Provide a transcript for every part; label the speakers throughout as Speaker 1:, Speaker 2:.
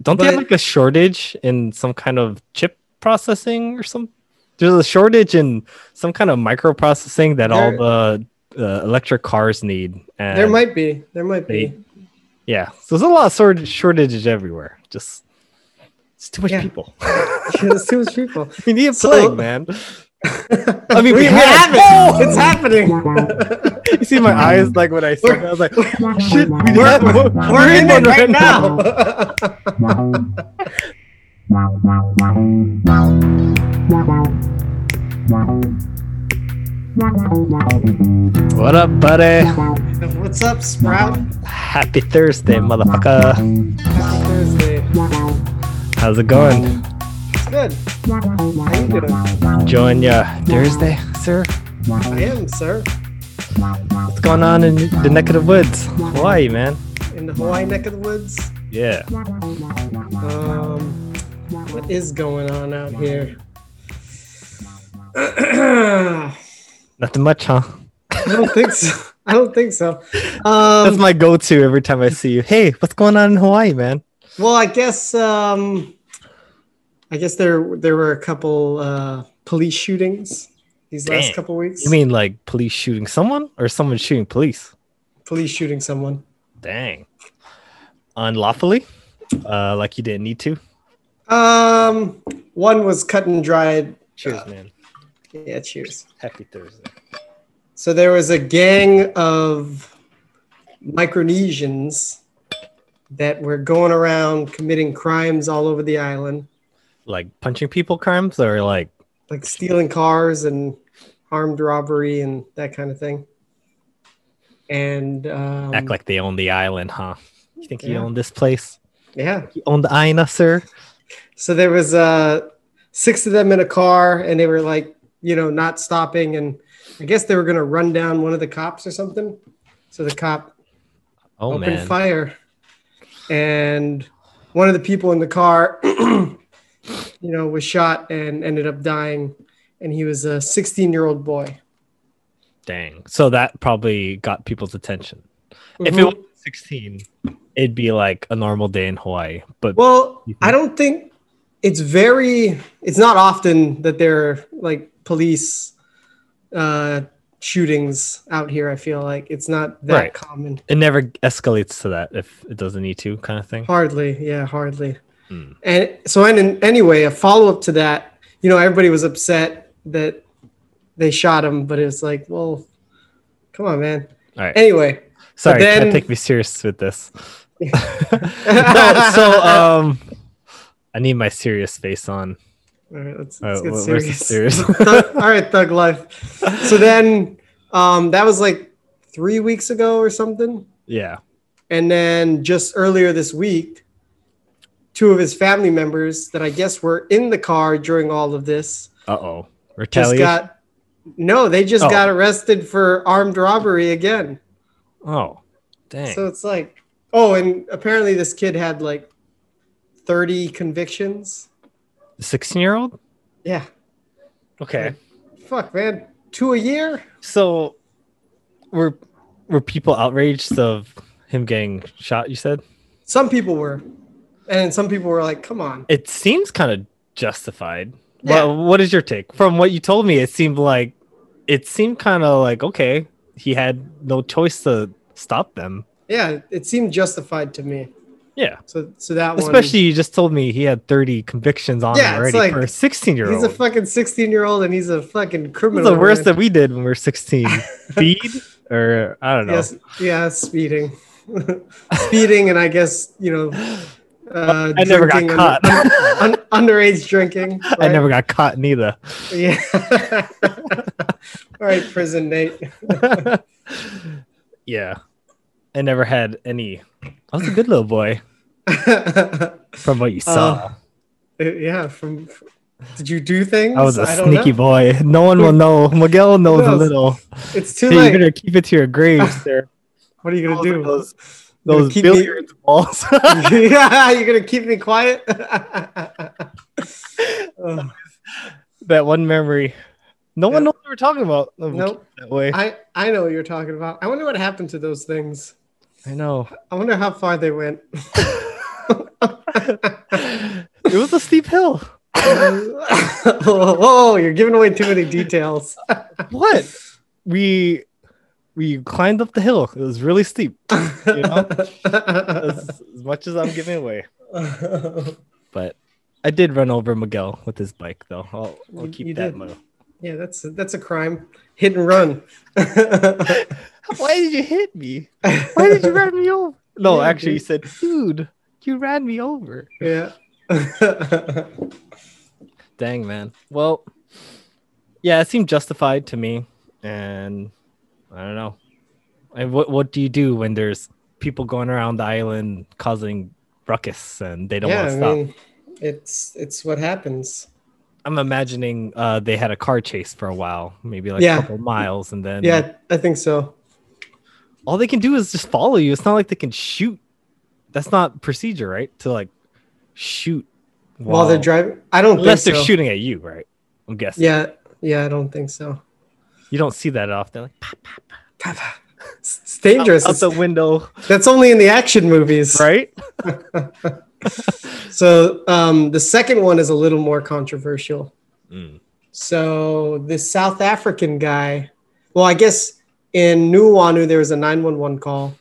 Speaker 1: Don't they have
Speaker 2: But-
Speaker 1: like a shortage in some kind of chip processing or some? There's a shortage in some kind of microprocessing that all
Speaker 2: There-
Speaker 1: the uh, electric cars need. And
Speaker 2: There might be. There might be.
Speaker 1: they- yeah. So there's a lot of sort shortages everywhere. Just it's too much
Speaker 2: Yeah.
Speaker 1: people.
Speaker 2: There's too much people.
Speaker 1: we need a
Speaker 2: So-
Speaker 1: plague, man. I mean, we
Speaker 2: we, we
Speaker 1: have.
Speaker 2: have it.
Speaker 1: Oh!
Speaker 2: It's happening.
Speaker 1: You see my eyes like when I said that, I was like, shit, we
Speaker 2: We're-
Speaker 1: have one.
Speaker 2: We're in
Speaker 1: one
Speaker 2: it right now.
Speaker 1: What up, buddy?
Speaker 2: What's up, Sprout?
Speaker 1: Happy Thursday, motherfucker.
Speaker 2: Happy Thursday.
Speaker 1: How's it going?
Speaker 2: It's good. How you doing?
Speaker 1: Enjoying your Thursday, sir?
Speaker 2: I am, sir.
Speaker 1: What's going on in the neck of the woods? Hawaii, man.
Speaker 2: In the Hawaii neck of the woods.
Speaker 1: Yeah.
Speaker 2: Um, what is going on out here? I
Speaker 1: Nothing much, huh?
Speaker 2: don't think so. I don't think so. Um,
Speaker 1: That's my go to every time I see you. Hey, what's going on in Hawaii, man?
Speaker 2: Well, I guess um, I guess there there were a couple uh, police shootings these
Speaker 1: Dang.
Speaker 2: last couple weeks.
Speaker 1: You mean like police shooting someone or someone shooting police?
Speaker 2: police shooting someone?
Speaker 1: Dang. Unlawfully? Uh, like you didn't need to?
Speaker 2: Um, one was cut and dried.
Speaker 1: Cheers, man.
Speaker 2: Yeah, cheers.
Speaker 1: Happy Thursday.
Speaker 2: So there was a gang of Micronesians that were going around committing crimes all over the island,
Speaker 1: Like punching people crimes or like
Speaker 2: like stealing cars and armed robbery and that kind of thing. And um,
Speaker 1: act like they own the island, huh? You think you
Speaker 2: yeah.
Speaker 1: own this place?
Speaker 2: yeah,
Speaker 1: You own the Aina, sir?
Speaker 2: So there was uh six of them in a car and they were like, you know, not stopping and I guess they were gonna run down one of the cops or something. So the cop
Speaker 1: Oh,
Speaker 2: opened
Speaker 1: man.
Speaker 2: fire and one of the people in the car, you know, was shot and ended up dying. And he was a 16 year old boy.
Speaker 1: Dang. So that probably got people's attention. If it
Speaker 2: Mhm.
Speaker 1: was 16, it'd be like a normal day in Hawaii. But
Speaker 2: Well, I don't think it's very. It's not often that there are like police uh, shootings out here. I feel like it's not that
Speaker 1: Right.
Speaker 2: common.
Speaker 1: it never escalates to that if it doesn't need to, kind of thing.
Speaker 2: Hardly, yeah, hardly.
Speaker 1: Hmm.
Speaker 2: And so, and in, anyway, a follow up to that, you know, everybody was upset that they shot him, but it's like, well, come on, man.
Speaker 1: All right.
Speaker 2: Anyway,
Speaker 1: Sorry,
Speaker 2: but
Speaker 1: can't
Speaker 2: then-
Speaker 1: take me serious with this. no, so um, I need my serious face on.
Speaker 2: all right, let's,
Speaker 1: Uh,
Speaker 2: let's
Speaker 1: wh-
Speaker 2: get
Speaker 1: where's the
Speaker 2: serious.
Speaker 1: serious?
Speaker 2: Thug- all right, thug life. So then, um, that was like three weeks ago or something,
Speaker 1: yeah.
Speaker 2: and then just earlier this week, two of his family members that I guess were in the car during all of this
Speaker 1: Uh oh.
Speaker 2: just
Speaker 1: Retaliation.
Speaker 2: got no, they just
Speaker 1: Oh.
Speaker 2: got arrested for armed robbery again.
Speaker 1: oh, dang.
Speaker 2: So it's like, oh, and apparently this kid had like thirty convictions.
Speaker 1: 16 year old?
Speaker 2: Yeah,
Speaker 1: Okay.
Speaker 2: fuck, man, two a year.
Speaker 1: So were were people outraged of him getting shot, you said?
Speaker 2: Some people were, and some people were like, come on.
Speaker 1: It seems kind of justified.
Speaker 2: Yeah.
Speaker 1: Well, what is your take? From what you told me, it seemed like it seemed kind of like okay, he had no choice to stop them.
Speaker 2: yeah, it seemed justified to me.
Speaker 1: Yeah.
Speaker 2: So, so that one,
Speaker 1: Especially you just told me he had 30 convictions on
Speaker 2: Yeah,
Speaker 1: him
Speaker 2: it's
Speaker 1: already
Speaker 2: like-
Speaker 1: for a 16 year
Speaker 2: he's a
Speaker 1: old.
Speaker 2: fucking sixteen-year-old, and he's a fucking criminal.
Speaker 1: the worst
Speaker 2: man.
Speaker 1: that we did when we were 16. Speed or I don't know.
Speaker 2: yes, yeah, speeding, speeding, and I guess you know, uh,
Speaker 1: I never got
Speaker 2: drinking
Speaker 1: caught.
Speaker 2: under- un- underage drinking.
Speaker 1: I
Speaker 2: right?
Speaker 1: never got caught neither.
Speaker 2: Yeah. All right, prison Nate.
Speaker 1: yeah. I never had any. I was a good little boy from what you
Speaker 2: Uh,
Speaker 1: saw.
Speaker 2: yeah, from. Did you do things?
Speaker 1: I was a
Speaker 2: don't
Speaker 1: sneaky
Speaker 2: know.
Speaker 1: boy. No one will know. Miguel knows a
Speaker 2: knows?
Speaker 1: little.
Speaker 2: It's too
Speaker 1: Hey,
Speaker 2: late.
Speaker 1: you're gonna keep it to your grave, sir.
Speaker 2: What are you gonna
Speaker 1: Those are
Speaker 2: do?
Speaker 1: those-
Speaker 2: You're gonna
Speaker 1: Those
Speaker 2: keep me-
Speaker 1: billiards balls.
Speaker 2: yeah, you're gonna keep me quiet. Ugh,
Speaker 1: that one memory. No one
Speaker 2: Yeah.
Speaker 1: knows what we're talking about. We'll keep
Speaker 2: Nope.
Speaker 1: it That way. I,
Speaker 2: I I know what you're talking about. I wonder what happened to those things.
Speaker 1: know.
Speaker 2: I wonder how far they went.
Speaker 1: It was a steep hill.
Speaker 2: whoa, whoa, you're giving away too many details.
Speaker 1: What? We we climbed up the hill. It was really steep. You know, as, as much as I'm giving away, but I did run over Miguel with his bike though. I'll, I'll
Speaker 2: You-
Speaker 1: keep
Speaker 2: you
Speaker 1: that.
Speaker 2: did.
Speaker 1: in mind.
Speaker 2: yeah, that's that's a crime. Hit and run.
Speaker 1: Why did you hit me? Why did you run me over? No,
Speaker 2: Yeah,
Speaker 1: actually,
Speaker 2: dude.
Speaker 1: you said, dude, you ran me over.
Speaker 2: yeah.
Speaker 1: Dang, man. Well, yeah, it seemed justified to me, and I don't know. And what what do you do when there's people going around the island causing ruckus and they don't
Speaker 2: yeah,
Speaker 1: want
Speaker 2: I
Speaker 1: to stop?
Speaker 2: mean, it's it's what happens.
Speaker 1: I'm imagining uh, they had a car chase for a while, maybe like
Speaker 2: Yeah.
Speaker 1: a couple miles, and then
Speaker 2: Yeah, I think so.
Speaker 1: all they can do is just follow you. It's not like they can shoot. That's not procedure, right? To like shoot
Speaker 2: While they're driving, I don't
Speaker 1: unless
Speaker 2: think
Speaker 1: they're
Speaker 2: so.
Speaker 1: shooting at you, right? I'm guessing.
Speaker 2: Yeah, yeah, I don't think so.
Speaker 1: You don't see that often. Like
Speaker 2: It's, it's dangerous.
Speaker 1: out, out the window,
Speaker 2: That's only in the action movies.
Speaker 1: right?
Speaker 2: So um, the second one is a little more controversial.
Speaker 1: Mm.
Speaker 2: So this South African guy, well, I guess in Nuwanu there was a 911 call,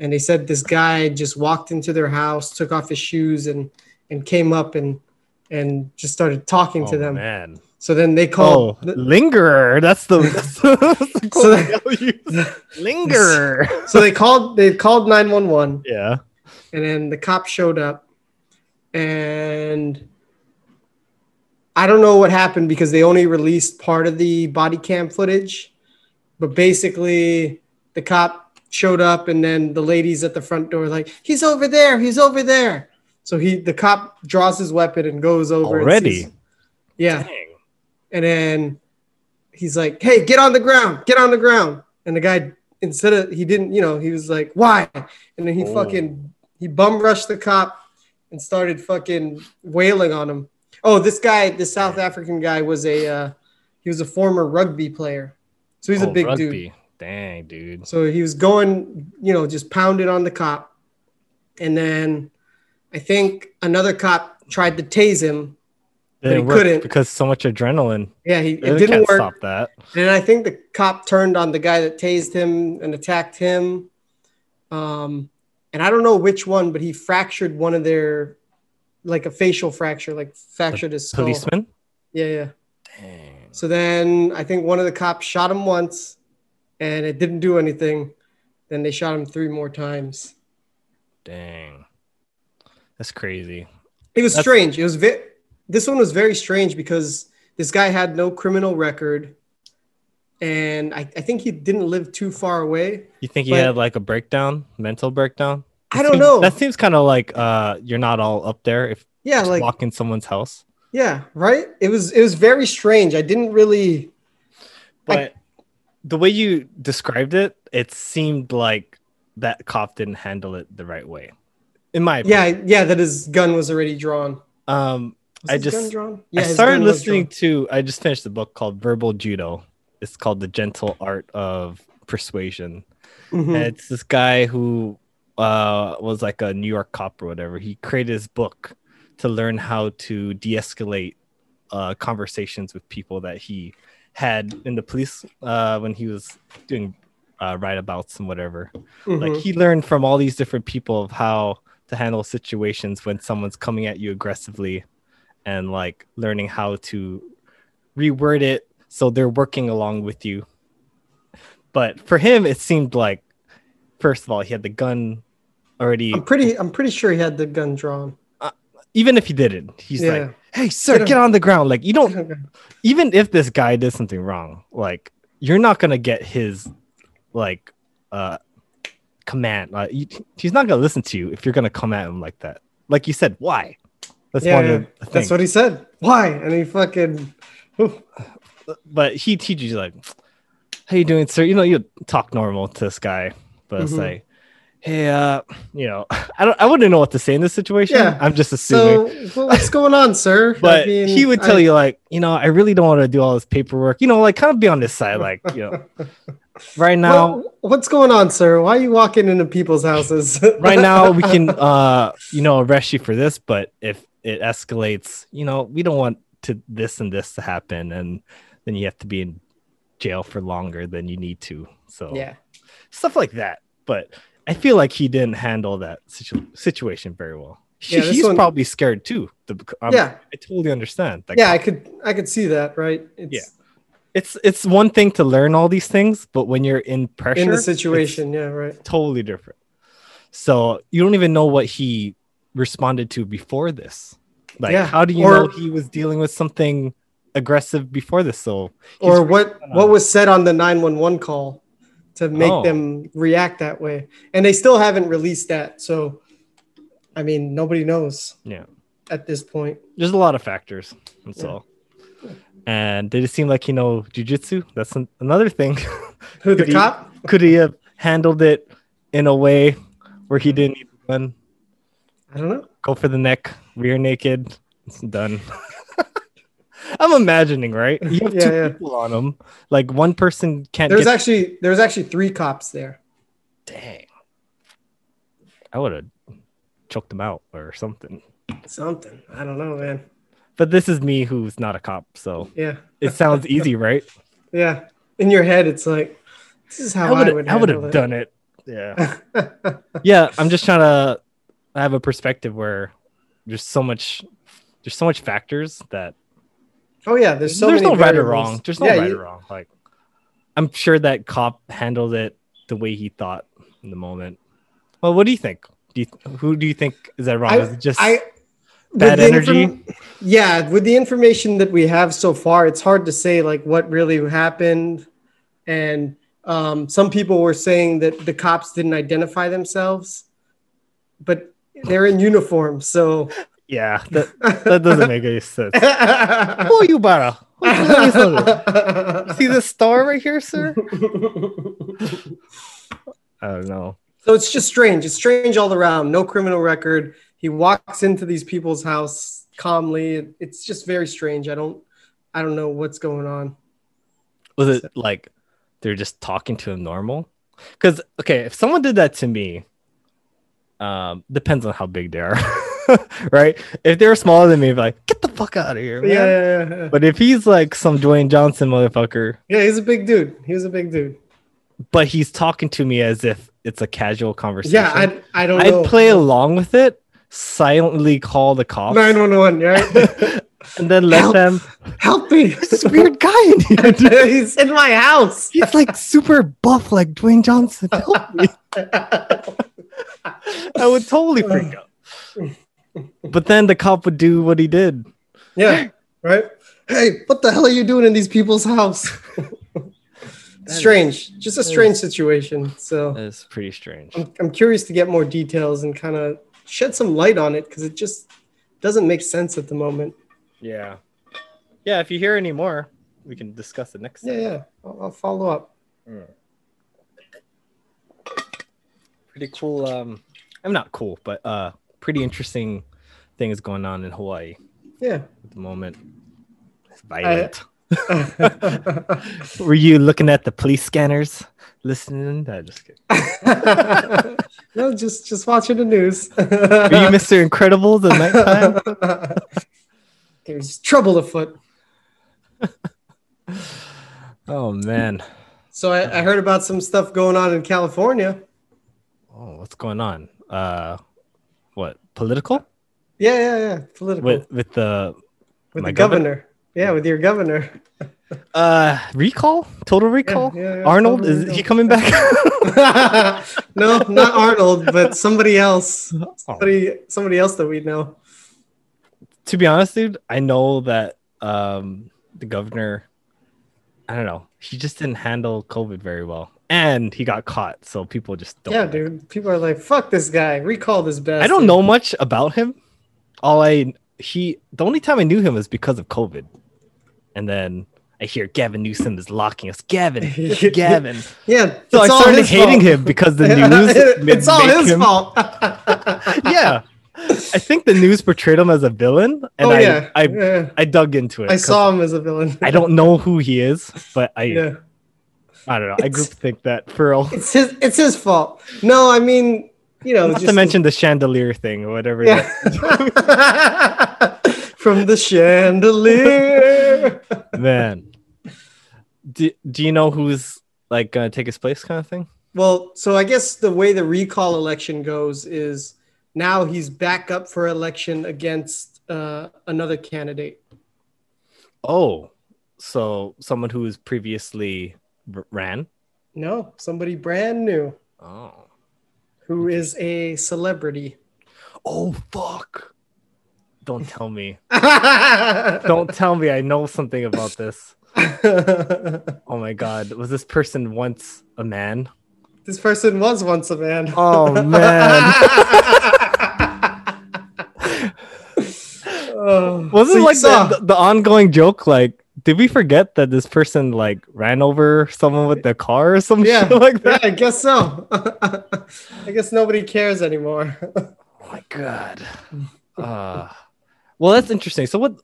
Speaker 2: and they said this guy just walked into their house, took off his shoes, and and came up and and just started talking to
Speaker 1: Oh,
Speaker 2: them.
Speaker 1: Man.
Speaker 2: So then they
Speaker 1: Oh,
Speaker 2: called.
Speaker 1: lingerer. That's the, that's the, that's the quote
Speaker 2: So-
Speaker 1: they all use. lingerer.
Speaker 2: So they called. They called 911.
Speaker 1: Yeah.
Speaker 2: and then the cop showed up and i don't know what happened because they only released part of the body cam footage but basically the cop showed up and then the ladies at the front door were like he's over there he's over there so he the cop draws his weapon and goes over and
Speaker 1: Already?
Speaker 2: sees- yeah and then he's like, "Hey, get on the ground, get on the ground." And the guy, instead of he didn't, you know, he was like, "Why?" And then he
Speaker 1: Oh.
Speaker 2: fucking he bum rushed the cop and started fucking wailing on him. Oh, this guy, this South African guy, was a uh, he was a former rugby player, so he's a
Speaker 1: Oh,
Speaker 2: big dude.
Speaker 1: rugby. Dang, dude.
Speaker 2: So he was going, you know, just pounded on the cop. And then I think another cop tried to tase him. But he
Speaker 1: It worked
Speaker 2: couldn't.
Speaker 1: because so much adrenaline.
Speaker 2: Yeah, he,
Speaker 1: They
Speaker 2: it didn't
Speaker 1: can't
Speaker 2: work.
Speaker 1: stop that.
Speaker 2: And I think the cop turned on the guy that tased him and attacked him. Um, and I don't know which one, but he fractured one of their, like a facial fracture, like fractured his skull.
Speaker 1: Policeman.
Speaker 2: Yeah, yeah.
Speaker 1: Dang.
Speaker 2: So then I think one of the cops shot him once, and it didn't do anything. Then they shot him three more times.
Speaker 1: Dang. That's crazy.
Speaker 2: It was
Speaker 1: That's-
Speaker 2: strange. It was ve- this one was very strange because this guy had no criminal record, and I, I think he didn't live too far away.
Speaker 1: You think he
Speaker 2: But-
Speaker 1: had like a breakdown, mental breakdown?
Speaker 2: I don't
Speaker 1: Seems-
Speaker 2: know.
Speaker 1: That seems kind of like uh, you're not all up there if
Speaker 2: yeah,
Speaker 1: just
Speaker 2: like
Speaker 1: walk in someone's house.
Speaker 2: Yeah, right. It was it was very strange. I didn't really.
Speaker 1: but the way you described it, it seemed like that cop didn't handle it the right way, in my opinion.
Speaker 2: Yeah, yeah. That his gun was already drawn.
Speaker 1: Um,
Speaker 2: Was
Speaker 1: I
Speaker 2: his
Speaker 1: just-
Speaker 2: gun drawn.
Speaker 1: I
Speaker 2: his
Speaker 1: started
Speaker 2: gun was
Speaker 1: listening to. I just finished the book called Verbal Judo. It's called The Gentle Art of Persuasion.
Speaker 2: drawn. Mhm.
Speaker 1: And it's this guy who uh, was like a New York cop or whatever. He created his book to learn how to de-escalate uh, conversations with people that he had in the police uh, when he was doing uh, rideabouts and whatever.
Speaker 2: Mhm.
Speaker 1: Like he learned from all these different people of how to handle situations when someone's coming at you aggressively and like learning how to reword it so they're working along with you. But for him, it seemed like, first of all, he had the gun already.
Speaker 2: I'm pretty. I'm pretty sure he had the gun drawn.
Speaker 1: Even if he didn't, he's
Speaker 2: yeah.
Speaker 1: like, hey, sir,
Speaker 2: Get him.
Speaker 1: get on the ground. Like, you don't
Speaker 2: Okay.
Speaker 1: even if this guy did something wrong, like you're not gonna get his like uh command. Like you, he's not gonna listen to you if you're gonna come at him like that. Like you said, why? That's
Speaker 2: yeah,
Speaker 1: one
Speaker 2: yeah.
Speaker 1: of the
Speaker 2: That's
Speaker 1: things.
Speaker 2: what he said. Why? And he fucking.
Speaker 1: but he teaches you like, how you doing, sir? You know, you talk normal to this guy, but it's
Speaker 2: Mhm.
Speaker 1: like, hey, uh, you know, I don't, I wouldn't know what to say in this situation.
Speaker 2: Yeah.
Speaker 1: I'm just assuming.
Speaker 2: So well, what's going on, sir?
Speaker 1: but
Speaker 2: I mean,
Speaker 1: he would tell
Speaker 2: I-
Speaker 1: you like you know i really don't want to do all this paperwork you know like kind of be on this side like you know right now,
Speaker 2: What- what's going on, sir? Why are you walking into people's houses?
Speaker 1: right now we can uh you know arrest you for this but if it escalates you know we don't want to this and this to happen and then you have to be in jail for longer than you need to so
Speaker 2: yeah.
Speaker 1: stuff like that but i feel like he didn't handle that situ- situation very well
Speaker 2: Yeah, this
Speaker 1: he's
Speaker 2: one-
Speaker 1: probably scared too the, um,
Speaker 2: yeah.
Speaker 1: i totally understand that
Speaker 2: Yeah. I could, I could see that, right? It's
Speaker 1: it's it's one thing to learn all these things but when you're in pressure
Speaker 2: in the
Speaker 1: it's-
Speaker 2: situation. Yeah. Right.
Speaker 1: totally different. So you don't even know what he responded to before this. Like,
Speaker 2: Yeah,
Speaker 1: how do you
Speaker 2: or-
Speaker 1: know he was dealing with something aggressive before this? So he's
Speaker 2: or what
Speaker 1: on
Speaker 2: what
Speaker 1: it.
Speaker 2: was said on the 911 call to make
Speaker 1: Oh.
Speaker 2: them react that way and they still haven't released that so i mean nobody knows
Speaker 1: Yeah.
Speaker 2: at this point
Speaker 1: there's a lot of factors, and so. And did it seem like you know jujitsu? That's an- another thing.
Speaker 2: who the
Speaker 1: Could he-
Speaker 2: cop
Speaker 1: Could he have handled it in a way where he didn't need the gun?
Speaker 2: i don't know
Speaker 1: Go for the neck, rear naked. It's done. I'm imagining, right? You have
Speaker 2: Yeah,
Speaker 1: two
Speaker 2: yeah.
Speaker 1: people on him. Like one person can't
Speaker 2: there's
Speaker 1: get
Speaker 2: actually there's actually three cops there
Speaker 1: Dang. I would have choked him out or something.
Speaker 2: something i don't know man
Speaker 1: But this is me who's not a cop, so
Speaker 2: yeah
Speaker 1: it sounds easy, right?
Speaker 2: yeah in your head it's like this is how i
Speaker 1: I
Speaker 2: would
Speaker 1: would I would
Speaker 2: handle
Speaker 1: have
Speaker 2: it.
Speaker 1: done it. Yeah. yeah, I'm just trying to I have a perspective where there's so much there's so much factors that
Speaker 2: oh yeah there's so
Speaker 1: there's
Speaker 2: many
Speaker 1: no right or
Speaker 2: variables.
Speaker 1: wrong. There's no
Speaker 2: Yeah,
Speaker 1: right
Speaker 2: you-
Speaker 1: or wrong. Like I'm sure that cop handled it the way he thought in the moment. Well, what do you think? Do you, who do you think is that wrong?
Speaker 2: I-
Speaker 1: is it just
Speaker 2: I with
Speaker 1: bad
Speaker 2: the
Speaker 1: energy?
Speaker 2: inform- yeah, with the information that we have so far, it's hard to say like what really happened. And um, some people were saying that the cops didn't identify themselves, but they're in uniform, so
Speaker 1: yeah, that- That doesn't make any sense. Who
Speaker 2: yeah,
Speaker 1: are you, Bara? Who are you, sir? See this star right here, sir? I don't know.
Speaker 2: So it's just strange. It's strange all around. No criminal record. He walks into these people's house calmly. It- It's just very strange. I don't, I don't know what's going on.
Speaker 1: Was it like they're just talking to him normal? Because okay, if someone did that to me, um, depends on how big they are, right? If they're smaller than me, I'd be like, get the fuck out of here, man.
Speaker 2: Yeah, yeah, yeah, yeah.
Speaker 1: But if he's like some Dwayne Johnson motherfucker,
Speaker 2: Yeah, he's a big dude. He was a big dude.
Speaker 1: but he's talking to me as if it's a casual conversation,
Speaker 2: Yeah, I, I don't know.
Speaker 1: I'd play along with it, silently call the cops,
Speaker 2: 911, right? oh-
Speaker 1: and then let
Speaker 2: Help.
Speaker 1: them
Speaker 2: Help me.
Speaker 1: this weird guy in here. dude.
Speaker 2: he's in my house.
Speaker 1: He's like super buff, like Dwayne Johnson. Help me. I would totally freak out. But then the cop would do what he did.
Speaker 2: Yeah, right? Hey, what the hell are you doing in these people's house? strange. Just a strange situation. So
Speaker 1: That's pretty strange.
Speaker 2: I'm, I'm curious to get more details and kind of shed some light on it because it just doesn't make sense at the moment.
Speaker 1: Yeah. Yeah. If you hear any more, we can discuss it next.
Speaker 2: Yeah, yeah. I'll, I'll follow up.
Speaker 1: Pretty cool. Um, I'm not cool, but uh, pretty interesting things going on in Hawaii
Speaker 2: Yeah.
Speaker 1: at the moment. It's violent.
Speaker 2: I
Speaker 1: Were you looking at the police scanners? Listening? No, just kidding.
Speaker 2: no, just just watching the news.
Speaker 1: Were you Mr. Incredible the nighttime?
Speaker 2: There's trouble afoot.
Speaker 1: oh man.
Speaker 2: So I, I heard about some stuff going on in California.
Speaker 1: Oh, what's going on? Uh what? Political?
Speaker 2: Yeah, yeah, yeah. Political with,
Speaker 1: With with the my
Speaker 2: the governor. Yeah, with your governor.
Speaker 1: Uh recall? Total recall?
Speaker 2: yeah, yeah,
Speaker 1: Arnold
Speaker 2: Total
Speaker 1: is he
Speaker 2: Recall.
Speaker 1: coming back?
Speaker 2: no, not Arnold, but somebody else.
Speaker 1: Oh,
Speaker 2: Somebody, somebody else that we know.
Speaker 1: to be honest, dude, I know that um the governor I don't know. He just didn't handle COVID very well. And he got caught, so people just don't
Speaker 2: yeah,
Speaker 1: like him.
Speaker 2: dude. People are like, "Fuck this guy. Recall this bastard."
Speaker 1: I don't know much about him. All I he the only time I knew him was because of COVID, and then I hear Gavin Newsom is locking us. Gavin, it's Gavin.
Speaker 2: Yeah,
Speaker 1: So I
Speaker 2: it's all
Speaker 1: started
Speaker 2: his
Speaker 1: hating
Speaker 2: fault.
Speaker 1: him because the news.
Speaker 2: it's all
Speaker 1: made
Speaker 2: his
Speaker 1: him-
Speaker 2: fault.
Speaker 1: Yeah, I think the news portrayed him as a villain, and
Speaker 2: oh
Speaker 1: I,
Speaker 2: yeah,
Speaker 1: I
Speaker 2: yeah.
Speaker 1: I dug into it.
Speaker 2: I
Speaker 1: 'cause
Speaker 2: saw him as a villain.
Speaker 1: I don't know who he is, but I
Speaker 2: yeah.
Speaker 1: I don't know. I group think that Pearl.
Speaker 2: It's his, it's his fault. No, I mean, you know,
Speaker 1: Not to
Speaker 2: just-
Speaker 1: mention the chandelier thing or whatever.
Speaker 2: Yeah.
Speaker 1: that-
Speaker 2: From the chandelier.
Speaker 1: Man, do, do you know who's like gonna take his place, kind of thing?
Speaker 2: Well, so I guess the way the recall election goes is now he's back up for election against uh, another candidate.
Speaker 1: Oh, so someone who was previously r- ran.
Speaker 2: No, somebody brand new
Speaker 1: Oh.
Speaker 2: who is a celebrity.
Speaker 1: Oh fuck! Don't tell me.
Speaker 2: Don't.
Speaker 1: Don't tell me. I know something about this. Oh my god, was this person once a man?
Speaker 2: this person was once a man.
Speaker 1: Oh man.
Speaker 2: Oh,
Speaker 1: Wasn't
Speaker 2: so you
Speaker 1: like
Speaker 2: saw-
Speaker 1: the, the ongoing joke like did we forget that this person like ran over someone with their car or some
Speaker 2: Yeah.
Speaker 1: shit like
Speaker 2: Yeah,
Speaker 1: that?
Speaker 2: I guess so. I guess nobody cares anymore.
Speaker 1: Oh my god. Uh, well, that's interesting. So what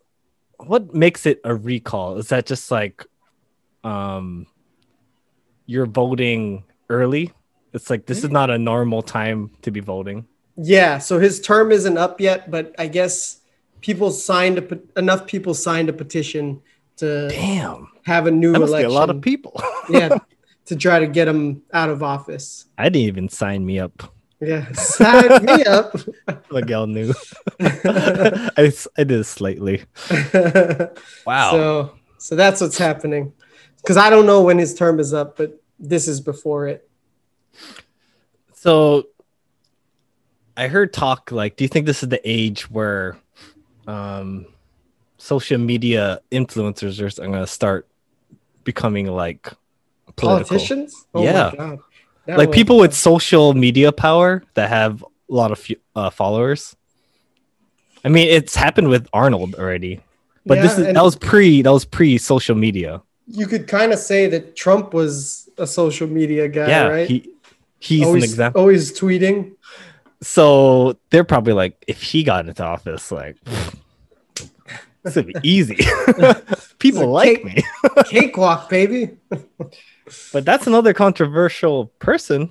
Speaker 1: what makes it a recall? Is that just like um you're voting early? It's like this is not a normal time to be voting.
Speaker 2: yeah, so his term isn't up yet, but I guess people signed a, pe- enough people signed a petition to
Speaker 1: Damn.
Speaker 2: have a new
Speaker 1: That must
Speaker 2: election.
Speaker 1: be a lot of people.
Speaker 2: yeah, to try to get him out of office.
Speaker 1: I didn't even sign me up.
Speaker 2: Yeah, sign me up.
Speaker 1: Miguel knew. I, s- I did it slightly. Wow.
Speaker 2: So, so that's what's happening. Because I don't know when his term is up, but this is before it.
Speaker 1: So I heard talk like, do you think this is the age where um, social media influencers are going to start becoming like political?
Speaker 2: Politicians? Oh
Speaker 1: Yeah.
Speaker 2: God. That
Speaker 1: Like
Speaker 2: will-
Speaker 1: people with social media power that have a lot of fu- uh, followers. I mean, it's happened with Arnold already, but this
Speaker 2: Yeah,
Speaker 1: is
Speaker 2: and-
Speaker 1: that was pre that was pre social media.
Speaker 2: you could kind of say that Trump was a social media guy,
Speaker 1: yeah,
Speaker 2: right? Oh,
Speaker 1: he he's
Speaker 2: always,
Speaker 1: an example.
Speaker 2: Always tweeting.
Speaker 1: so they're probably like, if he got into office, like this would be easy. People like
Speaker 2: cake.
Speaker 1: me,
Speaker 2: Cakewalk, baby.
Speaker 1: but that's another controversial person.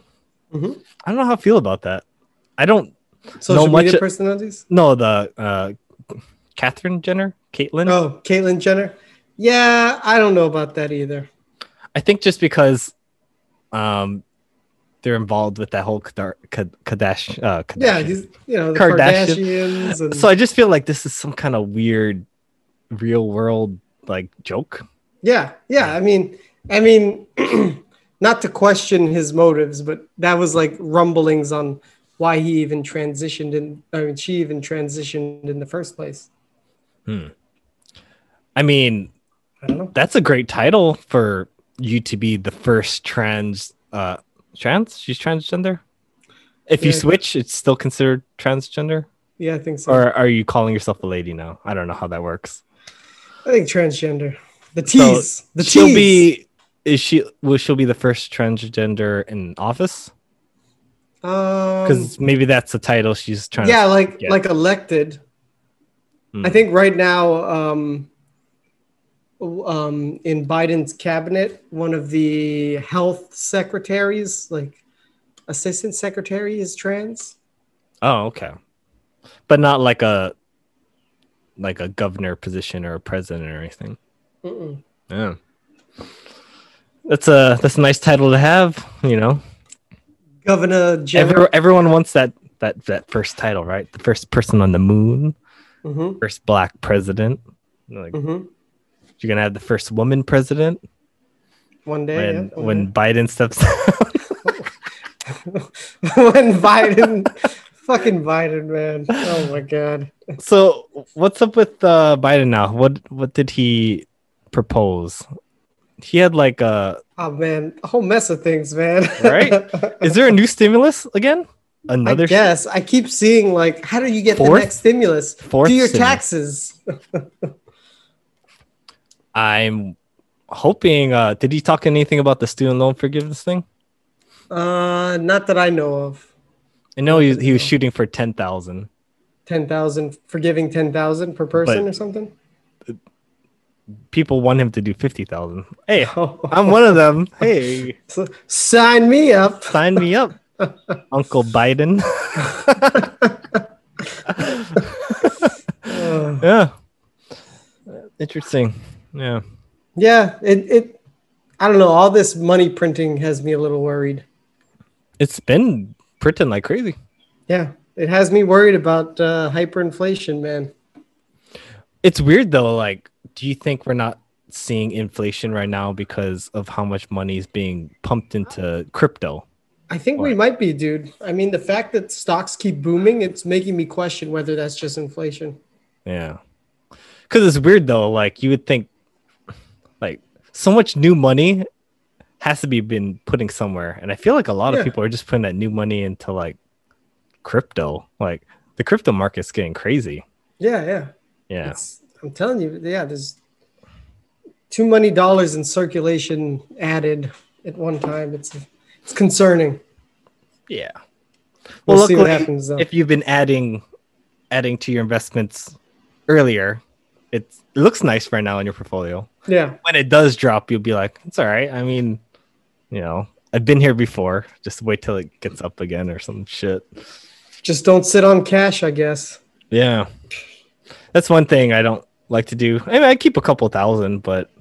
Speaker 2: Mhm.
Speaker 1: I don't know how I feel about that. I don't
Speaker 2: Social
Speaker 1: much-
Speaker 2: media personalities.
Speaker 1: know the uh, Catherine Jenner, Caitlyn.
Speaker 2: Oh, Caitlyn Jenner. Yeah, I don't know about that either.
Speaker 1: I think just because, um, they're involved with that whole Kadar- Kad- Kadash, uh, Kardashian.
Speaker 2: Yeah, he's, you know, the
Speaker 1: Kardashian.
Speaker 2: Kardashians. And,
Speaker 1: So I just feel like this is some kind of weird, real world like joke.
Speaker 2: yeah, yeah. I mean, I mean, not to question his motives, but that was like rumblings on why he even transitioned in. I mean, she even transitioned in the first place.
Speaker 1: I mean,
Speaker 2: I don't know.
Speaker 1: that's a great title for you to be the first trans uh trans she's transgender if you
Speaker 2: Yeah.
Speaker 1: switch it's still considered transgender
Speaker 2: Yeah, I think so.
Speaker 1: or are you calling yourself a lady now i don't know how that works
Speaker 2: I think transgender. The
Speaker 1: So,
Speaker 2: T's. the
Speaker 1: she'll
Speaker 2: T's.
Speaker 1: be is she will she'll be the first transgender in office
Speaker 2: um,
Speaker 1: because maybe that's the title she's trying
Speaker 2: yeah, like
Speaker 1: yeah.
Speaker 2: like elected.
Speaker 1: Hmm.
Speaker 2: I think right now, um, um, in Biden's cabinet, one of the health secretaries, like assistant secretary, is trans.
Speaker 1: to oh okay but not like a like a governor position or a president or anything
Speaker 2: Mm-mm.
Speaker 1: Yeah. That's a that's a nice title to have, you know.
Speaker 2: Governor
Speaker 1: Every,
Speaker 2: Jenner.
Speaker 1: everyone wants that that that first title, right? The first person on the moon,
Speaker 2: Mhm,
Speaker 1: first black president. Like
Speaker 2: mhm.
Speaker 1: you're gonna have the first woman president
Speaker 2: One day,
Speaker 1: when
Speaker 2: yeah, one
Speaker 1: when
Speaker 2: day.
Speaker 1: Biden steps down.
Speaker 2: when Biden, fucking Biden, man. Oh my god.
Speaker 1: so what's up with uh, Biden now? What what did he propose? He had like uh, a
Speaker 2: Oh man, a whole mess of things, man.
Speaker 1: Right? is there a new stimulus again? Another
Speaker 2: I guess I keep seeing like, how do you get
Speaker 1: Fourth?
Speaker 2: the next stimulus?
Speaker 1: Fourth
Speaker 2: do your
Speaker 1: stimulus.
Speaker 2: taxes.
Speaker 1: I'm hoping. Uh, did he talk anything about the student loan forgiveness thing?
Speaker 2: Uh, not that I know of.
Speaker 1: I know he, he was shooting for ten thousand.
Speaker 2: Ten thousand, forgiving ten thousand per person
Speaker 1: But-
Speaker 2: or something.
Speaker 1: people want him to do 50,000. Hey, I'm one of them. Hey,
Speaker 2: So, sign me up.
Speaker 1: sign me up, Uncle Biden.
Speaker 2: Uh,
Speaker 1: yeah. Interesting. Yeah.
Speaker 2: yeah, it, it. I don't know. All this money printing has me a little worried.
Speaker 1: It's been printing like crazy.
Speaker 2: Yeah, it has me worried about uh, hyperinflation, man.
Speaker 1: It's weird though. Like, do you think we're not seeing inflation right now because of how much money is being pumped into crypto?
Speaker 2: I think we might be, dude. I mean, the fact that stocks keep booming, it's making me question whether that's just inflation.
Speaker 1: Yeah. Cause it's weird though, like you would think like so much new money has to be been putting somewhere. And I feel like a lot
Speaker 2: Yeah.
Speaker 1: of people are just putting that new money into like crypto. Like the crypto market's getting crazy.
Speaker 2: Yeah, yeah.
Speaker 1: Yeah.
Speaker 2: It's, I'm telling you, yeah, there's too many dollars in circulation added at one time. It's it's concerning.
Speaker 1: yeah.
Speaker 2: We'll,
Speaker 1: Well,
Speaker 2: see what
Speaker 1: luckily,
Speaker 2: happens though.
Speaker 1: if you've been adding adding to your investments earlier, it's, it looks nice right now in your portfolio.
Speaker 2: yeah,
Speaker 1: When it does drop, you'll be like, it's all right. I mean, you know, I've been here before. Just wait till it gets up again or some shit.
Speaker 2: just don't sit on cash, I guess.
Speaker 1: Yeah. That's one thing I don't like to do. I mean, I keep a couple thousand, but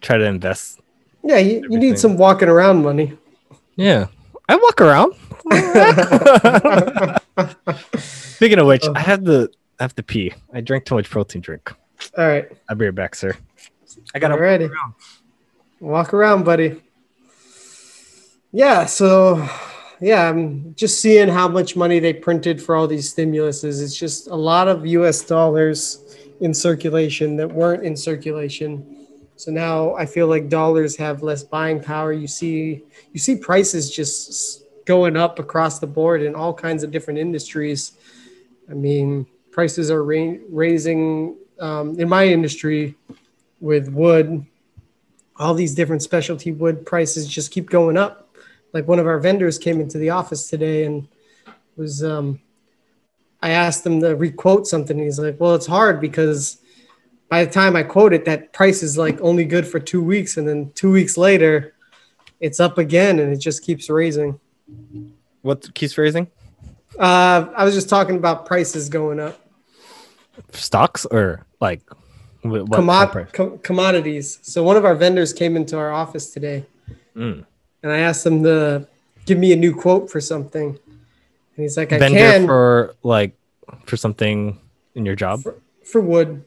Speaker 1: try to invest.
Speaker 2: Yeah, you, you
Speaker 1: Everything.
Speaker 2: need some walking around money.
Speaker 1: Yeah. I walk around. Speaking of which, I have to I have to pee. I drank too much protein drink.
Speaker 2: All right,
Speaker 1: I'll be right back, sir. I
Speaker 2: all
Speaker 1: gotta
Speaker 2: righty. Walk around, buddy. Yeah, so yeah, I'm just seeing how much money they printed for all these stimuluses. It's just a lot of US dollars in circulation that weren't in circulation. So now I feel like dollars have less buying power. You see you see prices just s- going up across the board in all kinds of different industries. I mean, prices are ra- raising um, in my industry with wood all these different specialty wood prices just keep going up. Like one of our vendors came into the office today and was, um, I asked him to requote something. He's like, well, it's hard because by the time I quote it, that price is like only good for two weeks. And then two weeks later, it's up again and it just keeps raising.
Speaker 1: what keeps raising?
Speaker 2: Uh, I was just talking about prices going up,
Speaker 1: Stocks or like wh- what,
Speaker 2: Commo-
Speaker 1: price?
Speaker 2: com- commodities. So one of our vendors came into our office today
Speaker 1: Mm.
Speaker 2: and I asked him to give me a new quote for something. And he's like, I
Speaker 1: vendor
Speaker 2: can for-,
Speaker 1: for like for something in your job?
Speaker 2: wood.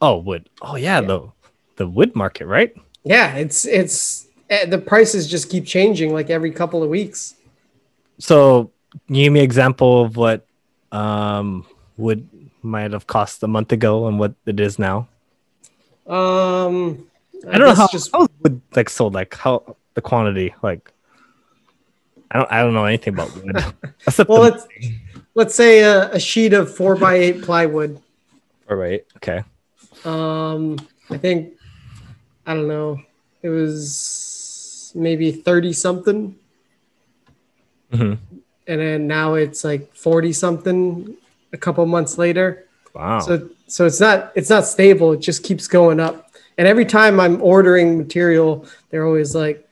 Speaker 1: Oh, wood. Oh yeah, the the wood market, right?
Speaker 2: Yeah, it's it's eh, the prices just keep changing like every couple of weeks.
Speaker 1: So give me an example of what um wood might have cost a month ago and what it is now.
Speaker 2: Um,
Speaker 1: I, don't know
Speaker 2: guess
Speaker 1: how,
Speaker 2: Just,
Speaker 1: how is wood like sold, like how the quantity, like I don't I don't know anything about wood. Except
Speaker 2: well,
Speaker 1: the-
Speaker 2: let's let's say a, a sheet of four by eight plywood.
Speaker 1: all right, okay.
Speaker 2: Um, I think I don't know. It was maybe thirty something,
Speaker 1: hmm
Speaker 2: and then now it's like forty something. A couple months later,
Speaker 1: Wow.
Speaker 2: So so it's not it's not stable. It just keeps going up. And every time I'm ordering material, they're always like,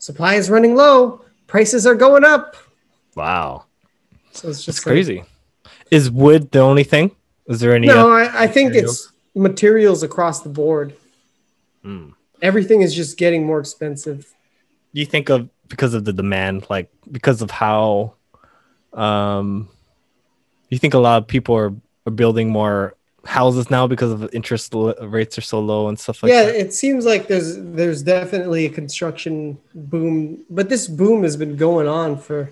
Speaker 2: supply is running low, prices are going up.
Speaker 1: wow.
Speaker 2: So
Speaker 1: That's
Speaker 2: it's just like-
Speaker 1: crazy. Is wood the only thing? Is there any
Speaker 2: no,
Speaker 1: other-
Speaker 2: I, I think it's materials across the board.
Speaker 1: Hmm.
Speaker 2: Everything is just getting more expensive.
Speaker 1: you think of because of the demand, like because of how um you think a lot of people are, are building more houses now because of interest l- rates are so low and stuff like
Speaker 2: yeah,
Speaker 1: that.
Speaker 2: it seems like there's there's definitely a construction boom, but this boom has been going on for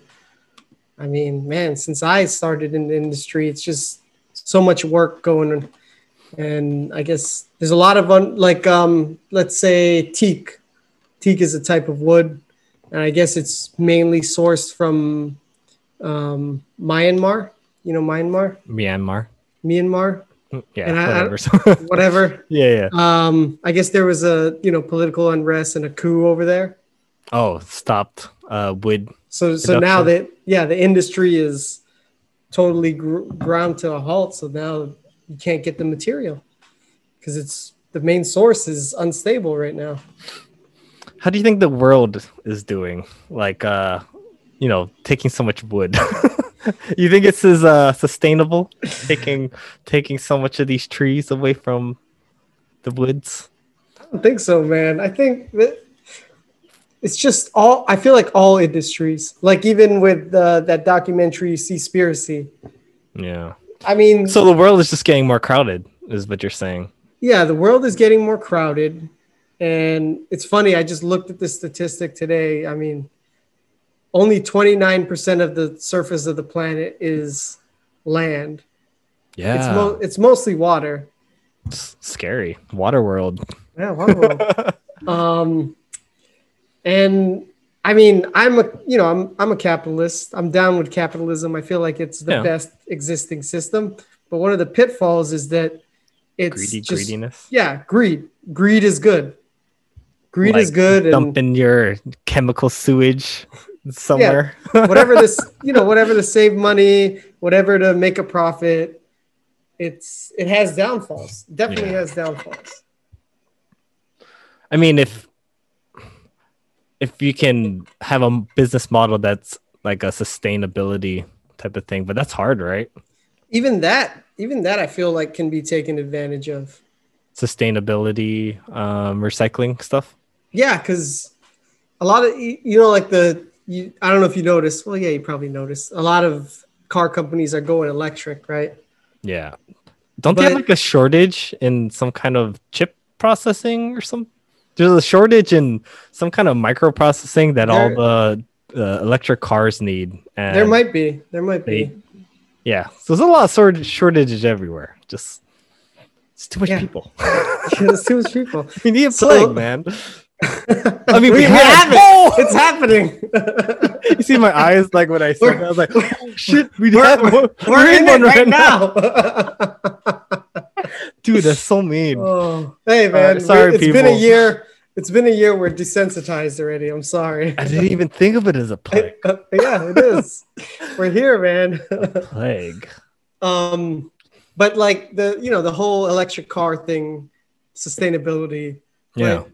Speaker 2: I mean, man, since I started in the industry, it's just so much work going on. And I guess there's a lot of un- like um let's say teak. Teak is a type of wood, and I guess it's mainly sourced from um Myanmar, you know Myanmar,
Speaker 1: Myanmar.
Speaker 2: Myanmar,
Speaker 1: Yeah,
Speaker 2: And I- I-
Speaker 1: whatever. So-
Speaker 2: whatever.
Speaker 1: yeah, yeah.
Speaker 2: Um, I guess there was a you know political unrest and a coup over there.
Speaker 1: Oh, stopped. Uh, wood.
Speaker 2: So so now
Speaker 1: Production.
Speaker 2: that yeah, the industry is totally gr- ground to a halt. So now you can't get the material because it's the main source is unstable right now.
Speaker 1: How do you think the world is doing? Like, uh, you know, taking so much wood. you think it's is uh, sustainable taking taking so much of these trees away from the woods?
Speaker 2: I don't think so, man. I think that it's just all. I feel like all industries, like even with uh, that documentary Seaspiracy.
Speaker 1: Yeah.
Speaker 2: I mean,
Speaker 1: So the world is just getting more crowded, is what you're saying.
Speaker 2: yeah, the world is getting more crowded. And it's funny, I just looked at this statistic today. I mean, only 29% of the surface of the planet is land.
Speaker 1: Yeah.
Speaker 2: It's, mo- it's mostly water.
Speaker 1: It's scary. Water world.
Speaker 2: Yeah, water world. um, and I mean, I'm a you know, I'm I'm a capitalist. I'm down with capitalism. I feel like it's the
Speaker 1: Yeah.
Speaker 2: best existing system. But one of the pitfalls is that it's
Speaker 1: Greedy
Speaker 2: just,
Speaker 1: greediness.
Speaker 2: Yeah, greed. Greed is good. Greed is
Speaker 1: Like,
Speaker 2: good, and
Speaker 1: Dumping your chemical sewage somewhere.
Speaker 2: whatever this, you know, whatever to save money, whatever to make a profit, it's it has downfalls. Definitely
Speaker 1: Yeah.
Speaker 2: has downfalls.
Speaker 1: I mean, if if you can have a m- business model that's like a sustainability type of thing, but that's hard, right?
Speaker 2: Even that, even that, I feel like can be taken advantage of.
Speaker 1: Sustainability, um, recycling stuff.
Speaker 2: Yeah, because a lot of you you know, like the you, I don't know if you noticed. Well, yeah, you probably noticed. A lot of car companies are going electric, right?
Speaker 1: Yeah. Don't they have
Speaker 2: But-
Speaker 1: like a shortage in some kind of chip processing or some? There's a shortage in some kind of microprocessing that all
Speaker 2: There-
Speaker 1: the uh, electric cars need. And
Speaker 2: there might be, there might be.
Speaker 1: they- yeah. So there's a lot of sort shortages everywhere. Just it's too much
Speaker 2: Yeah.
Speaker 1: people.
Speaker 2: There's too much people.
Speaker 1: we need a
Speaker 2: So-
Speaker 1: plague, man. I mean, we,
Speaker 2: We- we
Speaker 1: have.
Speaker 2: have it.
Speaker 1: Oh!
Speaker 2: It's happening.
Speaker 1: you see my eyes like when I said
Speaker 2: We're-
Speaker 1: that, I was like, oh, shit, we
Speaker 2: we're-
Speaker 1: have one.
Speaker 2: We're in it
Speaker 1: one
Speaker 2: right now.
Speaker 1: Dude, that's so mean.
Speaker 2: oh, hey
Speaker 1: Sorry-
Speaker 2: man,
Speaker 1: sorry,
Speaker 2: we- it's been a
Speaker 1: people.
Speaker 2: year. It's been a year. We're desensitized already. I'm sorry.
Speaker 1: I didn't even think of it as a plague.
Speaker 2: yeah, it is. We're here, man.
Speaker 1: plague.
Speaker 2: Um, but like the you know the whole electric car thing, sustainability.
Speaker 1: Yeah.
Speaker 2: But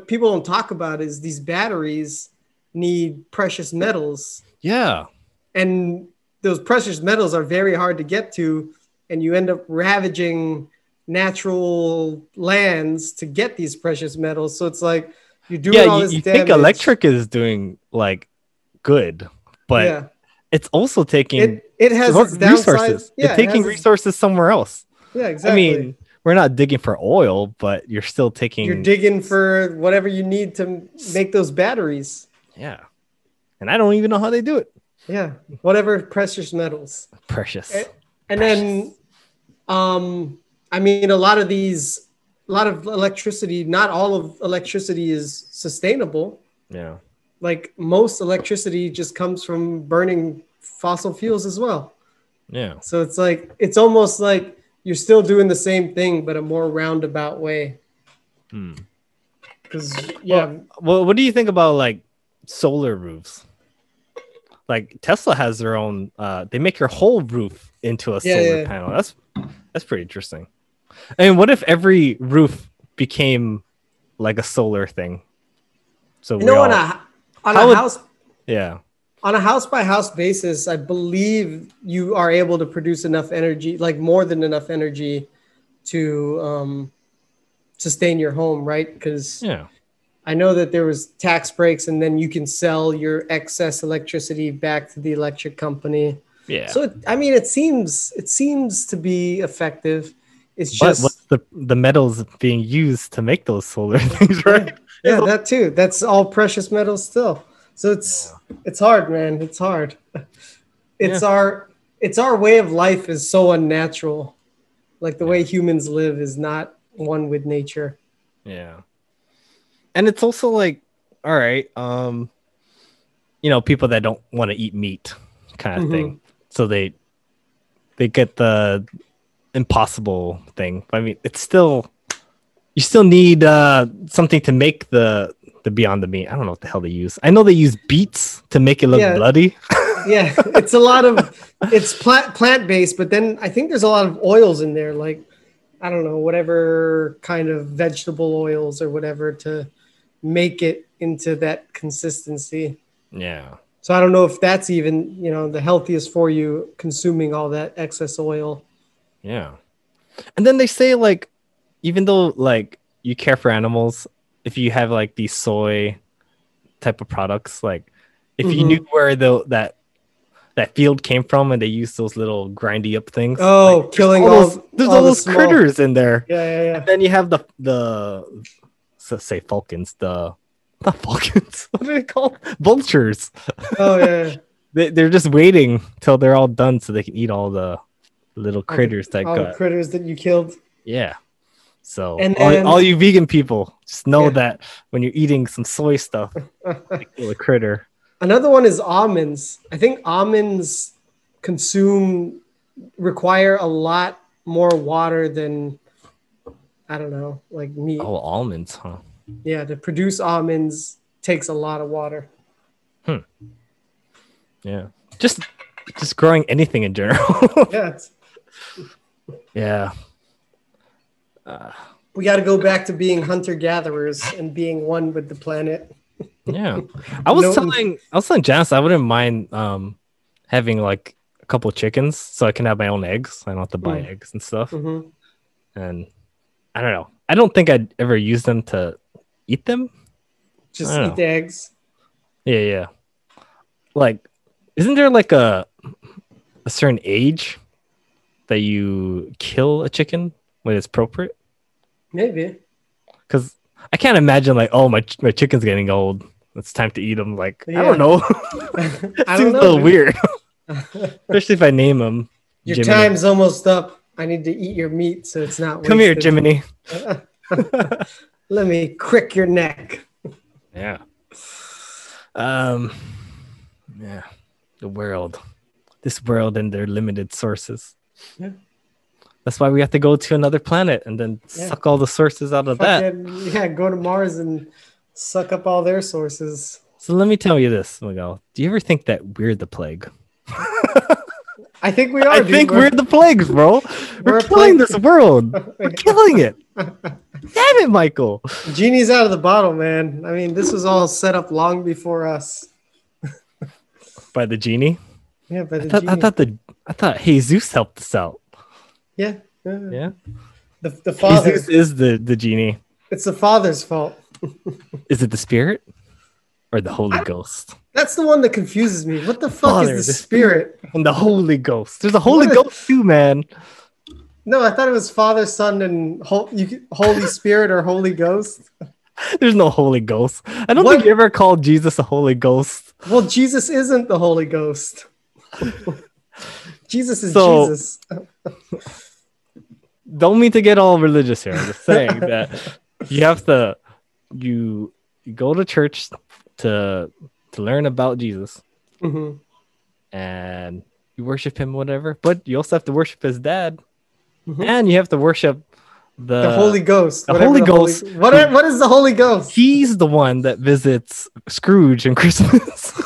Speaker 2: what people don't talk about is these batteries need precious metals,
Speaker 1: Yeah.
Speaker 2: and those precious metals are very hard to get to, and you end up ravaging natural lands to get these precious metals. So it's like you're doing
Speaker 1: yeah.
Speaker 2: all
Speaker 1: You,
Speaker 2: this
Speaker 1: you
Speaker 2: damage.
Speaker 1: think electric is doing like good, but
Speaker 2: yeah.
Speaker 1: it's also taking
Speaker 2: it, it has
Speaker 1: re-
Speaker 2: its downsides.
Speaker 1: resources. it's
Speaker 2: Yeah, it has
Speaker 1: taking
Speaker 2: its-
Speaker 1: resources somewhere else.
Speaker 2: Yeah, exactly.
Speaker 1: I mean, we're not digging for oil, but you're still taking.
Speaker 2: you're digging for whatever you need to make those batteries.
Speaker 1: yeah. And I don't even know how they do it.
Speaker 2: Yeah, whatever precious metals.
Speaker 1: Precious.
Speaker 2: Eh, And then, um, I mean, a lot of these, a lot of electricity. Not all of electricity is sustainable.
Speaker 1: yeah.
Speaker 2: Like most electricity just comes from burning fossil fuels as well.
Speaker 1: Yeah.
Speaker 2: So it's like it's almost like you're still doing the same thing, but a more roundabout way.
Speaker 1: Hmm.
Speaker 2: Because yeah,
Speaker 1: Well, what do you think about like solar roofs? Like Tesla has their own. Uh, they make your whole roof into a
Speaker 2: Yeah,
Speaker 1: solar
Speaker 2: yeah.
Speaker 1: panel. That's that's pretty interesting. And what if every roof became like a solar thing? So
Speaker 2: you
Speaker 1: we
Speaker 2: know,
Speaker 1: all,
Speaker 2: on a on
Speaker 1: How
Speaker 2: a
Speaker 1: would-
Speaker 2: house
Speaker 1: yeah,
Speaker 2: on a house by house basis, I believe you are able to produce enough energy, like more than enough energy to um, sustain your home, right? Because
Speaker 1: yeah,
Speaker 2: I know that there was tax breaks and then you can sell your excess electricity back to the electric company.
Speaker 1: yeah.
Speaker 2: So it, I mean it seems it seems to be effective. It's
Speaker 1: but
Speaker 2: just
Speaker 1: what's the the metals being used to make those solar things, right?
Speaker 2: yeah, that too. That's all precious metals still. So it's it's hard, man. It's hard. It's our it's our way of life is so unnatural. Like the way humans live is not one with nature.
Speaker 1: Yeah. And it's also like, all right, um, you know, people that don't want to eat meat kind of thing. So they they get the impossible thing. I mean, it's still you still need uh something to make the the beyond the meat. I don't know what the hell they use. I know they use beets to make it look
Speaker 2: Yeah.
Speaker 1: bloody.
Speaker 2: Yeah, it's a lot of it's plant plant based, but then I think there's a lot of oils in there. Like I don't know, whatever kind of vegetable oils or whatever to make it into that consistency.
Speaker 1: Yeah.
Speaker 2: So I don't know if that's even, you know, the healthiest for you consuming all that excess oil.
Speaker 1: Yeah. And then they say like even though like you care for animals, if you have like these soy type of products, like if you
Speaker 2: Mhm.
Speaker 1: knew where the that that field came from and they use those little grindy up things.
Speaker 2: Oh,
Speaker 1: like,
Speaker 2: killing
Speaker 1: all
Speaker 2: all,
Speaker 1: those, there's
Speaker 2: all
Speaker 1: all
Speaker 2: the
Speaker 1: those
Speaker 2: small-
Speaker 1: critters in there.
Speaker 2: Yeah, yeah, yeah.
Speaker 1: Then you have the the so say falcons, the not falcons. What are they called? Vultures.
Speaker 2: Oh yeah. yeah.
Speaker 1: They, they're just waiting till they're all done so they can eat all the little critters that
Speaker 2: all
Speaker 1: got
Speaker 2: the critters that you killed.
Speaker 1: Yeah. So
Speaker 2: And
Speaker 1: all,
Speaker 2: then-
Speaker 1: all you vegan people, just know
Speaker 2: Yeah.
Speaker 1: that when you're eating some soy stuff, you kill a critter.
Speaker 2: Another one is almonds. I think almonds consume require a lot more water than I don't know, like meat.
Speaker 1: Oh, almonds, huh?
Speaker 2: Yeah, to produce almonds takes a lot of water.
Speaker 1: Yeah. Just just growing anything in general.
Speaker 2: Yeah, it's,
Speaker 1: yeah. Uh,
Speaker 2: we got to go back to being hunter gatherers and being one with the planet.
Speaker 1: Yeah. I was
Speaker 2: No-
Speaker 1: telling I was telling Janice I wouldn't mind um having like a couple chickens so I can have my own eggs. I don't have to buy
Speaker 2: Mm.
Speaker 1: eggs and stuff.
Speaker 2: Mhm.
Speaker 1: And I don't know. I don't think I'd ever use them to eat them.
Speaker 2: Just
Speaker 1: I
Speaker 2: eat
Speaker 1: know.
Speaker 2: the eggs.
Speaker 1: Yeah, yeah. Like, isn't there like a a certain age that you kill a chicken when it's appropriate?
Speaker 2: Maybe.
Speaker 1: Because I can't imagine like, oh my ch- my chicken's getting old. It's time to eat them. Like I
Speaker 2: Yeah.
Speaker 1: don't know.
Speaker 2: I
Speaker 1: Seems
Speaker 2: don't
Speaker 1: a little
Speaker 2: know.
Speaker 1: weird, especially if I name him.
Speaker 2: Your
Speaker 1: Jiminy.
Speaker 2: time's almost up. I need to eat your meat so it's not.
Speaker 1: Come here,
Speaker 2: wasted.
Speaker 1: Jiminy.
Speaker 2: Let me crick your neck.
Speaker 1: Yeah. Um. Yeah. The world, this world, and their limited sources.
Speaker 2: Yeah.
Speaker 1: That's why we have to go to another planet and then
Speaker 2: Yeah.
Speaker 1: suck all the sources out of that.
Speaker 2: Fucking- yeah, go to Mars and suck up all their sources.
Speaker 1: So let me tell you this, Miguel. Do you ever think that we're the plague?
Speaker 2: I think we are.
Speaker 1: I
Speaker 2: dude.
Speaker 1: think we're,
Speaker 2: We're-
Speaker 1: the plagues, bro. We're,
Speaker 2: We're a
Speaker 1: killing
Speaker 2: plague.
Speaker 1: this world. We're killing it. Damn it, Michael.
Speaker 2: genie's out of the bottle, man. I mean, this was all set up long before us.
Speaker 1: By the genie.
Speaker 2: Yeah, but
Speaker 1: I
Speaker 2: the
Speaker 1: thought, I
Speaker 2: genie-
Speaker 1: thought the I thought Jesus helped us out.
Speaker 2: yeah, yeah,
Speaker 1: Yeah.
Speaker 2: The, the father.
Speaker 1: Jesus is the, the genie.
Speaker 2: It's the father's fault.
Speaker 1: Is it the spirit? Or the Holy Ghost?
Speaker 2: That's the one that confuses me. What the fuck
Speaker 1: Father,
Speaker 2: is
Speaker 1: the
Speaker 2: the spirit?
Speaker 1: And the Holy Ghost. There's a Holy
Speaker 2: What?
Speaker 1: Ghost too, man.
Speaker 2: No, I thought it was father, son, and hol- you, could- Holy Spirit or Holy Ghost.
Speaker 1: There's no Holy Ghost. I don't
Speaker 2: What?
Speaker 1: think you ever called Jesus a Holy Ghost.
Speaker 2: Well, Jesus isn't the Holy Ghost. Jesus is
Speaker 1: So-
Speaker 2: Jesus.
Speaker 1: don't mean to get all religious here. I'm just saying that you have to you, you go to church to to learn about Jesus
Speaker 2: Mhm.
Speaker 1: mm-hmm. and you worship him, whatever. But you also have to worship his dad,
Speaker 2: Mhm.
Speaker 1: and you have to worship the,
Speaker 2: the Holy Ghost.
Speaker 1: Uh, the
Speaker 2: whatever
Speaker 1: Holy Ghost.
Speaker 2: what, are- what is the Holy Ghost?
Speaker 1: He's the one that visits Scrooge in Christmas.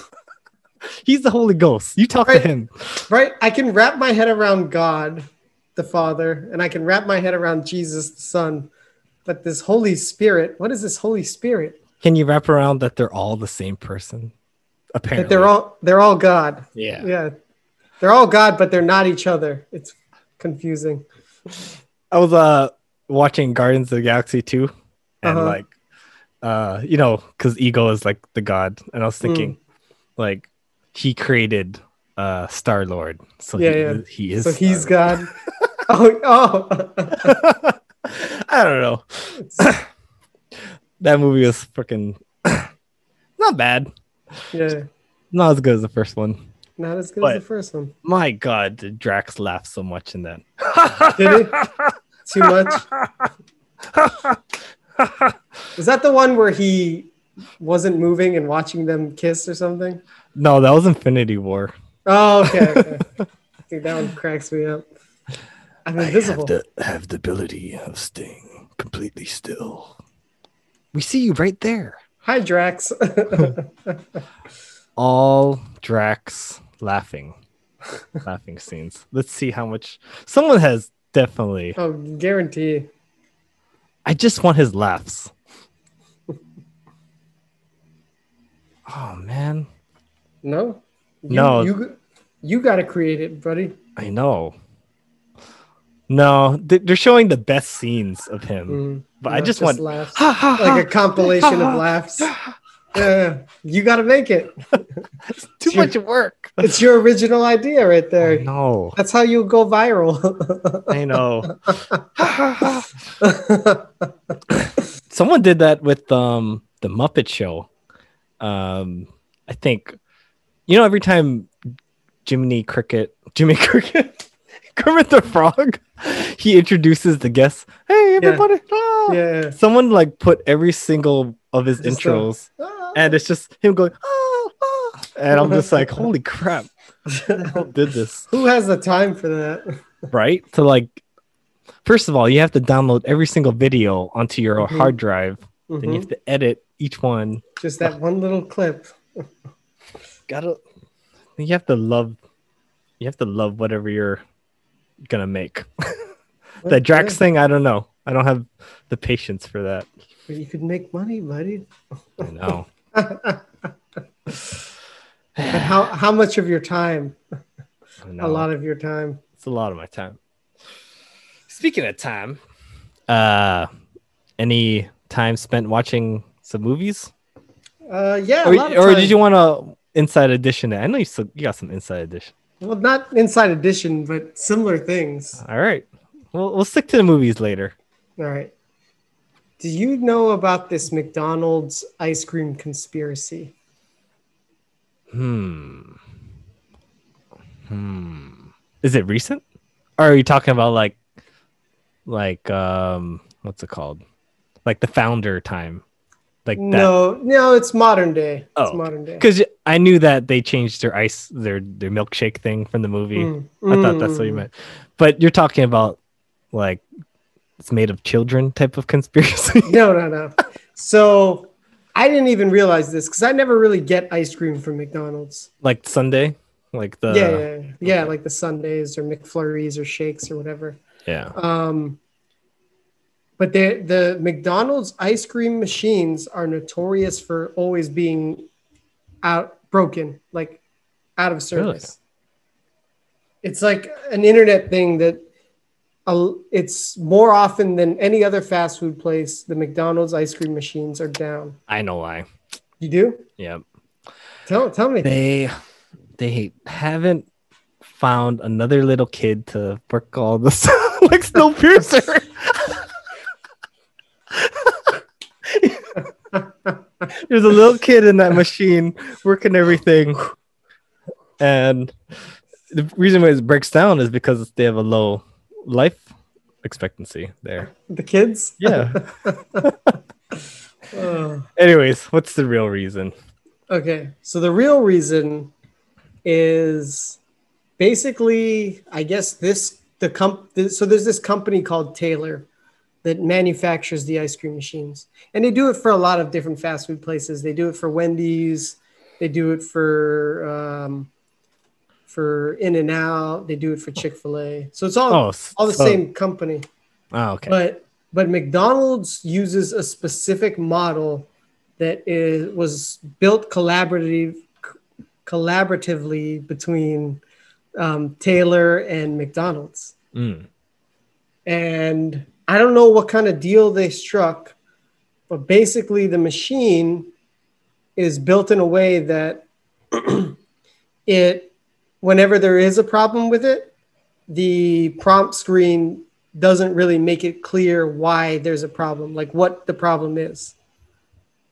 Speaker 1: He's the Holy Ghost. You talk
Speaker 2: Right.
Speaker 1: to him.
Speaker 2: Right? I can wrap my head around God, the Father, and I can wrap my head around Jesus, the Son. But this Holy Spirit, what is this Holy Spirit?
Speaker 1: Can you wrap around that they're all the same person? Apparently,
Speaker 2: That they're all they're all God.
Speaker 1: yeah.
Speaker 2: Yeah. They're all God, but they're not each other. It's confusing.
Speaker 1: I was uh watching Guardians of the Galaxy 2 and
Speaker 2: Uh-huh.
Speaker 1: like uh you know cuz Ego is like the god and I was
Speaker 2: Mm.
Speaker 1: thinking like he created uh Star Lord so
Speaker 2: Yeah,
Speaker 1: he,
Speaker 2: yeah.
Speaker 1: Is, he is
Speaker 2: So he's
Speaker 1: Star-Lord.
Speaker 2: God. oh, oh.
Speaker 1: I don't know. that movie was freaking not bad.
Speaker 2: yeah.
Speaker 1: Not as good as the first one.
Speaker 2: Not as good
Speaker 1: But-
Speaker 2: as the first one.
Speaker 1: My god, did Drax laugh so much in that.
Speaker 2: Did he? Too much. Was that the one where he wasn't moving and watching them kiss or something?
Speaker 1: No, that was Infinity War.
Speaker 2: Oh, okay. okay. Dude, that one cracks me up. I'm invisible.
Speaker 1: have the ability of staying completely still. We see you right there.
Speaker 2: Hi, Drax.
Speaker 1: All Drax laughing, laughing scenes. Let's see how much someone has Definitely.
Speaker 2: Oh, guarantee.
Speaker 1: I just want his laughs. oh man,
Speaker 2: No. You,
Speaker 1: No.
Speaker 2: You you got to create it, buddy.
Speaker 1: I know. No, th- they're showing the best scenes of him,
Speaker 2: Mm,
Speaker 1: but I
Speaker 2: not
Speaker 1: just, want
Speaker 2: laughs.
Speaker 1: ha, ha,
Speaker 2: like a
Speaker 1: ha.
Speaker 2: compilation of laughs. Yeah, you got to make it.
Speaker 1: too
Speaker 2: your-
Speaker 1: much work.
Speaker 2: It's your original idea right
Speaker 1: I
Speaker 2: there.
Speaker 1: know.
Speaker 2: That's how you go viral.
Speaker 1: I know. Someone did that with um the Muppet Show. Um, I think you know every time Jiminy Cricket, Jimmy Cricket, Kermit the Frog, he introduces the guests. Hey
Speaker 2: Yeah.
Speaker 1: everybody! ah!"
Speaker 2: yeah.
Speaker 1: Someone like put every single of his
Speaker 2: Just, uh,
Speaker 1: intros, and it's just him going. "Ah, ah," And I'm just like, holy crap! Who the hell did this?
Speaker 2: Who has the time for that?
Speaker 1: right? To like, first of all, you have to download every single video onto your
Speaker 2: Mhm.
Speaker 1: hard drive, then you
Speaker 2: Mhm.
Speaker 1: have to edit each one.
Speaker 2: Just that one little clip.
Speaker 1: Gotta, you have to love, you have to love whatever you're gonna make. the Drax thing, I don't know. I don't have the patience for that.
Speaker 2: But you could make money, buddy.
Speaker 1: I know.
Speaker 2: But how how much of your time?
Speaker 1: I know.
Speaker 2: A lot of your time.
Speaker 1: It's a lot of my time. Speaking of time, uh, any time spent watching some movies?
Speaker 2: Uh, yeah. a
Speaker 1: or,
Speaker 2: lot of
Speaker 1: or
Speaker 2: time.
Speaker 1: did you want to inside edition? it? I know you still, you got some inside edition.
Speaker 2: Well, not Inside Edition, but similar things.
Speaker 1: All right, we'll we'll stick to the movies later.
Speaker 2: All right. Do you know about this McDonald's ice cream conspiracy?
Speaker 1: Hmm. Hmm. Is it recent? Or are you talking about like, like um, what's it called? Like the founder time, like that?
Speaker 2: No, no, it's modern day.
Speaker 1: Oh,
Speaker 2: it's modern day.
Speaker 1: Because I knew that they changed their ice, their their milkshake thing from the movie.
Speaker 2: Mm,
Speaker 1: I thought that's what you
Speaker 2: mm.
Speaker 1: meant. But you're talking about like it's made of children type of conspiracy.
Speaker 2: No, no, no. So I didn't even realize this because I never really get ice cream from McDonald's.
Speaker 1: like Sunday, like the
Speaker 2: yeah, yeah, yeah. yeah, like the Sundays or McFlurries or shakes or whatever.
Speaker 1: yeah.
Speaker 2: Um, but the the McDonald's ice cream machines are notorious for always being out broken, like out of service. It's like an internet thing that a- it's more often than any other fast food place. The McDonald's ice cream machines are down.
Speaker 1: I know why.
Speaker 2: You do?
Speaker 1: Yeah,
Speaker 2: Tell tell me.
Speaker 1: they they haven't found another little kid to work all this like Snowpiercer. There's a little kid in that machine working everything, and the reason why it breaks down is because they have a low life expectancy there.
Speaker 2: The kids? Uh.
Speaker 1: Yeah.
Speaker 2: Ugh.
Speaker 1: Anyways, what's the real reason?
Speaker 2: Okay. So the real reason is basically, I guess this the comp. This, so there's this company called Taylor that manufactures the ice cream machines, and they do it for a lot of different fast food places. They do it for Wendy's. They do it for um, for In and Out. They do it for Chick Fil A. So it's all
Speaker 1: Oh, s-
Speaker 2: all the
Speaker 1: so-
Speaker 2: same company.
Speaker 1: Oh, okay.
Speaker 2: But but McDonald's uses a specific model that is was built collaborative collaboratively between um, Taylor and McDonald's.
Speaker 1: Mm.
Speaker 2: And I don't know what kind of deal they struck, but basically the machine is built in a way that it whenever there is a problem with it, the prompt screen doesn't really make it clear why there's a problem, like what the problem is.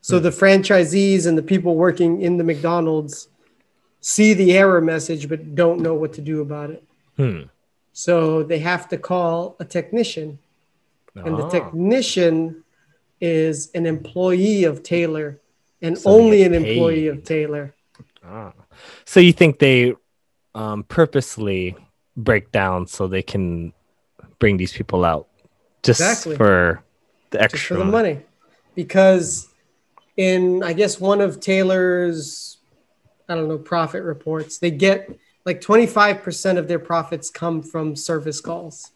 Speaker 2: So the franchisees and the people working in the McDonald's see the error message but don't know what to do about it.
Speaker 1: Hmm.
Speaker 2: So they have to call a technician, and the
Speaker 1: Ah.
Speaker 2: technician is an employee of Taylor and
Speaker 1: So they
Speaker 2: only
Speaker 1: get
Speaker 2: an employee of
Speaker 1: paid.
Speaker 2: Taylor.
Speaker 1: Ah. So you think they um, purposely break down so they can bring these people out just
Speaker 2: Exactly.
Speaker 1: for the
Speaker 2: just
Speaker 1: extra
Speaker 2: for the money because in i guess one of taylor's i don't know profit reports they get like 25% of their profits come from service calls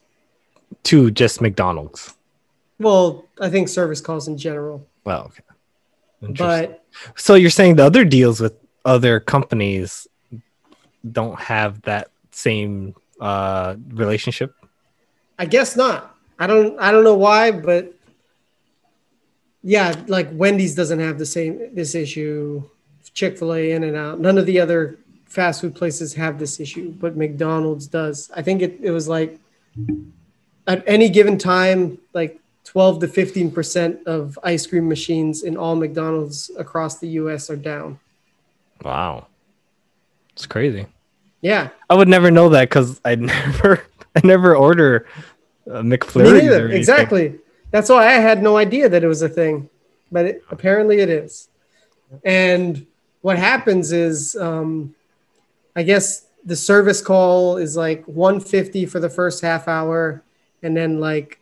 Speaker 1: to just McDonald's.
Speaker 2: Well, I think service calls in general,
Speaker 1: Well, okay. Interesting.
Speaker 2: but
Speaker 1: so you're saying the other deals with other companies don't have that same uh, relationship?
Speaker 2: I guess not. I don't. I don't know why, but yeah, like Wendy's doesn't have the same this issue. Chick Fil A, In and Out, none of the other fast food places have this issue, but McDonald's does. I think it, it was like at any given time, like twelve to fifteen percent of ice cream machines in all McDonald's across the U.S. are down.
Speaker 1: Wow, it's crazy.
Speaker 2: Yeah,
Speaker 1: I would never know that because I never, I never order uh,
Speaker 2: Me
Speaker 1: McFlurry.
Speaker 2: neither. Exactly. That's why I had no idea that it was a thing, but it, apparently it is. And what happens is, um, I guess the service call is like 150 for the first half hour, and then like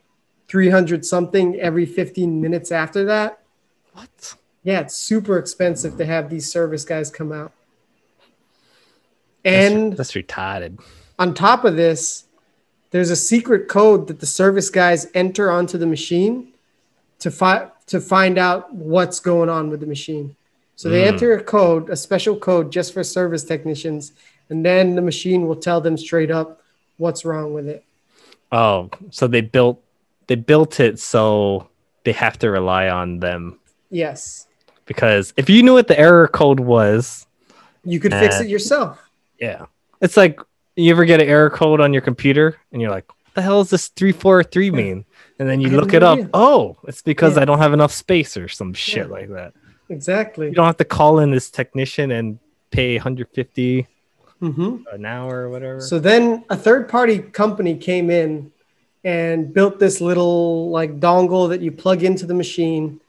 Speaker 2: 300 something every 15 minutes after that.
Speaker 1: What?
Speaker 2: Yeah, it's super expensive to have these service guys come out. And
Speaker 1: that's, re- that's retarded.
Speaker 2: on top of this, there's a secret code that the service guys enter onto the machine to fi- to find out what's going on with the machine. So they
Speaker 1: Mm.
Speaker 2: enter a code, a special code just for service technicians, and then the machine will tell them straight up what's wrong with it.
Speaker 1: Oh, so they built, they built it so they have to rely on them
Speaker 2: Yes.
Speaker 1: because if you knew what the error code was,
Speaker 2: You could fix
Speaker 1: Uh,
Speaker 2: it yourself.
Speaker 1: yeah, it's like you ever get an error code on your computer and you're like, "What the hell is this three four three mean?" And then you
Speaker 2: I have
Speaker 1: look
Speaker 2: no
Speaker 1: it up.
Speaker 2: idea.
Speaker 1: Oh, it's because
Speaker 2: Yeah.
Speaker 1: I don't have enough space or some shit
Speaker 2: Yeah.
Speaker 1: like that. You
Speaker 2: Exactly.
Speaker 1: don't have to call in this technician and pay 150
Speaker 2: hmm
Speaker 1: an hour or whatever.
Speaker 2: So then a third party company came in and built this little like dongle that you plug into the machine.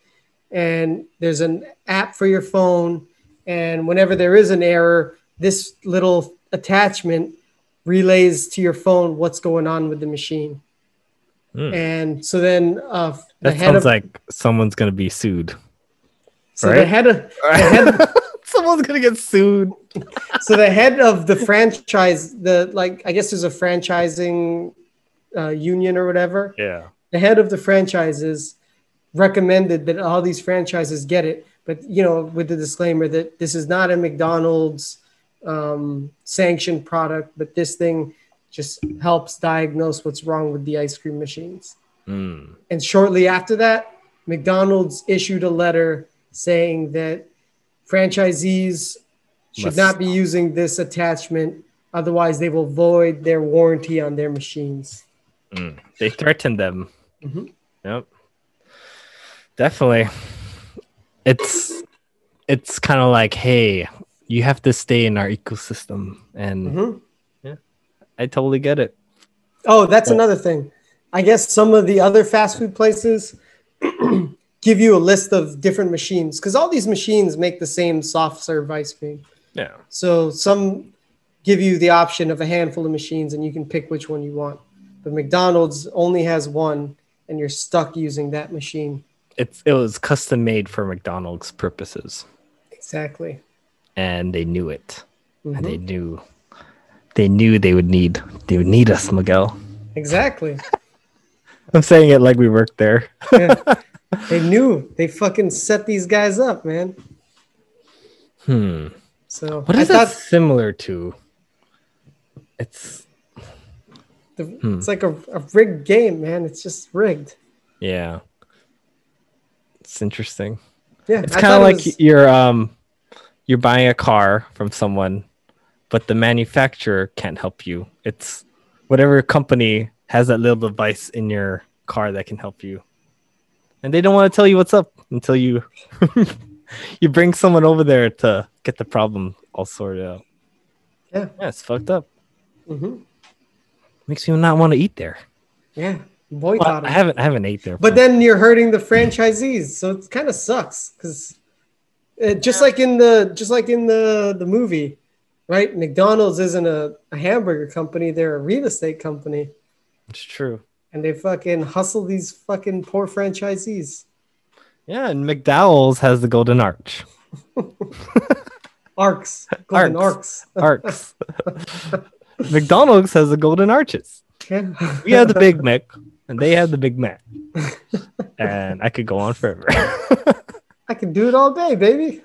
Speaker 2: And there's an app for your phone. And whenever there is an error, this little attachment relays to your phone what's going on with the machine.
Speaker 1: Hmm.
Speaker 2: And so then uh, the
Speaker 1: that
Speaker 2: head
Speaker 1: sounds
Speaker 2: of
Speaker 1: like someone's gonna be sued.
Speaker 2: so the
Speaker 1: right?
Speaker 2: head of had-
Speaker 1: someone's gonna get sued.
Speaker 2: so the head of the franchise the like I guess there's a franchising uh, union or whatever.
Speaker 1: Yeah.
Speaker 2: the head of the franchises recommended that all these franchises get it, but you know, with the disclaimer that this is not a McDonald's um, sanctioned product, but this thing just helps diagnose what's wrong with the ice cream machines.
Speaker 1: Mm.
Speaker 2: And shortly after that, McDonald's issued a letter saying that franchisees should
Speaker 1: Must-
Speaker 2: not be using this attachment, otherwise, they will void their warranty on their machines.
Speaker 1: Mm. They threatened them.
Speaker 2: Mhm.
Speaker 1: Yep. Definitely. It's it's kind of like, hey, you have to stay in our ecosystem, and
Speaker 2: Mhm.
Speaker 1: I totally get it.
Speaker 2: Oh, that's another thing. I guess some of the other fast food places give you a list of different machines because all these machines make the same soft serve ice cream.
Speaker 1: Yeah.
Speaker 2: So some give you the option of a handful of machines and you can pick which one you want. But McDonald's only has one and you're stuck using that machine.
Speaker 1: It's it was custom made for McDonald's purposes,
Speaker 2: Exactly.
Speaker 1: and they knew it. And
Speaker 2: Mhm.
Speaker 1: they knew they knew they would need they would need us, Miguel.
Speaker 2: Exactly.
Speaker 1: I'm saying it like we worked there.
Speaker 2: Yeah. they knew. They fucking set these guys up, man.
Speaker 1: Hmm.
Speaker 2: So
Speaker 1: What
Speaker 2: I
Speaker 1: is that
Speaker 2: thought
Speaker 1: similar to? It's
Speaker 2: the,
Speaker 1: Hmm.
Speaker 2: it's like a, a rigged game, man. It's just rigged.
Speaker 1: yeah. It's interesting.
Speaker 2: Yeah,
Speaker 1: It's
Speaker 2: I
Speaker 1: kind
Speaker 2: thought
Speaker 1: of
Speaker 2: it
Speaker 1: like
Speaker 2: was-
Speaker 1: you're um you're buying a car from someone, but the manufacturer can't help you. It's whatever company has that little device in your car that can help you. And they don't want to tell you what's up until you you bring someone over there to get the problem all sorted out.
Speaker 2: Yeah.
Speaker 1: Yeah, it's fucked up.
Speaker 2: Mhm.
Speaker 1: Makes me not want to eat there.
Speaker 2: yeah,
Speaker 1: Well,
Speaker 2: boycott.
Speaker 1: I
Speaker 2: 'em.
Speaker 1: haven't I haven't ate there.
Speaker 2: but then you're hurting the franchisees, so it kind of sucks because just like in the just like in the the movie, right? McDonald's isn't a, a hamburger company; they're a real estate company,
Speaker 1: it's true.
Speaker 2: and they fucking hustle these fucking poor franchisees.
Speaker 1: Yeah, and McDowell's has the golden arch.
Speaker 2: Arcs, golden arcs.
Speaker 1: Arcs. McDonald's has the golden arches.
Speaker 2: Yeah.
Speaker 1: We have the Big Mac. and they have the big man. and I could go on forever.
Speaker 2: I can do it all day, baby.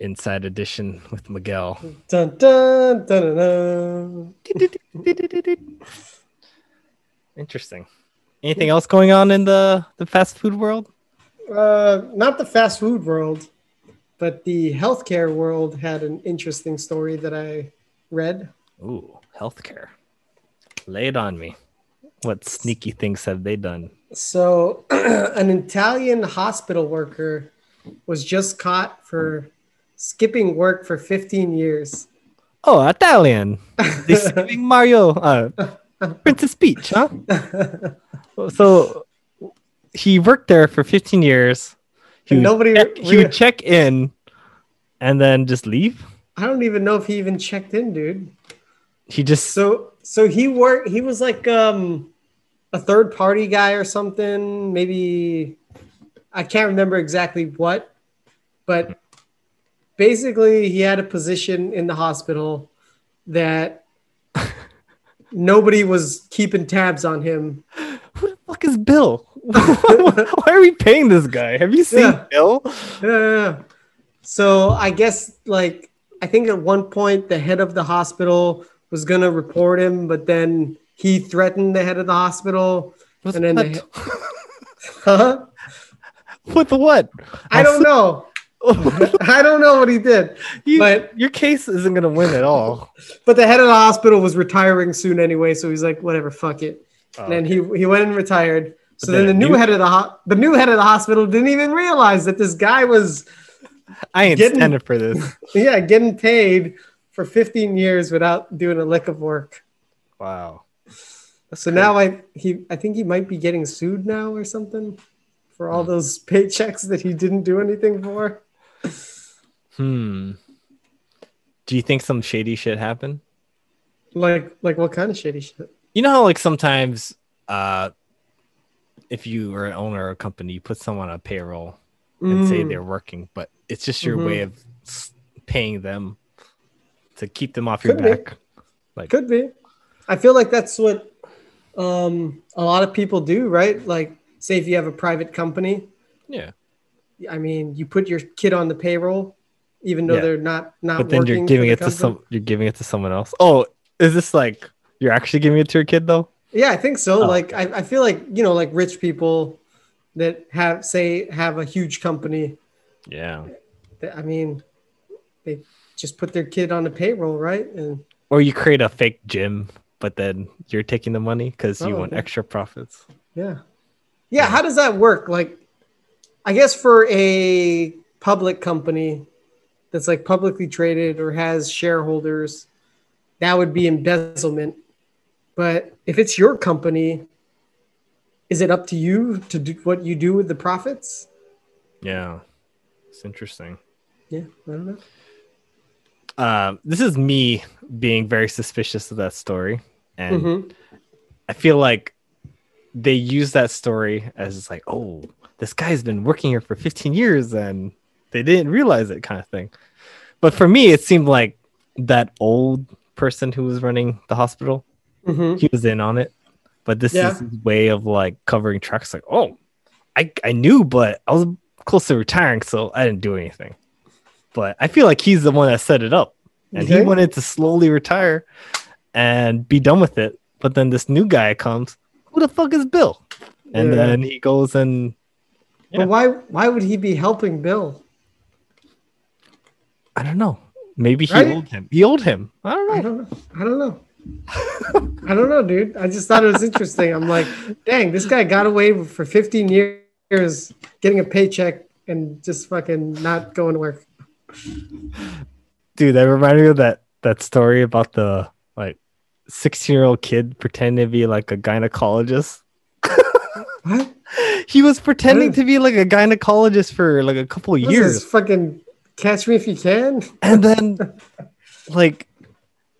Speaker 1: Inside Edition with Miguel.
Speaker 2: Dun dun dun dun. dun.
Speaker 1: Interesting. Anything else going on in the, the fast food world?
Speaker 2: Uh, not the fast food world, but the healthcare world had an interesting story that I read.
Speaker 1: Ooh, healthcare. Lay it on me. What sneaky things have they done?
Speaker 2: So, an Italian hospital worker was just caught for skipping work for 15 years.
Speaker 1: Oh, Italian. They're skipping Mario, uh, Princess Peach, huh? So he worked there for 15 years. He
Speaker 2: And
Speaker 1: would,
Speaker 2: nobody,
Speaker 1: check, he would check in and then just leave.
Speaker 2: I don't even know if he even checked in, dude.
Speaker 1: He just,
Speaker 2: So so he worked he was like um a third party guy or something, maybe I can't remember exactly what, but basically he had a position in the hospital that nobody was keeping tabs on him.
Speaker 1: who the fuck is Bill? Why are we paying this guy? Have you seen
Speaker 2: Yeah.
Speaker 1: Bill?
Speaker 2: Yeah. Uh, So I guess like I think at one point the head of the hospital was gonna report him, but then he threatened the head of the hospital.
Speaker 1: With
Speaker 2: And then
Speaker 1: what?
Speaker 2: they- Huh?
Speaker 1: With what?
Speaker 2: I don't know.
Speaker 1: know.
Speaker 2: I don't know what he did. but-
Speaker 1: your case isn't gonna win at all.
Speaker 2: But the head of the hospital was retiring soon anyway, so he's like, whatever, fuck it. And then he he went and retired. So
Speaker 1: Oh, But
Speaker 2: then,
Speaker 1: then
Speaker 2: the
Speaker 1: a
Speaker 2: new,
Speaker 1: new-
Speaker 2: head of the ho- the new head of the hospital didn't even realize that this guy was
Speaker 1: I ain't
Speaker 2: getting-
Speaker 1: standing for this.
Speaker 2: yeah getting paid for 15 years without doing a lick of work.
Speaker 1: Wow.
Speaker 2: So now I he I think he might be getting sued now or something for all those paychecks that he didn't do anything for.
Speaker 1: Hmm. Do you think some shady shit happened?
Speaker 2: Like like what kind of shitty shit?
Speaker 1: You know how like sometimes uh if you are an owner of a company, you put someone on payroll and say
Speaker 2: Mm. Mm-hmm.
Speaker 1: they're working, but it's just your way of s- paying them to keep them off your
Speaker 2: Could be.
Speaker 1: back.
Speaker 2: Could be. I feel like that's what um, a lot of people do, right? Like, say if you have a private company,
Speaker 1: Yeah.
Speaker 2: I mean, you put your kid on the payroll, even though
Speaker 1: Yeah.
Speaker 2: they're not not.
Speaker 1: But then
Speaker 2: working
Speaker 1: you're
Speaker 2: for
Speaker 1: giving
Speaker 2: the
Speaker 1: it to
Speaker 2: company.
Speaker 1: some you're giving it to someone else. Oh, is this like you're actually giving it to your kid though?
Speaker 2: Yeah, I think so.
Speaker 1: Oh,
Speaker 2: like, I, I feel like you know, like rich people that have say have a huge company.
Speaker 1: Yeah.
Speaker 2: That I mean, they just put their kid on the payroll, right? And
Speaker 1: Or you create a fake gym, but then you're taking the money because you
Speaker 2: Oh,
Speaker 1: want
Speaker 2: okay.
Speaker 1: extra profits.
Speaker 2: Yeah. Yeah. How does that work? Like, I guess for a public company that's like publicly traded or has shareholders, that would be embezzlement. But if it's your company, is it up to you to do what you do with the profits?
Speaker 1: Yeah. It's interesting.
Speaker 2: Yeah. I don't know.
Speaker 1: Um, this is me being very suspicious of that story. And
Speaker 2: Mhm.
Speaker 1: I feel like they use that story as it's like, oh, this guy's been working here for 15 years and they didn't realize it kind of thing. But for me, it seemed like that old person who was running the hospital
Speaker 2: Mhm.
Speaker 1: he was in on it. But this
Speaker 2: Yeah.
Speaker 1: is his way of like covering tracks. Like, oh, I I knew, but I was close to retiring, so I didn't do anything. But I feel like he's the one that set it up, and he
Speaker 2: Okay.
Speaker 1: wanted to slowly retire and be done with it. But then this new guy comes. Who the fuck is Bill? And
Speaker 2: Yeah.
Speaker 1: then he goes and Yeah.
Speaker 2: But why? Why would he be helping Bill?
Speaker 1: I don't know. Maybe he
Speaker 2: Right?
Speaker 1: owed him. He owed him. I don't know.
Speaker 2: I don't know. I don't know. I don't know, dude. I just thought it was interesting. I'm like, dang, this guy got away for 15 years getting a paycheck and just fucking not going to work.
Speaker 1: dude that reminded me of that that story about the like 16 year old kid pretending to be like a gynecologist
Speaker 2: What?
Speaker 1: he was pretending
Speaker 2: Yeah.
Speaker 1: to be like a gynecologist for like a couple
Speaker 2: What is
Speaker 1: years
Speaker 2: This fucking catch me if you can.
Speaker 1: and then like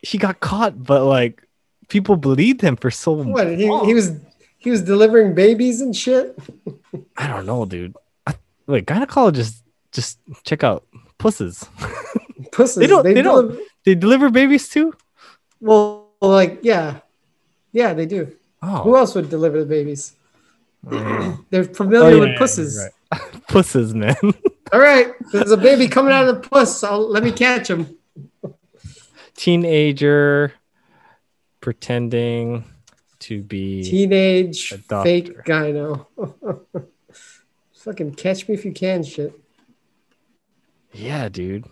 Speaker 1: he got caught but like people believed him for so
Speaker 2: What? He,
Speaker 1: long.
Speaker 2: he was he was delivering babies and shit.
Speaker 1: i don't know dude I, like gynecologists just check out pusses
Speaker 2: Pussies.
Speaker 1: They don't- they don't-
Speaker 2: deliver-
Speaker 1: they deliver babies too
Speaker 2: Well, like yeah, Yeah, they do. Who
Speaker 1: Oh,
Speaker 2: else would deliver the babies?
Speaker 1: Mm.
Speaker 2: They're familiar
Speaker 1: Oh,
Speaker 2: with
Speaker 3: yeah,
Speaker 2: pusses.
Speaker 1: right. pusses, man.
Speaker 2: All right, there's a baby coming out of the puss. So let me catch him.
Speaker 1: Teenager pretending to be.
Speaker 2: Teenage
Speaker 1: A doctor.
Speaker 2: fake gyno. Fucking catch me if you can, shit.
Speaker 1: yeah, dude.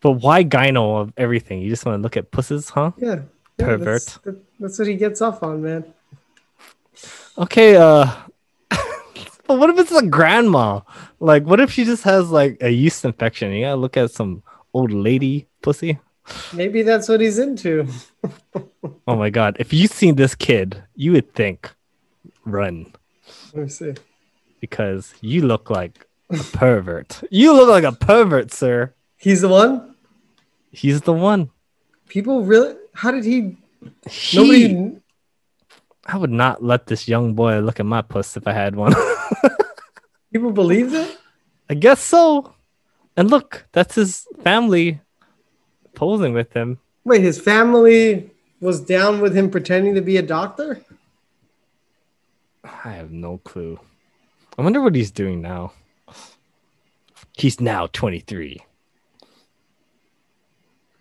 Speaker 1: But why gyno of everything? You just want to look at pusses, huh?
Speaker 2: Yeah. yeah
Speaker 1: Pervert.
Speaker 2: That's, that- that's what he gets off on, man.
Speaker 1: Okay, uh but what if it's a grandma? Like what if she just has like a yeast infection? You gotta look at some old lady pussy.
Speaker 2: Maybe that's what he's into.
Speaker 1: Oh my god. If you seen this kid, you would think run
Speaker 2: Let me see.
Speaker 1: because you look like a pervert. you look like a pervert, sir.
Speaker 2: He's the one.
Speaker 1: He's the one.
Speaker 2: People really. How did he?
Speaker 1: He,
Speaker 2: Nobody.
Speaker 1: I would not let this young boy look at my puss if I had one.
Speaker 2: People believed it.
Speaker 1: I guess so. And look, that's his family posing with him.
Speaker 2: Wait, his family was down with him pretending to be a doctor.
Speaker 1: I have no clue. I wonder what he's doing now. He's now 23.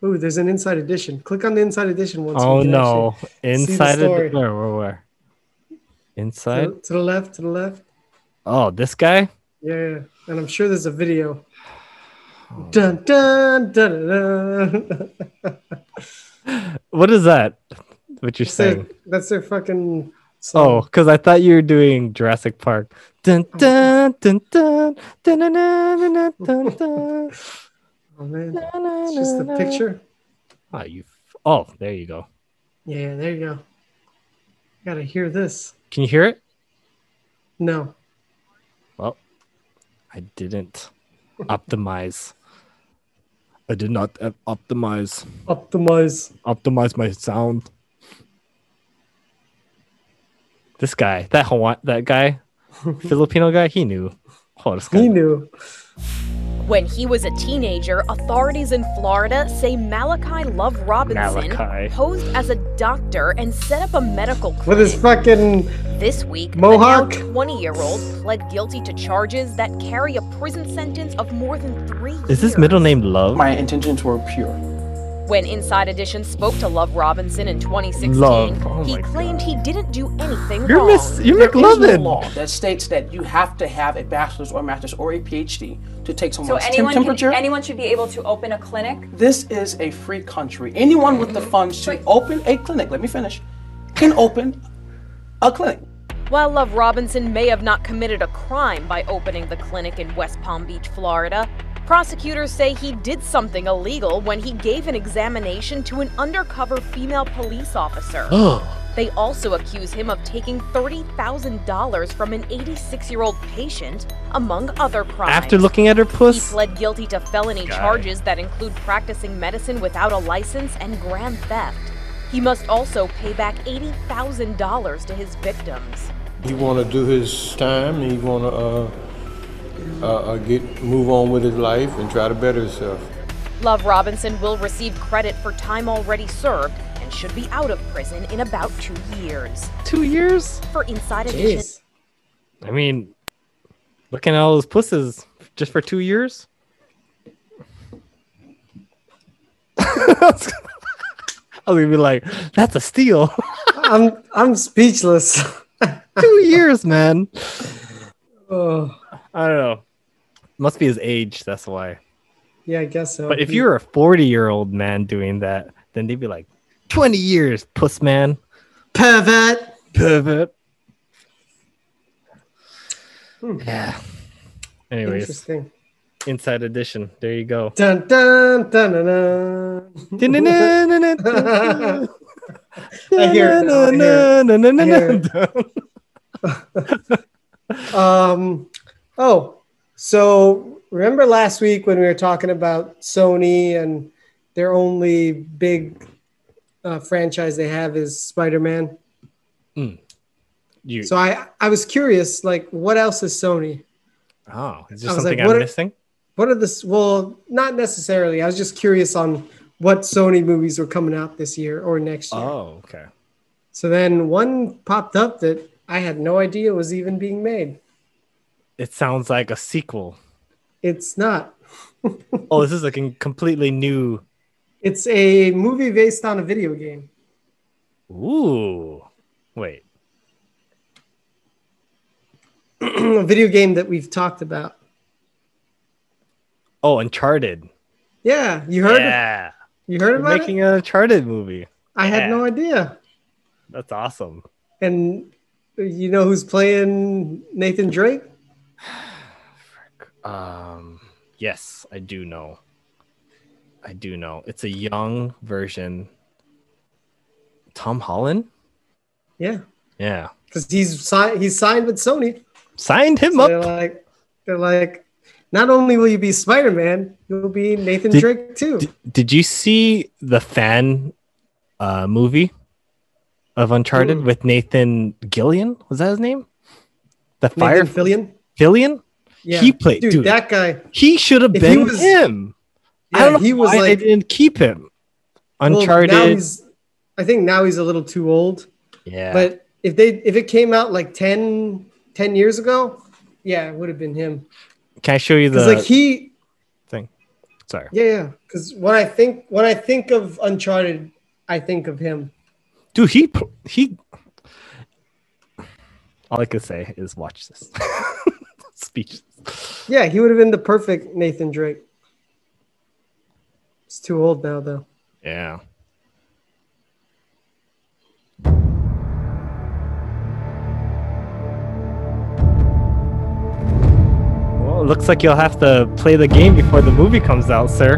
Speaker 2: Ooh, there's an inside edition. Click on the inside edition once. we
Speaker 1: oh
Speaker 2: can
Speaker 1: no.
Speaker 2: see the
Speaker 1: Inside of
Speaker 2: story.
Speaker 1: the, where, where, where? Inside?
Speaker 2: actually- To, to the left. To the left.
Speaker 1: Oh, this guy?
Speaker 2: Yeah, yeah. and I'm sure there's a video.
Speaker 1: Oh.
Speaker 2: Dun dun dun dun. dun.
Speaker 1: What is that? What you're
Speaker 2: That's their-
Speaker 1: saying?
Speaker 2: that's their fucking.
Speaker 1: Oh,
Speaker 2: Song.
Speaker 1: because I thought you were doing Jurassic Park. Dun dun dun dun dun dun dun dun dun dun.
Speaker 2: Oh man,
Speaker 1: dun,
Speaker 2: it's just the
Speaker 1: dun,
Speaker 2: picture.
Speaker 1: Oh, you. f- Oh, there you go.
Speaker 2: Yeah, there you go. Gotta hear this.
Speaker 1: Can you hear it?
Speaker 2: No.
Speaker 1: Well, I didn't optimize. I did not uh, optimize
Speaker 2: Optimize.
Speaker 1: optimize my sound. This guy, that Hawaii, that guy, Filipino guy, he knew. Oh, this guy.
Speaker 2: He knew.
Speaker 4: When he was a teenager, authorities in Florida say Malachi Love Robinson
Speaker 1: Malachi.
Speaker 4: posed as a doctor and set up a medical
Speaker 2: With his
Speaker 4: clinic.
Speaker 2: fucking
Speaker 4: This week,
Speaker 2: Mohawk.
Speaker 4: the 20 year old pled guilty to charges that carry a prison sentence of more than three years.
Speaker 1: Is his middle name Love?
Speaker 5: My intentions were pure.
Speaker 4: When Inside Edition spoke to Love Robinson in 2016,
Speaker 1: Love. Oh
Speaker 4: he
Speaker 1: my
Speaker 4: claimed he didn't do anything
Speaker 1: You're
Speaker 4: wrong.
Speaker 1: Miss. You're
Speaker 5: There is no
Speaker 1: McLovin.
Speaker 5: law that states that you have to have a bachelor's or master's or a PhD to take
Speaker 6: So
Speaker 5: someone's temp-
Speaker 6: anyone
Speaker 5: temperature.
Speaker 6: can, anyone should be able to open a clinic.
Speaker 5: this is a free country. Anyone with the
Speaker 6: Mm-hmm.
Speaker 5: funds to open a clinic, let me finish, can open a clinic.
Speaker 4: While Love Robinson may have not committed a crime by opening the clinic in West Palm Beach, Florida, prosecutors say he did something illegal when he gave an examination to an undercover female police officer. they also accuse him of taking $30,000 from an 86 year old patient, among other crimes.
Speaker 1: After looking at her
Speaker 4: He
Speaker 1: puss,
Speaker 4: pled guilty to felony
Speaker 1: Guy.
Speaker 4: charges that include practicing medicine without a license and grand theft. He must also pay back $80,000 to his victims.
Speaker 7: He want to do his time. He want to uh, uh, uh, get move on with his life and try to better himself.
Speaker 4: Love Robinson will receive credit for time already served and should be out of prison in about two years.
Speaker 1: two years.
Speaker 4: For Inside Edition,
Speaker 2: Jeez.
Speaker 1: I mean, looking at all those pusses just for two years. I was gonna be like, that's a steal.
Speaker 2: I'm I'm speechless.
Speaker 1: two years, man.
Speaker 2: oh,
Speaker 1: I don't know. Must be his age, that's why.
Speaker 2: yeah, I guess so.
Speaker 1: But if you're a 40 year old man doing that, then they'd be like, 20 years, puss man.
Speaker 2: pervert,
Speaker 1: Pivot. Yeah. Anyways,
Speaker 2: interesting.
Speaker 1: Inside Edition. There you go.
Speaker 2: Dun dun dun dun. dun.
Speaker 1: I
Speaker 2: I hear it now, I hear Um, oh, so remember last week when we were talking about Sony and their only big uh, franchise they have is Spider Man.
Speaker 1: You.
Speaker 2: So I I was curious, like, what else is Sony?
Speaker 1: Oh, is
Speaker 2: I
Speaker 1: there something
Speaker 2: was like, what
Speaker 1: I'm
Speaker 2: are-
Speaker 1: missing?
Speaker 2: What are this? Well, not necessarily. I was just curious on what Sony movies were coming out this year or next year.
Speaker 1: Oh, okay.
Speaker 2: So then one popped up that I had no idea was even being made.
Speaker 1: It sounds like a sequel.
Speaker 2: It's not.
Speaker 1: Oh, this is like a completely new.
Speaker 2: It's a movie based on a video game.
Speaker 1: Ooh. Wait.
Speaker 2: a video game that we've talked about.
Speaker 1: Oh, Uncharted.
Speaker 2: Yeah, you heard
Speaker 1: Yeah.
Speaker 2: you heard
Speaker 1: They're
Speaker 2: about it?
Speaker 1: making an Uncharted movie.
Speaker 2: I had
Speaker 1: yeah.
Speaker 2: no idea.
Speaker 1: That's awesome.
Speaker 2: And you know who's playing Nathan Drake?
Speaker 1: Um, yes, I do know. I do know. It's a young version. Tom Holland?
Speaker 2: Yeah,
Speaker 1: Yeah.
Speaker 2: because he's si- he's signed with Sony.
Speaker 1: Signed him
Speaker 2: So they're
Speaker 1: up.
Speaker 2: like they're like, not only will you be Spider Man, you'll be Nathan
Speaker 1: Did-
Speaker 2: Drake too.
Speaker 1: D- did you see the fan uh, movie of Uncharted
Speaker 2: Hmm.
Speaker 1: with Nathan Gillian? Was that his name? The Fire
Speaker 2: Nathan Fillion.
Speaker 1: Fillion?
Speaker 2: Yeah,
Speaker 1: He played-
Speaker 2: dude,
Speaker 1: dude.
Speaker 2: That guy.
Speaker 1: He should have
Speaker 2: If he
Speaker 1: been
Speaker 2: was-
Speaker 1: him. I
Speaker 2: Yeah,
Speaker 1: don't know
Speaker 2: he was
Speaker 1: why
Speaker 2: like
Speaker 1: they didn't keep him.
Speaker 2: well,
Speaker 1: Uncharted.
Speaker 2: now he's, I think now he's a little too old.
Speaker 1: yeah.
Speaker 2: But if they if it came out like 10, 10 years ago, yeah, it would have been him.
Speaker 1: Can I show you the
Speaker 2: Because like he
Speaker 1: thing? Sorry.
Speaker 2: yeah yeah. Because when I think when I think of Uncharted, I think of him.
Speaker 1: dude he pl- he all i could say is watch this speech
Speaker 2: Yeah, he would have been the perfect Nathan Drake. He's too old now though.
Speaker 1: yeah well it looks like you'll have to play the game before the movie comes out sir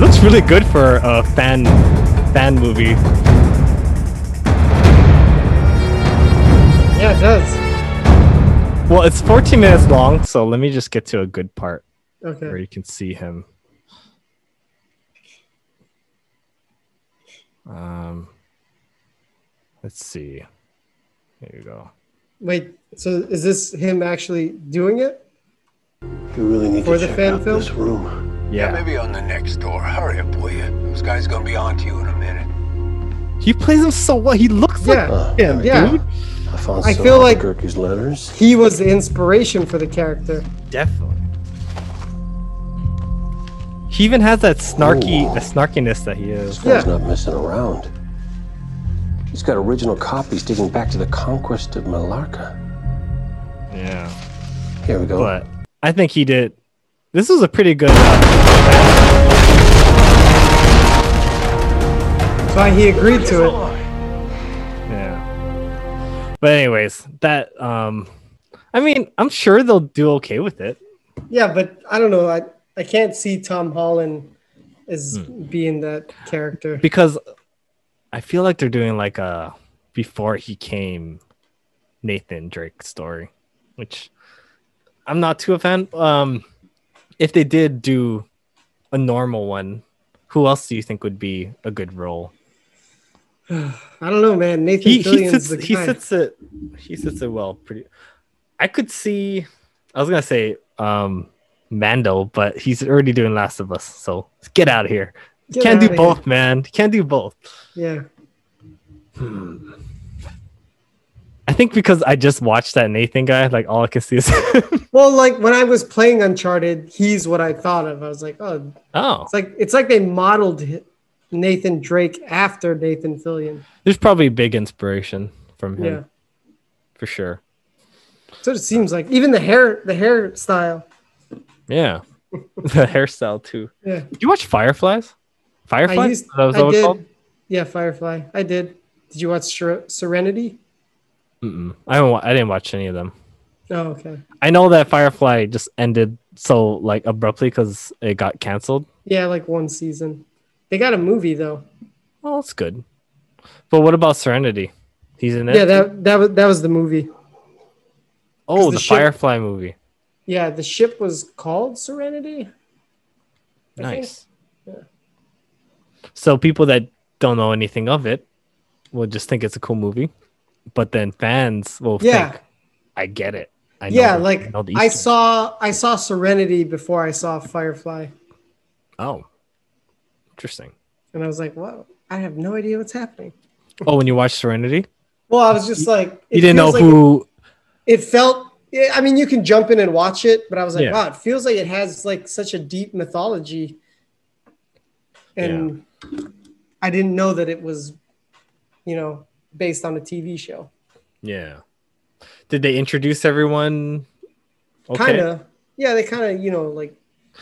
Speaker 1: looks really good for a fan fan movie
Speaker 2: Yeah, it does.
Speaker 1: well it's 14 minutes long so let me just get to a good part where
Speaker 2: Okay.
Speaker 1: you can see him. Um, let's see. There you go.
Speaker 2: Wait, so is this him actually doing it?
Speaker 3: You really need
Speaker 2: For
Speaker 3: to
Speaker 2: the
Speaker 3: check
Speaker 2: fan
Speaker 3: out
Speaker 2: film?
Speaker 3: this room.
Speaker 1: Yeah,
Speaker 8: Maybe on the next door. Hurry up, will you? Those guys gonna be on to you in a minute.
Speaker 1: he plays him so well. He looks
Speaker 2: Yeah,
Speaker 1: like him,
Speaker 2: yeah.
Speaker 1: dude.
Speaker 3: I found
Speaker 2: I
Speaker 3: some
Speaker 2: feel like-
Speaker 3: Albuquerque's letters.
Speaker 2: He was the inspiration for the character.
Speaker 1: Definitely. He even has that snarky, the snarkiness that he is.
Speaker 3: This guy's
Speaker 2: Yeah.
Speaker 3: not messing around. He's got original copies dating back to the conquest of Malacca.
Speaker 1: Yeah.
Speaker 3: Here we go.
Speaker 1: But I think he did. This was a pretty good. Uh,
Speaker 2: That's why he agreed to it.
Speaker 1: yeah. But anyways, that um, I mean, I'm sure they'll do okay with it.
Speaker 2: Yeah, but I don't know. I, I can't see Tom Holland as being that character.
Speaker 1: because I feel like they're doing like a before he came Nathan Drake story, which I'm not too a fan. Um, if they did do a normal one, who else do you think would be a good role?
Speaker 2: I don't know, man. Nathan
Speaker 1: He, he
Speaker 2: Fillion's
Speaker 1: sits
Speaker 2: the
Speaker 1: he
Speaker 2: guy.
Speaker 1: sits it he sits it well. Pretty, I could see. I was gonna say um Mando, but he's already doing Last of Us, so get out of here.
Speaker 2: Get
Speaker 1: Can't do
Speaker 2: outta
Speaker 1: both, man. Can't do both.
Speaker 2: Yeah.
Speaker 1: I think because I just watched that Nathan guy, like all I can see is
Speaker 2: Well, like when I was playing Uncharted, he's what I thought of. I was like, oh,
Speaker 1: oh,
Speaker 2: it's like it's like they modeled hi- Nathan Drake after Nathan Fillion.
Speaker 1: there's probably big inspiration from him
Speaker 2: Yeah.
Speaker 1: for sure.
Speaker 2: So it seems like even the hair, the hairstyle.
Speaker 1: Yeah, the hairstyle too.
Speaker 2: Yeah.
Speaker 1: Did you watch Fireflies? Fireflies?
Speaker 2: I used.
Speaker 1: Is that what
Speaker 2: I
Speaker 1: it's
Speaker 2: did.
Speaker 1: called?
Speaker 2: Yeah, Firefly. I did. Did you watch Ser- Serenity?
Speaker 1: Mm-mm. I don't. Wa- I didn't watch any of them.
Speaker 2: Oh, okay.
Speaker 1: I know that Firefly just ended so like abruptly because it got canceled.
Speaker 2: Yeah, like one season. They got a movie though.
Speaker 1: Well, that's good. But what about Serenity? He's in it.
Speaker 2: Yeah, that that was that was the movie.
Speaker 1: oh,
Speaker 2: 'cause
Speaker 1: the,
Speaker 2: the ship-
Speaker 1: Firefly movie.
Speaker 2: Yeah, the ship was called Serenity. I think.
Speaker 1: Nice. So people that don't know anything of it will just think it's a cool movie, but then fans will
Speaker 2: Yeah.
Speaker 1: think, "I get it." I know
Speaker 2: Yeah,
Speaker 1: the-
Speaker 2: like
Speaker 1: know the
Speaker 2: I
Speaker 1: Easter
Speaker 2: saw I saw Serenity before I saw Firefly,
Speaker 1: egg." Oh, interesting.
Speaker 2: and I was like, "Wow, I have no idea what's happening.
Speaker 1: Oh, when you watch Serenity,
Speaker 2: Well, I was just like, it
Speaker 1: you didn't know
Speaker 2: feels like
Speaker 1: who.
Speaker 2: It, it felt. yeah, I mean, you can jump in and watch it, but I was like,
Speaker 1: Yeah.
Speaker 2: wow, it feels like it has like such a deep mythology, and I didn't know that it was, you know, based on a TV show.
Speaker 1: Yeah. Did they introduce everyone?
Speaker 2: Kind of. Yeah, they kind of, you know, like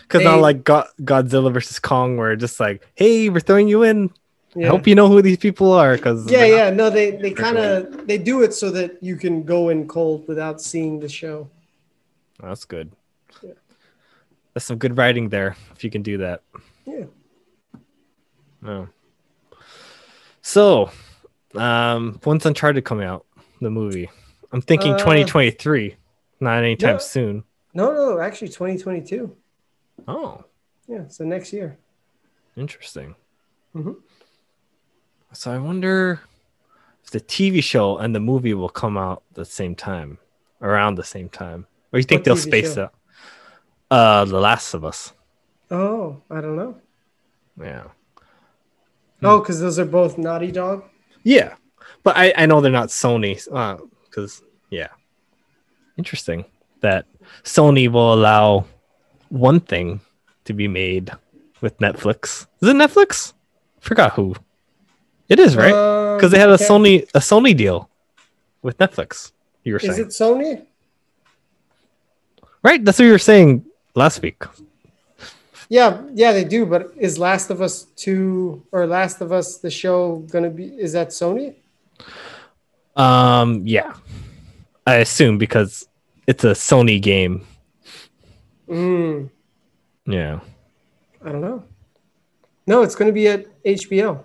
Speaker 1: Because not
Speaker 2: They-
Speaker 1: like Go- Godzilla versus Kong, where just like, hey, we're throwing you in.
Speaker 2: yeah.
Speaker 1: I hope you know who these people are. Because
Speaker 2: yeah, yeah. No, they
Speaker 1: They're
Speaker 2: they kind of they do it so that you can go in cold without seeing the show.
Speaker 1: that's good. That's some good writing there. If you can do that.
Speaker 2: Yeah.
Speaker 1: Oh. So, um, when's Uncharted coming out? The movie. I'm thinking
Speaker 2: Uh,
Speaker 1: 2023, not anytime
Speaker 2: no.
Speaker 1: soon.
Speaker 2: No, no, actually, 2022. Mm-hmm.
Speaker 1: Oh,
Speaker 2: Yeah, so next year.
Speaker 1: interesting.
Speaker 2: Mhm.
Speaker 1: So I wonder if the TV show and the movie will come out the same time, around the same time, or you think
Speaker 2: What
Speaker 1: they'll
Speaker 2: TV
Speaker 1: space
Speaker 2: show?
Speaker 1: out? Uh, The Last of Us.
Speaker 2: Oh, I don't know.
Speaker 1: Yeah. Hmm.
Speaker 2: Oh, because those are both Naughty Dog.
Speaker 1: Yeah, but I, I know they're not Sony because yeah, interesting that Sony will allow one thing to be made with Netflix. Is it Netflix? Forgot who. It is right because they had a
Speaker 2: Um, okay.
Speaker 1: Sony a Sony deal with Netflix. You were
Speaker 2: Is
Speaker 1: saying
Speaker 2: it Sony?
Speaker 1: right? That's what you were saying last week.
Speaker 2: Yeah, yeah, they do. But is Last of Us two or Last of Us the show gonna be? Is that Sony?
Speaker 1: Um, yeah, I assume because it's a Sony game.
Speaker 2: Mm,
Speaker 1: Yeah.
Speaker 2: I don't know. No, it's gonna be at HBO.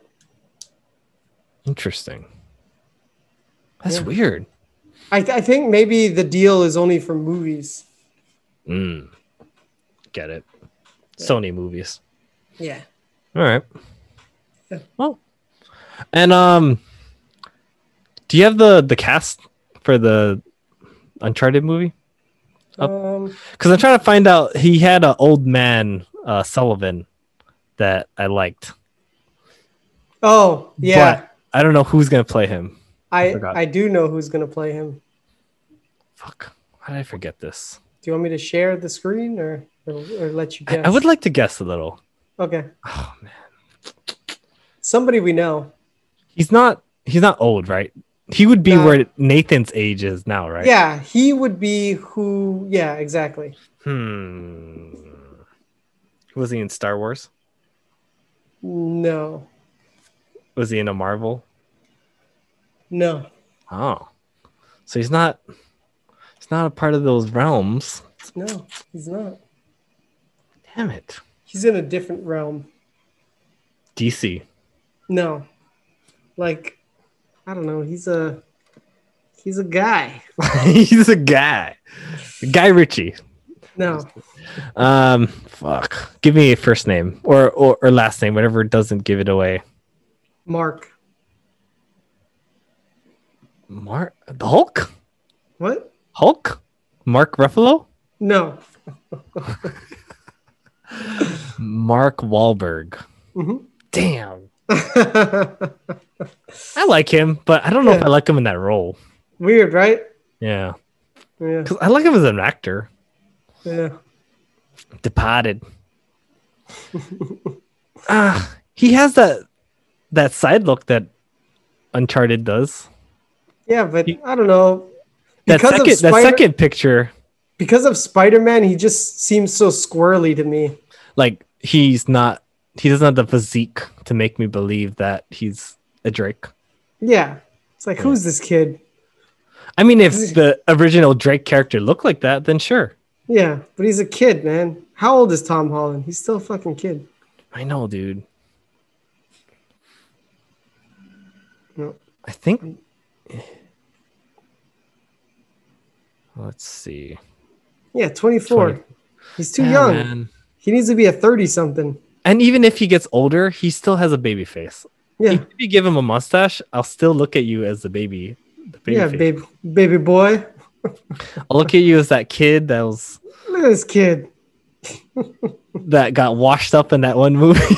Speaker 1: Interesting. That's
Speaker 2: Yeah.
Speaker 1: weird.
Speaker 2: I, th- I think maybe the deal is only for movies.
Speaker 1: Mm. Get it. Sony movies.
Speaker 2: Yeah.
Speaker 1: All right. Well, and um, do you have the the cast for the Uncharted movie?
Speaker 2: Um,
Speaker 1: Because I'm trying to find out. He had an old man uh, Sullivan that I liked.
Speaker 2: oh yeah,
Speaker 1: But I don't know who's gonna play him.
Speaker 2: I
Speaker 1: forgot.
Speaker 2: I do know who's gonna play him.
Speaker 1: Fuck. How did I forget this?
Speaker 2: Do you want me to share the screen or or, or let you
Speaker 1: I-
Speaker 2: guess?
Speaker 1: I would like to guess a little.
Speaker 2: Okay. Oh man. Somebody we know.
Speaker 1: He's not. He's not old, right? He would be
Speaker 2: No.
Speaker 1: where Nathan's age is now, right?
Speaker 2: Yeah, he would be who. Yeah, exactly.
Speaker 1: Hmm. Was he in Star Wars?
Speaker 2: No,
Speaker 1: Was he in a Marvel?
Speaker 2: no.
Speaker 1: Oh. So he's not he's not a part of those realms.
Speaker 2: No, he's not.
Speaker 1: Damn it.
Speaker 2: He's in a different realm.
Speaker 1: DC.
Speaker 2: No. Like I don't know, he's a he's a guy.
Speaker 1: he's a guy. Guy Ritchie.
Speaker 2: No.
Speaker 1: Um fuck. Give me a first name or or, or last name, whatever doesn't give it away.
Speaker 2: Mark.
Speaker 1: Mark the Hulk?
Speaker 2: What?
Speaker 1: Hulk? Mark Ruffalo?
Speaker 2: No.
Speaker 1: Mark Wahlberg.
Speaker 2: Mhm.
Speaker 1: Damn. I like him, but I don't know if
Speaker 2: Yeah.
Speaker 1: I like him in that role.
Speaker 2: Weird, right?
Speaker 1: Yeah.
Speaker 2: Yeah.
Speaker 1: Because I like him as an actor.
Speaker 2: Yeah.
Speaker 1: Departed. ah, he has that that side look that Uncharted does.
Speaker 2: Yeah, but I don't know.
Speaker 1: That
Speaker 2: Because of
Speaker 1: second that
Speaker 2: Spider-
Speaker 1: second picture,
Speaker 2: Because of Spider-Man, he just seems so squirrely to me.
Speaker 1: like he's not he doesn't have the physique to make me believe that he's a Drake.
Speaker 2: Yeah. It's like, who's this kid?
Speaker 1: I mean, if the original Drake character looked like that, then sure.
Speaker 2: Yeah, but he's a kid, man. How old is Tom Holland? He's still a fucking kid.
Speaker 1: I know, dude.
Speaker 2: No.
Speaker 1: I think. eh. Let's see.
Speaker 2: Yeah, 24.
Speaker 1: 20.
Speaker 2: He's too
Speaker 1: Yeah,
Speaker 2: young.
Speaker 1: man.
Speaker 2: He needs to be a 30 something.
Speaker 1: And even if he gets older, he still has a baby face.
Speaker 2: Yeah.
Speaker 1: If you give him a mustache, I'll still look at you as the baby. The baby
Speaker 2: yeah,
Speaker 1: face.
Speaker 2: baby baby boy.
Speaker 1: I'll look at you as that kid that was
Speaker 2: Look at this kid.
Speaker 1: that got washed up in that one movie.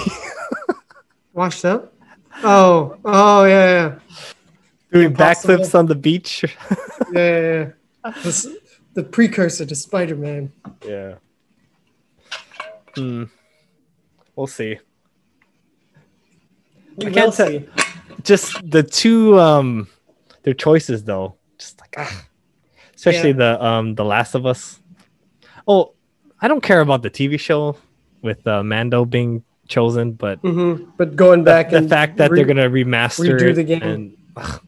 Speaker 2: Washed up. Oh, oh yeah, yeah,
Speaker 1: Doing
Speaker 2: Impossible.
Speaker 1: backflips on the beach.
Speaker 2: yeah, yeah, yeah. This, the precursor to Spider-Man.
Speaker 1: yeah. Hmm. We'll see.
Speaker 2: We
Speaker 1: I can't
Speaker 2: will
Speaker 1: tell-
Speaker 2: see.
Speaker 1: Just the two um their choices though. Just like ah. especially the um the Last of Us. Oh, I don't care about the TV show with uh, Mando being chosen, but
Speaker 2: Mhm. But going back
Speaker 1: the
Speaker 2: and
Speaker 1: fact that
Speaker 2: re-
Speaker 1: they're gonna remaster
Speaker 2: redo
Speaker 1: it
Speaker 2: the game.
Speaker 1: and- ugh,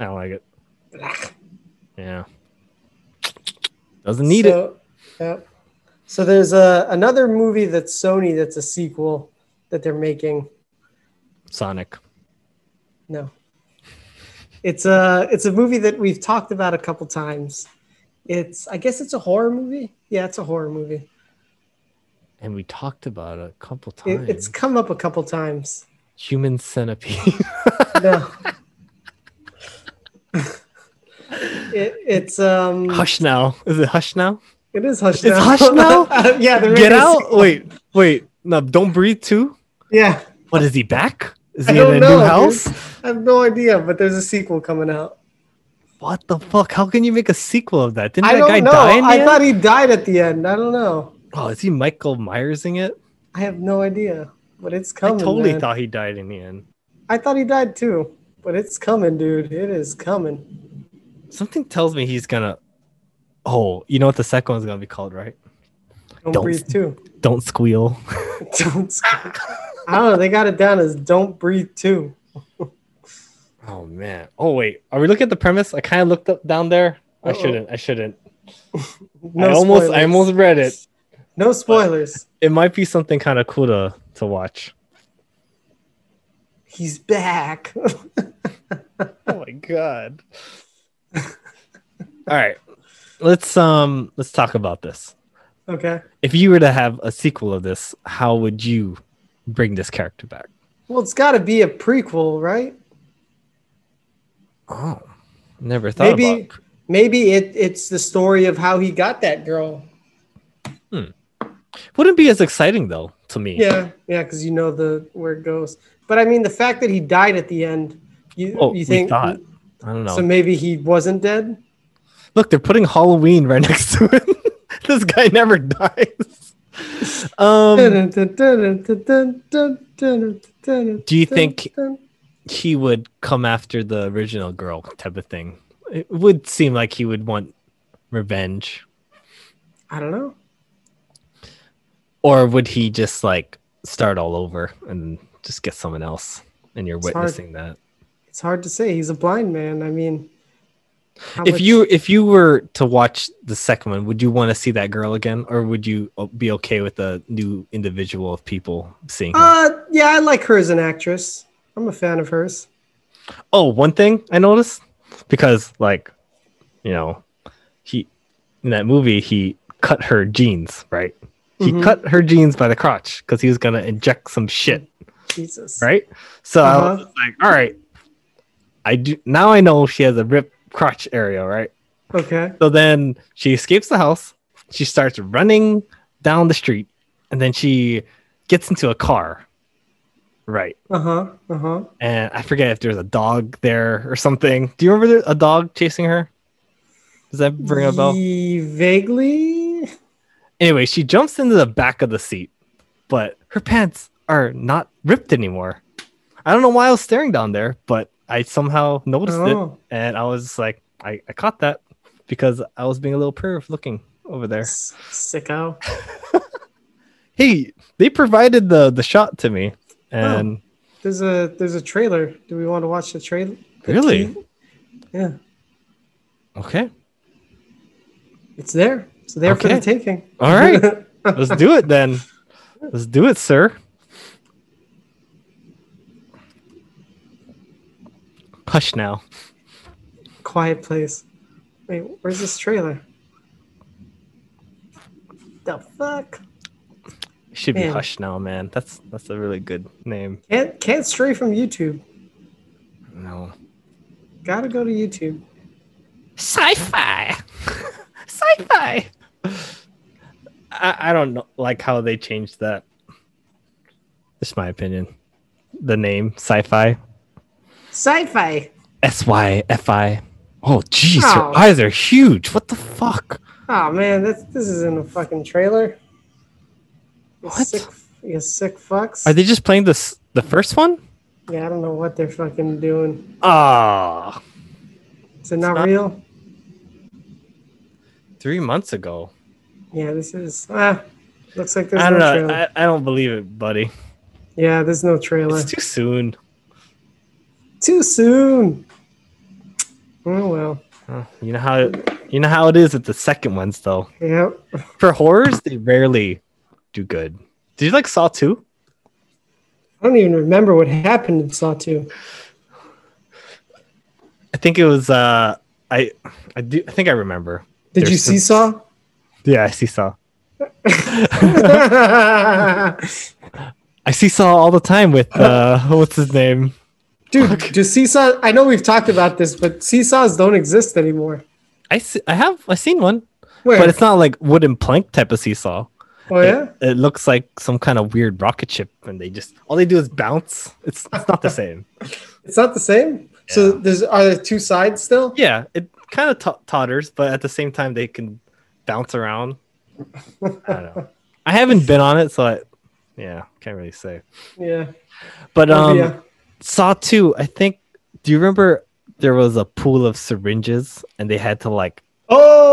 Speaker 1: I don't like it. Yeah, doesn't need it.
Speaker 2: so, Yeah. So there's a another movie that's Sony that's a sequel that they're making.
Speaker 1: Sonic.
Speaker 2: No. It's a it's a movie that we've talked about a couple times. It's I guess it's a horror movie. Yeah, it's a horror movie.
Speaker 1: And we talked about it a couple times.
Speaker 2: It, it's come up a couple times.
Speaker 1: Human Centipede.
Speaker 2: No. it, it's um
Speaker 1: Hush now. Is it Hush now?
Speaker 2: it is hush
Speaker 1: It's Hush Now?
Speaker 2: Uh, yeah, they're
Speaker 1: Get
Speaker 2: making a
Speaker 1: out.
Speaker 2: sequel.
Speaker 1: Wait, wait. No, don't breathe too.
Speaker 2: Yeah.
Speaker 1: What is he back? Is
Speaker 2: I
Speaker 1: he in
Speaker 2: don't
Speaker 1: a
Speaker 2: know.
Speaker 1: new
Speaker 2: dude.
Speaker 1: house?
Speaker 2: I have no idea, but there's a sequel coming out.
Speaker 1: What the fuck? How can you make a sequel of that? Didn't
Speaker 2: I
Speaker 1: that guy
Speaker 2: don't know.
Speaker 1: die? In the
Speaker 2: I
Speaker 1: end?
Speaker 2: thought he died at the end. I don't know.
Speaker 1: oh, is he Michael Myersing it?
Speaker 2: I have no idea, but it's
Speaker 1: I
Speaker 2: coming.
Speaker 1: totally
Speaker 2: man.
Speaker 1: thought he died in the end.
Speaker 2: I thought he died too, but it's coming, dude. It is coming.
Speaker 1: Something tells me he's gonna. Oh, you know what the second one's gonna be called, right?
Speaker 2: Don't,
Speaker 1: Don't-
Speaker 2: breathe too.
Speaker 1: Don't squeal.
Speaker 2: Don't. squeak. I don't know. They got it down as don't breathe too.
Speaker 1: Oh man. Oh wait. Are we looking at the premise? I kind of looked up down there. I
Speaker 2: Uh-oh.
Speaker 1: shouldn't. I shouldn't.
Speaker 2: No
Speaker 1: I almost. I
Speaker 2: spoilers.
Speaker 1: almost read it.
Speaker 2: No spoilers.
Speaker 1: It might be something kind of cool to to watch.
Speaker 2: He's back.
Speaker 1: Oh my god. All right. Let's um. Let's talk about this.
Speaker 2: okay.
Speaker 1: If you were to have a sequel of this, how would you bring this character back?
Speaker 2: Well, it's got to be a prequel, right?
Speaker 1: Oh, never thought
Speaker 2: Maybe.
Speaker 1: about.
Speaker 2: Maybe it, it's the story of how he got that girl.
Speaker 1: Wouldn't be as exciting though to me.
Speaker 2: Yeah, yeah, because you know the where it goes. But I mean, the fact that he died at the end, you
Speaker 1: Oh,
Speaker 2: you think
Speaker 1: we thought. I don't know.
Speaker 2: so? Maybe he wasn't dead.
Speaker 1: Look, they're putting Halloween right next to it. this guy never dies. Um,
Speaker 2: Do
Speaker 1: you think- he would come after the original girl type of thing. It would seem like he would want revenge,
Speaker 2: I don't know.
Speaker 1: or would he just like start all over and just get someone else? And you're
Speaker 2: hard.
Speaker 1: witnessing that.
Speaker 2: It's hard to say. He's a blind man. I mean, how
Speaker 1: If
Speaker 2: much-
Speaker 1: you if you were to watch the second one, would you want to see that girl again, or would you uh, be okay with a new individual of people seeing? Her?
Speaker 2: uh, yeah, I like her as an actress. I'm a fan of hers.
Speaker 1: Oh, one thing I noticed because like, you know, he in that movie he cut her jeans, right? He
Speaker 2: Mhm.
Speaker 1: cut her jeans by the crotch because he was gonna inject some shit,
Speaker 2: Jesus,
Speaker 1: right? So I was
Speaker 2: Uh-huh.
Speaker 1: just like, all right, I do now I know she has a ripped crotch area, right?
Speaker 2: Okay,
Speaker 1: So then she escapes the house, she starts running down the street, and then she gets into a car, right?
Speaker 2: uh huh, uh huh.
Speaker 1: and I forget if there's a dog there or something. Do you remember there, a dog chasing her? Does that ring a bell?
Speaker 2: Vaguely,
Speaker 1: Anyway, she jumps into the back of the seat, but her pants are not ripped anymore. I don't know why I was staring down there, but I somehow noticed
Speaker 2: Oh.
Speaker 1: it, and I was just like, I, I caught that because I was being a little perv looking over there.
Speaker 2: S- sicko.
Speaker 1: Hey, they provided the the shot to me, and
Speaker 2: There's a there's a trailer. Do we want to watch the trailer?
Speaker 1: really,
Speaker 2: Yeah,
Speaker 1: okay,
Speaker 2: it's there. It's there for the
Speaker 1: Okay.
Speaker 2: taking.
Speaker 1: all right. Let's do it then. Let's do it, sir. Hush now.
Speaker 2: Quiet place. Wait, where's this trailer? The fuck?
Speaker 1: It should be
Speaker 2: Man.
Speaker 1: Hush now, man. That's that's a really good name.
Speaker 2: Can't can't stray from YouTube.
Speaker 1: No.
Speaker 2: Gotta go to YouTube.
Speaker 1: Sci-fi. Sci-fi. I, I don't know, like how they changed that. Just my opinion. the name sci-fi
Speaker 2: Sci-fi.
Speaker 1: S Y F I. Oh, jeez,
Speaker 2: Oh.
Speaker 1: her eyes are huge. What the fuck?
Speaker 2: Oh man, this this is in a fucking trailer. You
Speaker 1: What?
Speaker 2: Sick, you sick fucks.
Speaker 1: Are they just playing this the first one?
Speaker 2: yeah, I don't know what they're fucking doing.
Speaker 1: Ah,
Speaker 2: Is it not, real?
Speaker 1: three months ago.
Speaker 2: Yeah, this is. Ah, looks like there's
Speaker 1: I
Speaker 2: no
Speaker 1: don't know.
Speaker 2: trailer.
Speaker 1: I, I don't believe it, buddy.
Speaker 2: yeah, there's no trailer.
Speaker 1: It's too soon.
Speaker 2: Too soon. Oh well.
Speaker 1: You know how you know how it is with the second ones though.
Speaker 2: Yep.
Speaker 1: For horrors, they rarely do good. Did you like Saw 2?
Speaker 2: I don't even remember what happened in Saw 2.
Speaker 1: I think it was uh I I do I think I remember.
Speaker 2: Did
Speaker 1: There's
Speaker 2: you see Saw?
Speaker 1: Yeah, I see Saw.
Speaker 2: Dude,
Speaker 1: I see Saw all the time with uh what's his name?
Speaker 2: do seesaw? I know we've talked about this, but seesaws don't exist anymore.
Speaker 1: I see, I have I seen one.
Speaker 2: Where?
Speaker 1: But it's not like wooden plank type of seesaw.
Speaker 2: oh yeah.
Speaker 1: It, it looks like some kind of weird rocket ship, and they just all they do is bounce. It's it's not the same.
Speaker 2: It's not the same. So there's are there two sides still?
Speaker 1: Yeah, it kind of tot totters, but at the same time they can bounce around. I don't know. I haven't been on it, so I, yeah, can't really say.
Speaker 2: Yeah.
Speaker 1: But um,
Speaker 2: yeah.
Speaker 1: Saw two. I think. Do you remember there was a pool of syringes, and they had to like.
Speaker 2: Oh,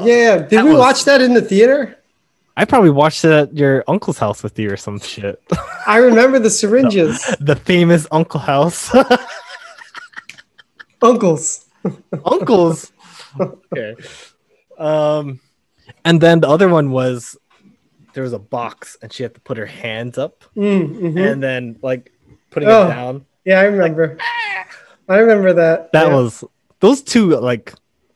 Speaker 1: Oh,
Speaker 2: yeah. Did
Speaker 1: that
Speaker 2: we
Speaker 1: was-
Speaker 2: watch that in the theater?
Speaker 1: I probably watched it at your uncle's house with you or some shit.
Speaker 2: I remember the syringes.
Speaker 1: the famous uncle house.
Speaker 2: Uncles.
Speaker 1: uncles. okay. Um, and then the other one was there was a box, and she had to put her hands up, and then like putting
Speaker 2: Oh.
Speaker 1: it down.
Speaker 2: Yeah, I remember. I remember that.
Speaker 1: That
Speaker 2: Yeah.
Speaker 1: was those two like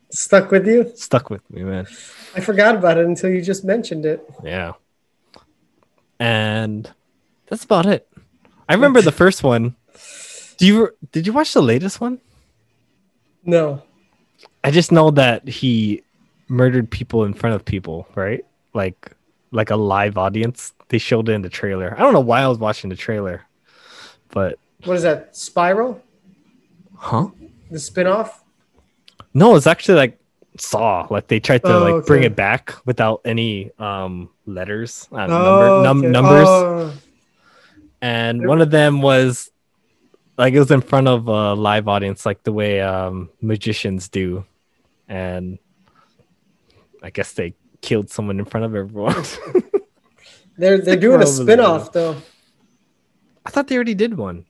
Speaker 2: stuck with you.
Speaker 1: stuck with me, man.
Speaker 2: I forgot about it until you just mentioned it.
Speaker 1: Yeah. And that's about it. I remember the first one. Do you did you watch the latest one?
Speaker 2: No.
Speaker 1: I just know that he murdered people in front of people, right? Like like a live audience. They showed it in the trailer. I don't know why I was watching the trailer, but
Speaker 2: What is that? Spiral?
Speaker 1: huh?
Speaker 2: The spin-off?
Speaker 1: No, it's actually like Saw. Like they tried to
Speaker 2: Oh,
Speaker 1: like bring
Speaker 2: okay.
Speaker 1: it back without any um letters, uh, number,
Speaker 2: Oh,
Speaker 1: num-
Speaker 2: okay.
Speaker 1: numbers,
Speaker 2: Oh,
Speaker 1: and one of them was like it was in front of a live audience, like the way um magicians do, and I guess they killed someone in front of everyone.
Speaker 2: they're they're doing
Speaker 1: we're
Speaker 2: a
Speaker 1: over there.
Speaker 2: spin-off though.
Speaker 1: I thought they already did one.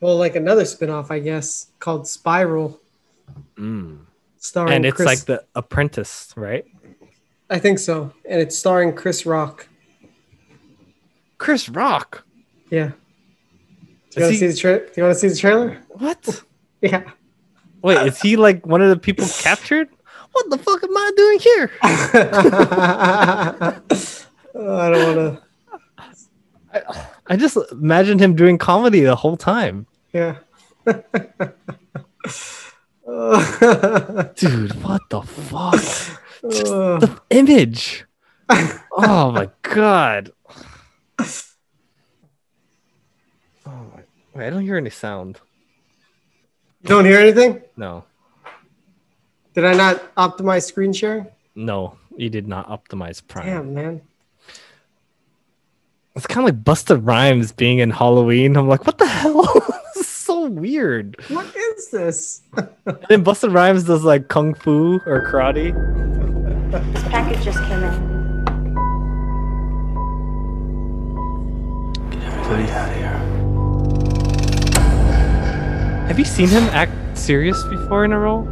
Speaker 2: Well, like another spin-off, I guess, called Spiral. Starring
Speaker 1: and it's
Speaker 2: Chris,
Speaker 1: like the apprentice, right?
Speaker 2: I think so. And it's starring Chris Rock.
Speaker 1: Chris Rock.
Speaker 2: Yeah. Do
Speaker 1: Is
Speaker 2: you want
Speaker 1: he-
Speaker 2: to see the tra- do you want to see the trailer?
Speaker 1: What?
Speaker 2: Yeah.
Speaker 1: Wait, is he like one of the people captured? What the fuck am I doing here?
Speaker 2: Oh, I don't want to.
Speaker 1: I just imagined him doing comedy the whole time.
Speaker 2: Yeah.
Speaker 1: Dude, what the fuck? Just the image. Oh my god. Oh my. Wait, I don't hear any sound.
Speaker 2: You don't hear anything?
Speaker 1: No.
Speaker 2: Did I not optimize screen sharing?
Speaker 1: No, you did not optimize Prime.
Speaker 2: Damn, man.
Speaker 1: It's kind of like Busta Rhymes being in Halloween. I'm like, what the hell? this is so weird.
Speaker 2: What is this?
Speaker 1: And then Busta Rhymes does like kung fu or karate.
Speaker 9: Package just came in.
Speaker 3: Everybody out of here.
Speaker 1: Have you seen him act serious before in a role?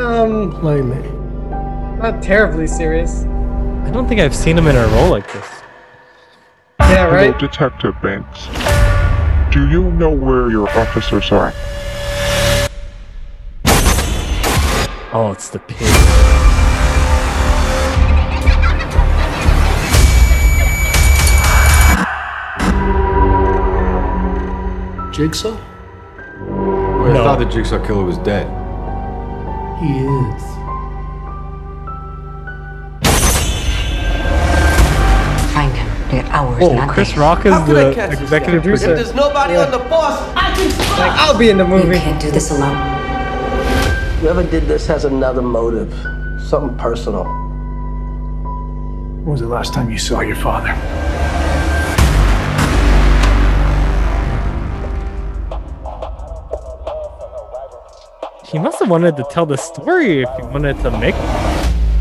Speaker 2: Um,
Speaker 5: Play me.
Speaker 2: not terribly serious.
Speaker 1: I don't think I've seen him in a role like this.
Speaker 2: Yeah, right.
Speaker 10: Hello, Detective Banks. Do you know where your officers are?
Speaker 1: Oh, it's the pig.
Speaker 5: Jigsaw?
Speaker 11: Well, I thought the jigsaw killer was dead.
Speaker 5: He is.
Speaker 9: Find him.
Speaker 12: Their hours
Speaker 1: Whoa,
Speaker 12: not
Speaker 1: Oh, Chris
Speaker 12: theirs.
Speaker 1: Rock is the executive
Speaker 2: producer.
Speaker 1: producer.
Speaker 2: If there's nobody on the bus, I can Like, I'll be in the movie. You can't do this alone.
Speaker 13: Whoever did this has another motive, something personal.
Speaker 14: When was the last time you saw your father?
Speaker 1: He must have wanted to tell the story if he wanted to make.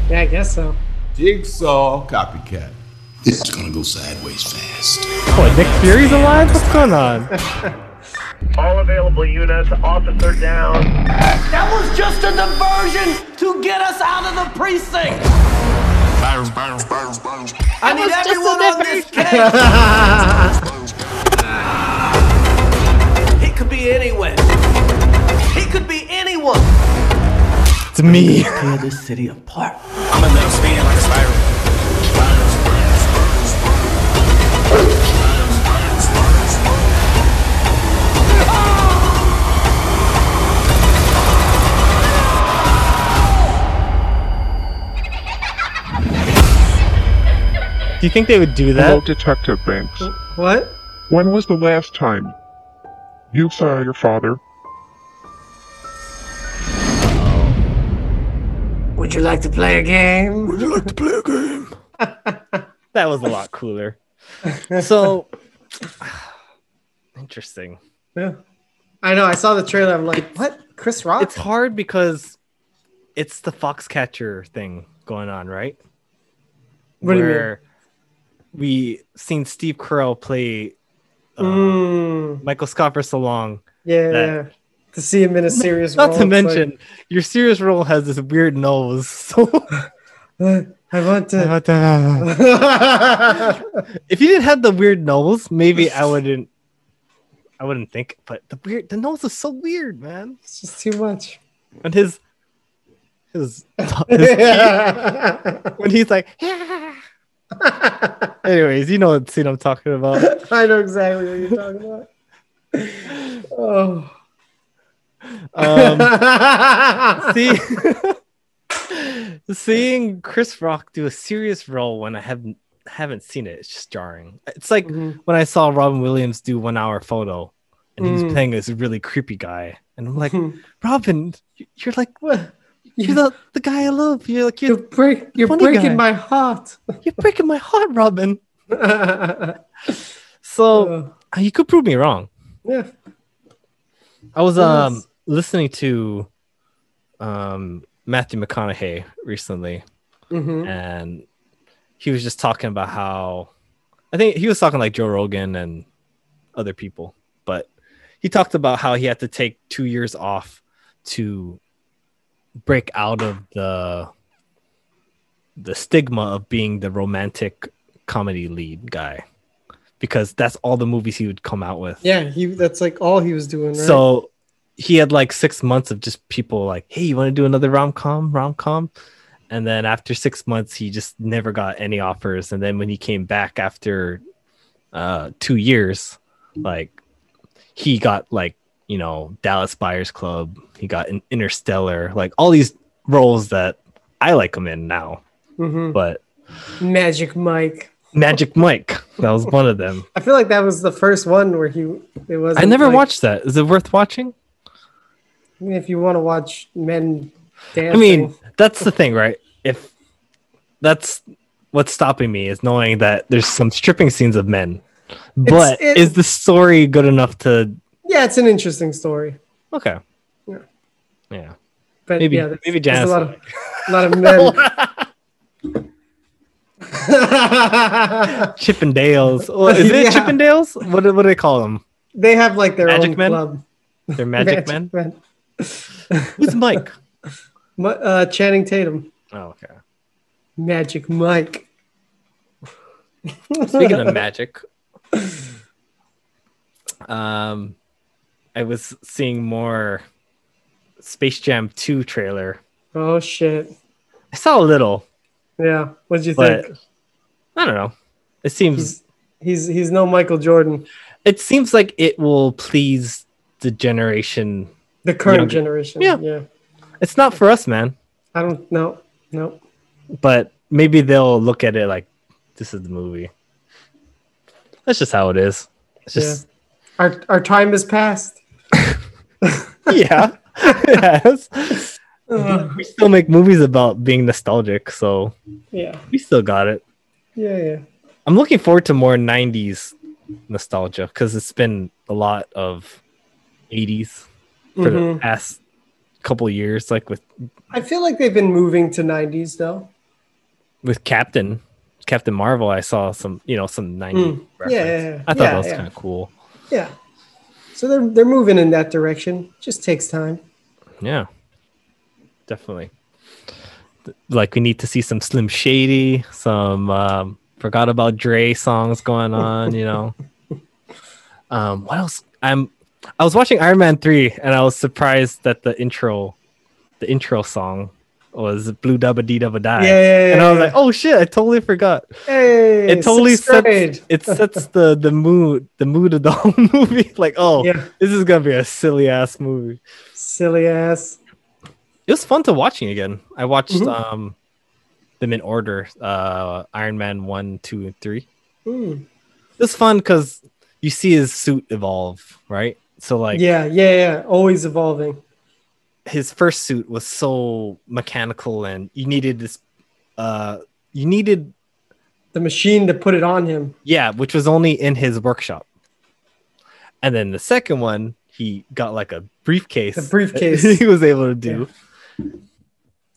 Speaker 2: Yeah, I guess so.
Speaker 15: Jigsaw copycat. This is gonna go sideways fast.
Speaker 1: Oh, Nick Fury's alive? What's going on?
Speaker 16: All available units, officer down.
Speaker 5: That was just a diversion to get us out of the precinct. I need everyone on this case. he could be anywhere. He could be anyone.
Speaker 1: It's me.
Speaker 5: Tear this city apart.
Speaker 16: I'ma let him spin like a spiral.
Speaker 1: Do you think they would do
Speaker 10: Hello,
Speaker 1: that?
Speaker 10: Detective Banks.
Speaker 2: What?
Speaker 10: When was the last time you saw your father?
Speaker 2: Would you like to play a game? Would you like to play a game?
Speaker 1: That was a lot cooler. So interesting.
Speaker 2: Yeah. I know. I saw the trailer. I'm like, what? Chris Rock?
Speaker 1: It's hard because it's the foxcatcher thing going on, right?
Speaker 2: What do you mean?
Speaker 1: we seen Steve Carell play uh, Michael Scott for so long.
Speaker 2: Hmm. yeah,
Speaker 1: that-
Speaker 2: To see him in a serious
Speaker 1: Not
Speaker 2: role.
Speaker 1: to
Speaker 2: Oh, it's like,
Speaker 1: mention, your serious role has this weird nose. So
Speaker 2: uh, I want to.
Speaker 1: if you didn't have the weird nose, maybe I wouldn't. I wouldn't think. But the weird, the nose is so weird, man.
Speaker 2: It's just too much.
Speaker 1: And his, his, his when he's like, anyways, you know what scene I'm talking about.
Speaker 2: I know exactly what you're talking about. Oh.
Speaker 1: Um, see, seeing Chris Rock do a serious role when I haven't haven't seen it, it's just jarring. It's like when I saw Robin Williams do One Hour Photo, and he's
Speaker 2: Mm.
Speaker 1: playing this really creepy guy, and I'm like, Robin, y- you're like what? You're the, the guy I love. You're like you're,
Speaker 2: break, you're breaking my heart.
Speaker 1: You're breaking my heart, Robin. so uh, you could prove me wrong.
Speaker 2: Yeah.
Speaker 1: I was
Speaker 2: Yes.
Speaker 1: um listening to um Matthew McConaughey recently,
Speaker 2: Mhm.
Speaker 1: and he was just talking about how I think he was talking like Joe Rogan and other people, but he talked about how he had to take two years off to break out of the the stigma of being the romantic comedy lead guy because that's all the movies he would come out with
Speaker 2: Yeah, he. That's like all he was doing. Right?
Speaker 1: so he had like six months of just people like, hey, you want to do another rom com, rom com? And then after six months, he just never got any offers. And then when he came back after uh, two years, like he got like, you know, Dallas Buyers Club, he got an Interstellar, like all these roles that I like him in now.
Speaker 2: Mhm.
Speaker 1: But
Speaker 2: Magic Mike.
Speaker 1: Magic Mike, that was one of them.
Speaker 2: I feel like that was the first one where he. It was.
Speaker 1: I never watched that. Is it worth watching?
Speaker 2: I mean, if you want to watch men
Speaker 1: I
Speaker 2: dancing,
Speaker 1: mean, that's the thing, right? If that's what's stopping me is knowing that there's some stripping scenes of men. But
Speaker 2: it-
Speaker 1: is the story good enough to
Speaker 2: yeah, it's an interesting story.
Speaker 1: okay?
Speaker 2: Yeah.
Speaker 1: Yeah.
Speaker 2: But
Speaker 1: Maybe-
Speaker 2: yeah, there's,
Speaker 1: maybe
Speaker 2: there's
Speaker 1: Janice
Speaker 2: a lot of, a lot of men.
Speaker 1: Chippendales. Well, is it
Speaker 2: Yeah.
Speaker 1: Chippendales? What do- what do they call them?
Speaker 2: they have like their
Speaker 1: Magic
Speaker 2: own
Speaker 1: men?
Speaker 2: club.
Speaker 1: They're magic, men. Who's Mike?
Speaker 2: Ma- uh, Channing Tatum.
Speaker 1: Oh, okay.
Speaker 2: Magic Mike.
Speaker 1: Speaking of magic, um, I was seeing more Space Jam 2 trailer.
Speaker 2: Oh shit.
Speaker 1: I saw a little,
Speaker 2: Yeah. What'd you
Speaker 1: but
Speaker 2: think?
Speaker 1: I don't know. It seems
Speaker 2: He's he's no Michael Jordan.
Speaker 1: it seems like it will please the generation.
Speaker 2: The current
Speaker 1: younger.
Speaker 2: generation. Yeah. Yeah.
Speaker 1: It's not for us, man.
Speaker 2: I don't know. No.
Speaker 1: But maybe they'll look at it like this is the movie. That's just how it is. It's just
Speaker 2: Our our time has passed.
Speaker 1: yeah. yes. we still make movies about being nostalgic, so
Speaker 2: Yeah.
Speaker 1: we still got it.
Speaker 2: Yeah, yeah.
Speaker 1: I'm looking forward to more 90s nostalgia because it's been a lot of 80s for the
Speaker 2: Mhm.
Speaker 1: past couple years, like with
Speaker 2: I feel like they've been moving to 90s though.
Speaker 1: with Captain Captain Marvel. I saw some, you know, some 90s
Speaker 2: Mm. Yeah,
Speaker 1: reference.
Speaker 2: yeah, yeah.
Speaker 1: I thought
Speaker 2: Yeah,
Speaker 1: that was
Speaker 2: yeah.
Speaker 1: kind of cool.
Speaker 2: Yeah. So they're they're moving in that direction. Just takes time.
Speaker 1: Yeah, definitely. Th- Like we need to see some Slim Shady, some um, forgot about Dre songs going on. You know, um, what else? I'm I was watching Iron Man three, and I was surprised that the intro, the intro song was Blue Dubba Dee Dubba Die.
Speaker 2: Yeah, yeah, yeah,
Speaker 1: and I was
Speaker 2: yeah.
Speaker 1: like, oh shit, I totally forgot.
Speaker 2: Hey,
Speaker 1: it totally
Speaker 2: sixth grade.
Speaker 1: sets it sets the the mood the mood of the whole movie. Like, oh, this is gonna be a silly ass movie
Speaker 2: Silly ass.
Speaker 1: it was fun to watching again. I watched
Speaker 2: Mhm.
Speaker 1: um them in order, uh Iron Man one, two, and three.
Speaker 2: Mm.
Speaker 1: It was fun because you see his suit evolve, right? So like
Speaker 2: yeah, yeah, yeah. Always evolving.
Speaker 1: his first suit was so mechanical and you needed this uh you needed
Speaker 2: the machine to put it on him.
Speaker 1: Yeah, which was only in his workshop. And then the second one, he got like a briefcase.
Speaker 2: The
Speaker 1: that
Speaker 2: briefcase.
Speaker 1: he was able to do.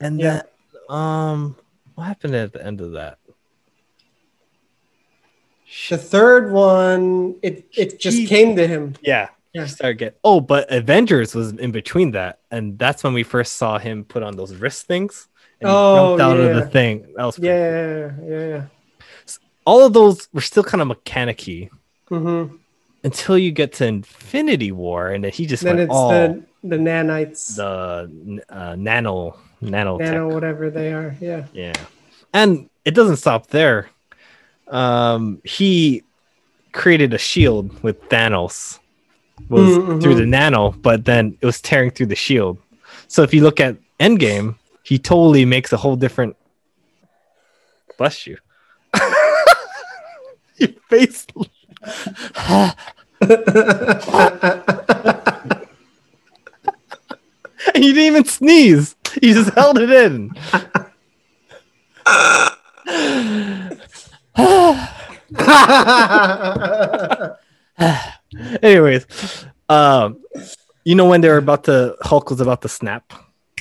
Speaker 1: And
Speaker 2: Yeah.
Speaker 1: then um what happened at the end of that?
Speaker 2: The third one, it it just came to him.
Speaker 1: Yeah.
Speaker 2: Yeah.
Speaker 1: Started get oh, but Avengers was in between that, and that's when we first saw him put on those wrist things and he
Speaker 2: Oh,
Speaker 1: jumped out of
Speaker 2: yeah.
Speaker 1: the thing. That was
Speaker 2: Yeah, yeah, yeah.
Speaker 1: all of those were still kind of mechanicy
Speaker 2: Mm-hmm.
Speaker 1: until you get to Infinity War, and then he just
Speaker 2: Then
Speaker 1: went
Speaker 2: it's
Speaker 1: all
Speaker 2: the the nanites,
Speaker 1: the uh, nano nanotech.
Speaker 2: nano whatever they are. Yeah.
Speaker 1: Yeah, and it doesn't stop there. Um, he created a shield with Thanos was
Speaker 2: Mm, mhm.
Speaker 1: through the nano, but then it was tearing through the shield. So if you look at Endgame, he totally makes a whole different. Bless you. Your face. And you didn't even sneeze. You just held it in. Anyways, um, you know when they were about to Hulk was about to snap.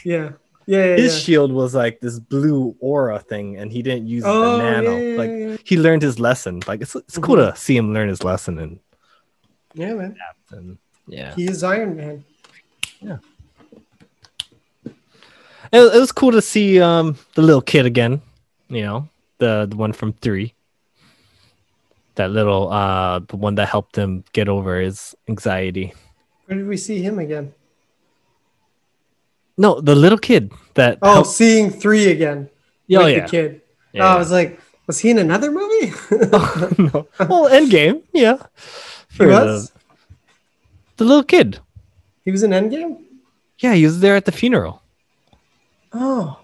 Speaker 2: yeah. Yeah.
Speaker 1: his
Speaker 2: yeah.
Speaker 1: shield was like this blue aura thing, and he didn't use the
Speaker 2: Oh,
Speaker 1: nano.
Speaker 2: yeah, yeah,
Speaker 1: like
Speaker 2: yeah. Mm-hmm.
Speaker 1: he learned his lesson. Like it's it's cool to see him learn his lesson, and
Speaker 2: Yeah, man.
Speaker 1: yeah,
Speaker 2: He is Iron Man.
Speaker 1: it, it was cool to see um the little kid again. You know the the one from three. That little uh the one that helped him get over his anxiety.
Speaker 2: Where did we see him again?
Speaker 1: No, the little kid that
Speaker 2: Oh,
Speaker 1: helped-
Speaker 2: seeing three again.
Speaker 1: Yeah,
Speaker 2: with
Speaker 1: Oh, yeah.
Speaker 2: The kid.
Speaker 1: Yeah,
Speaker 2: Oh, I
Speaker 1: yeah.
Speaker 2: was like, was he in another movie?
Speaker 1: well, Endgame, yeah.
Speaker 2: He
Speaker 1: For
Speaker 2: was.
Speaker 1: the, the little kid.
Speaker 2: He was in Endgame.
Speaker 1: Yeah, he was there at the funeral.
Speaker 2: Oh,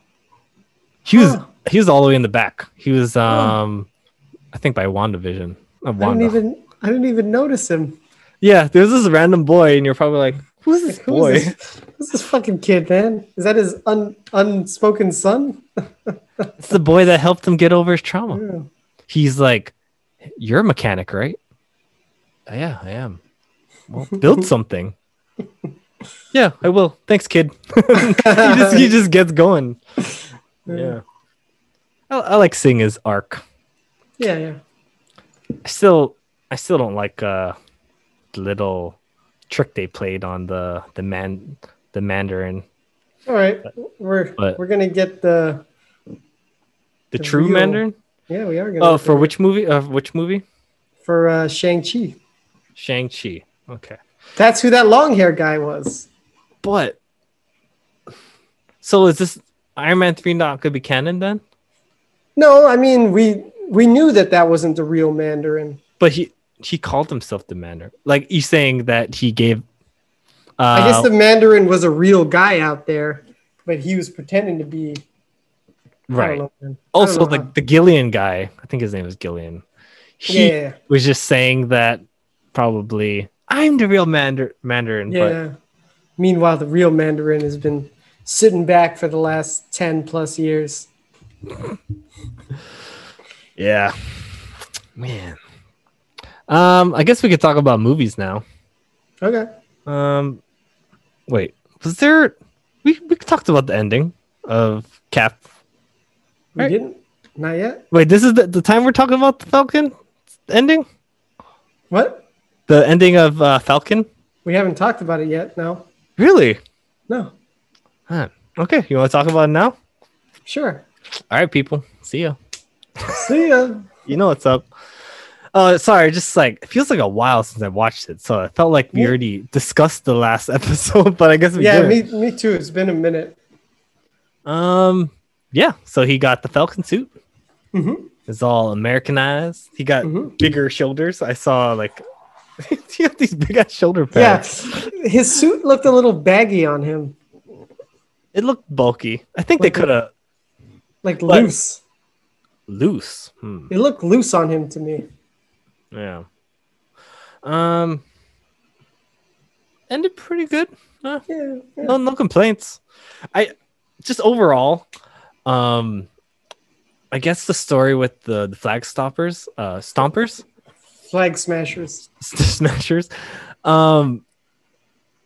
Speaker 1: He was he was all the way in the back. He was um I think by WandaVision. Uh,
Speaker 2: I didn't
Speaker 1: Wanda.
Speaker 2: even I didn't even notice him.
Speaker 1: Yeah, there's this random boy and you're probably like, Who's this
Speaker 2: Who
Speaker 1: boy?
Speaker 2: is this, who's this fucking kid, man? Is that his un, unspoken son?
Speaker 1: It's the boy that helped him get over his trauma.
Speaker 2: Yeah.
Speaker 1: He's like, You're a mechanic, right? "Oh, yeah, I am. Well, build something. yeah, I will. Thanks, kid. he just he just gets going. Yeah. I, I like seeing his arc.
Speaker 2: Yeah, yeah.
Speaker 1: I still I still don't like uh the little trick they played on the the man the Mandarin.
Speaker 2: All right, we're
Speaker 1: But-
Speaker 2: we're gonna get the
Speaker 1: The, true
Speaker 2: real-
Speaker 1: Mandarin?
Speaker 2: Yeah, we are gonna.
Speaker 1: Oh,
Speaker 2: get
Speaker 1: for
Speaker 2: the-
Speaker 1: which movie? Uh, which movie?
Speaker 2: for uh, Shang Chi.
Speaker 1: Shang Chi. Okay.
Speaker 2: That's who that long hair guy was.
Speaker 1: But so is this Iron Man 3 not gonna be canon then?
Speaker 2: No, I mean we we knew that that wasn't the real Mandarin.
Speaker 1: But he he called himself the Mandarin. Like you saying that he gave uh,
Speaker 2: I guess the Mandarin was a real guy out there, but he was pretending to be. I don't
Speaker 1: right.
Speaker 2: know, man. I don't
Speaker 1: also
Speaker 2: know
Speaker 1: the,
Speaker 2: how-
Speaker 1: the Gillian guy, I think his name is Gillian. he
Speaker 2: Yeah.
Speaker 1: was just saying that probably I'm the real Mandar- Mandarin,
Speaker 2: Yeah. Meanwhile, the real Mandarin has been sitting back for the last 10 plus years.
Speaker 1: but yeah, man. Um, I guess we could talk about movies now.
Speaker 2: Okay.
Speaker 1: Um, wait, was there? We we talked about the ending of Cap.
Speaker 2: We didn't? Not yet?
Speaker 1: Wait, this is the, the time we're talking about the Falcon ending.
Speaker 2: What?
Speaker 1: The ending of uh, Falcon.
Speaker 2: We haven't talked about it yet. No.
Speaker 1: Really?
Speaker 2: No.
Speaker 1: Huh. Okay, you want to talk about it now?
Speaker 2: Sure.
Speaker 1: All right, people. See ya.
Speaker 2: See ya.
Speaker 1: You know what's up. Oh, sorry. Just like it feels like a while since I watched it, so I felt like we
Speaker 2: Yeah.
Speaker 1: already discussed the last episode, but I guess we
Speaker 2: yeah,
Speaker 1: didn't.
Speaker 2: me, me too. It's been a minute.
Speaker 1: Um, yeah. So he got the Falcon suit.
Speaker 2: Mhm.
Speaker 1: It's all Americanized. He got
Speaker 2: Mm-hmm.
Speaker 1: bigger shoulders. I saw like he got these big ass shoulder
Speaker 2: Yeah.
Speaker 1: pads.
Speaker 2: His suit looked a little baggy on him,
Speaker 1: It looked bulky. I think they
Speaker 2: Like-
Speaker 1: could have
Speaker 2: like
Speaker 1: But-
Speaker 2: loose.
Speaker 1: loose. Hmm.
Speaker 2: It looked loose on him to me.
Speaker 1: Yeah. Um. Ended pretty good. Huh?
Speaker 2: Yeah, yeah.
Speaker 1: No, no complaints. I just overall, um, I guess the story with the the flag stoppers, uh, stompers,
Speaker 2: Flag smashers.
Speaker 1: smashers, um,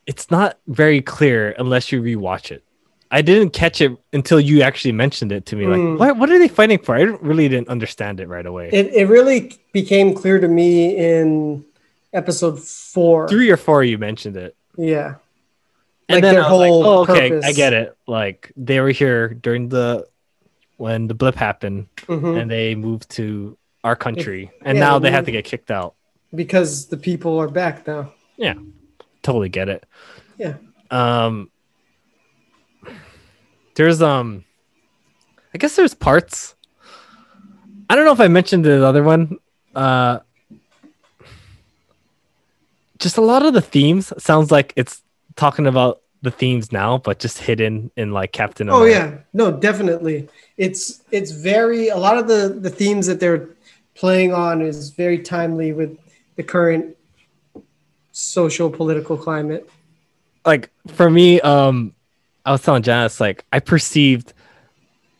Speaker 1: it's not very clear unless you rewatch it. I didn't catch it until you actually mentioned it to me. Like,
Speaker 2: Mm.
Speaker 1: what what are they fighting for? I didn't- really didn't understand it right away.
Speaker 2: It, it really became clear to me in episode four.
Speaker 1: Three or four, you mentioned it.
Speaker 2: Yeah.
Speaker 1: and
Speaker 2: Like
Speaker 1: then
Speaker 2: their
Speaker 1: I was like,
Speaker 2: whole
Speaker 1: oh, okay, I
Speaker 2: purpose.
Speaker 1: get it. Like they were here during the when the blip happened,
Speaker 2: Mhm.
Speaker 1: and they moved to our country,
Speaker 2: It-
Speaker 1: and
Speaker 2: yeah,
Speaker 1: now
Speaker 2: they
Speaker 1: they have
Speaker 2: moved-
Speaker 1: to get kicked out.
Speaker 2: Because the people are back now.
Speaker 1: Yeah, totally get it.
Speaker 2: Yeah.
Speaker 1: Um, there's um, I guess there's parts. I don't know if I mentioned the other one. Uh, just a lot of the themes sounds like it's talking about the themes now, but just hidden in like Captain.
Speaker 2: Oh
Speaker 1: America.
Speaker 2: yeah, no, definitely. It's it's very a lot of the the themes that they're playing on is very timely with the current social political climate.
Speaker 1: like for me, um, I was telling Janice like I perceived,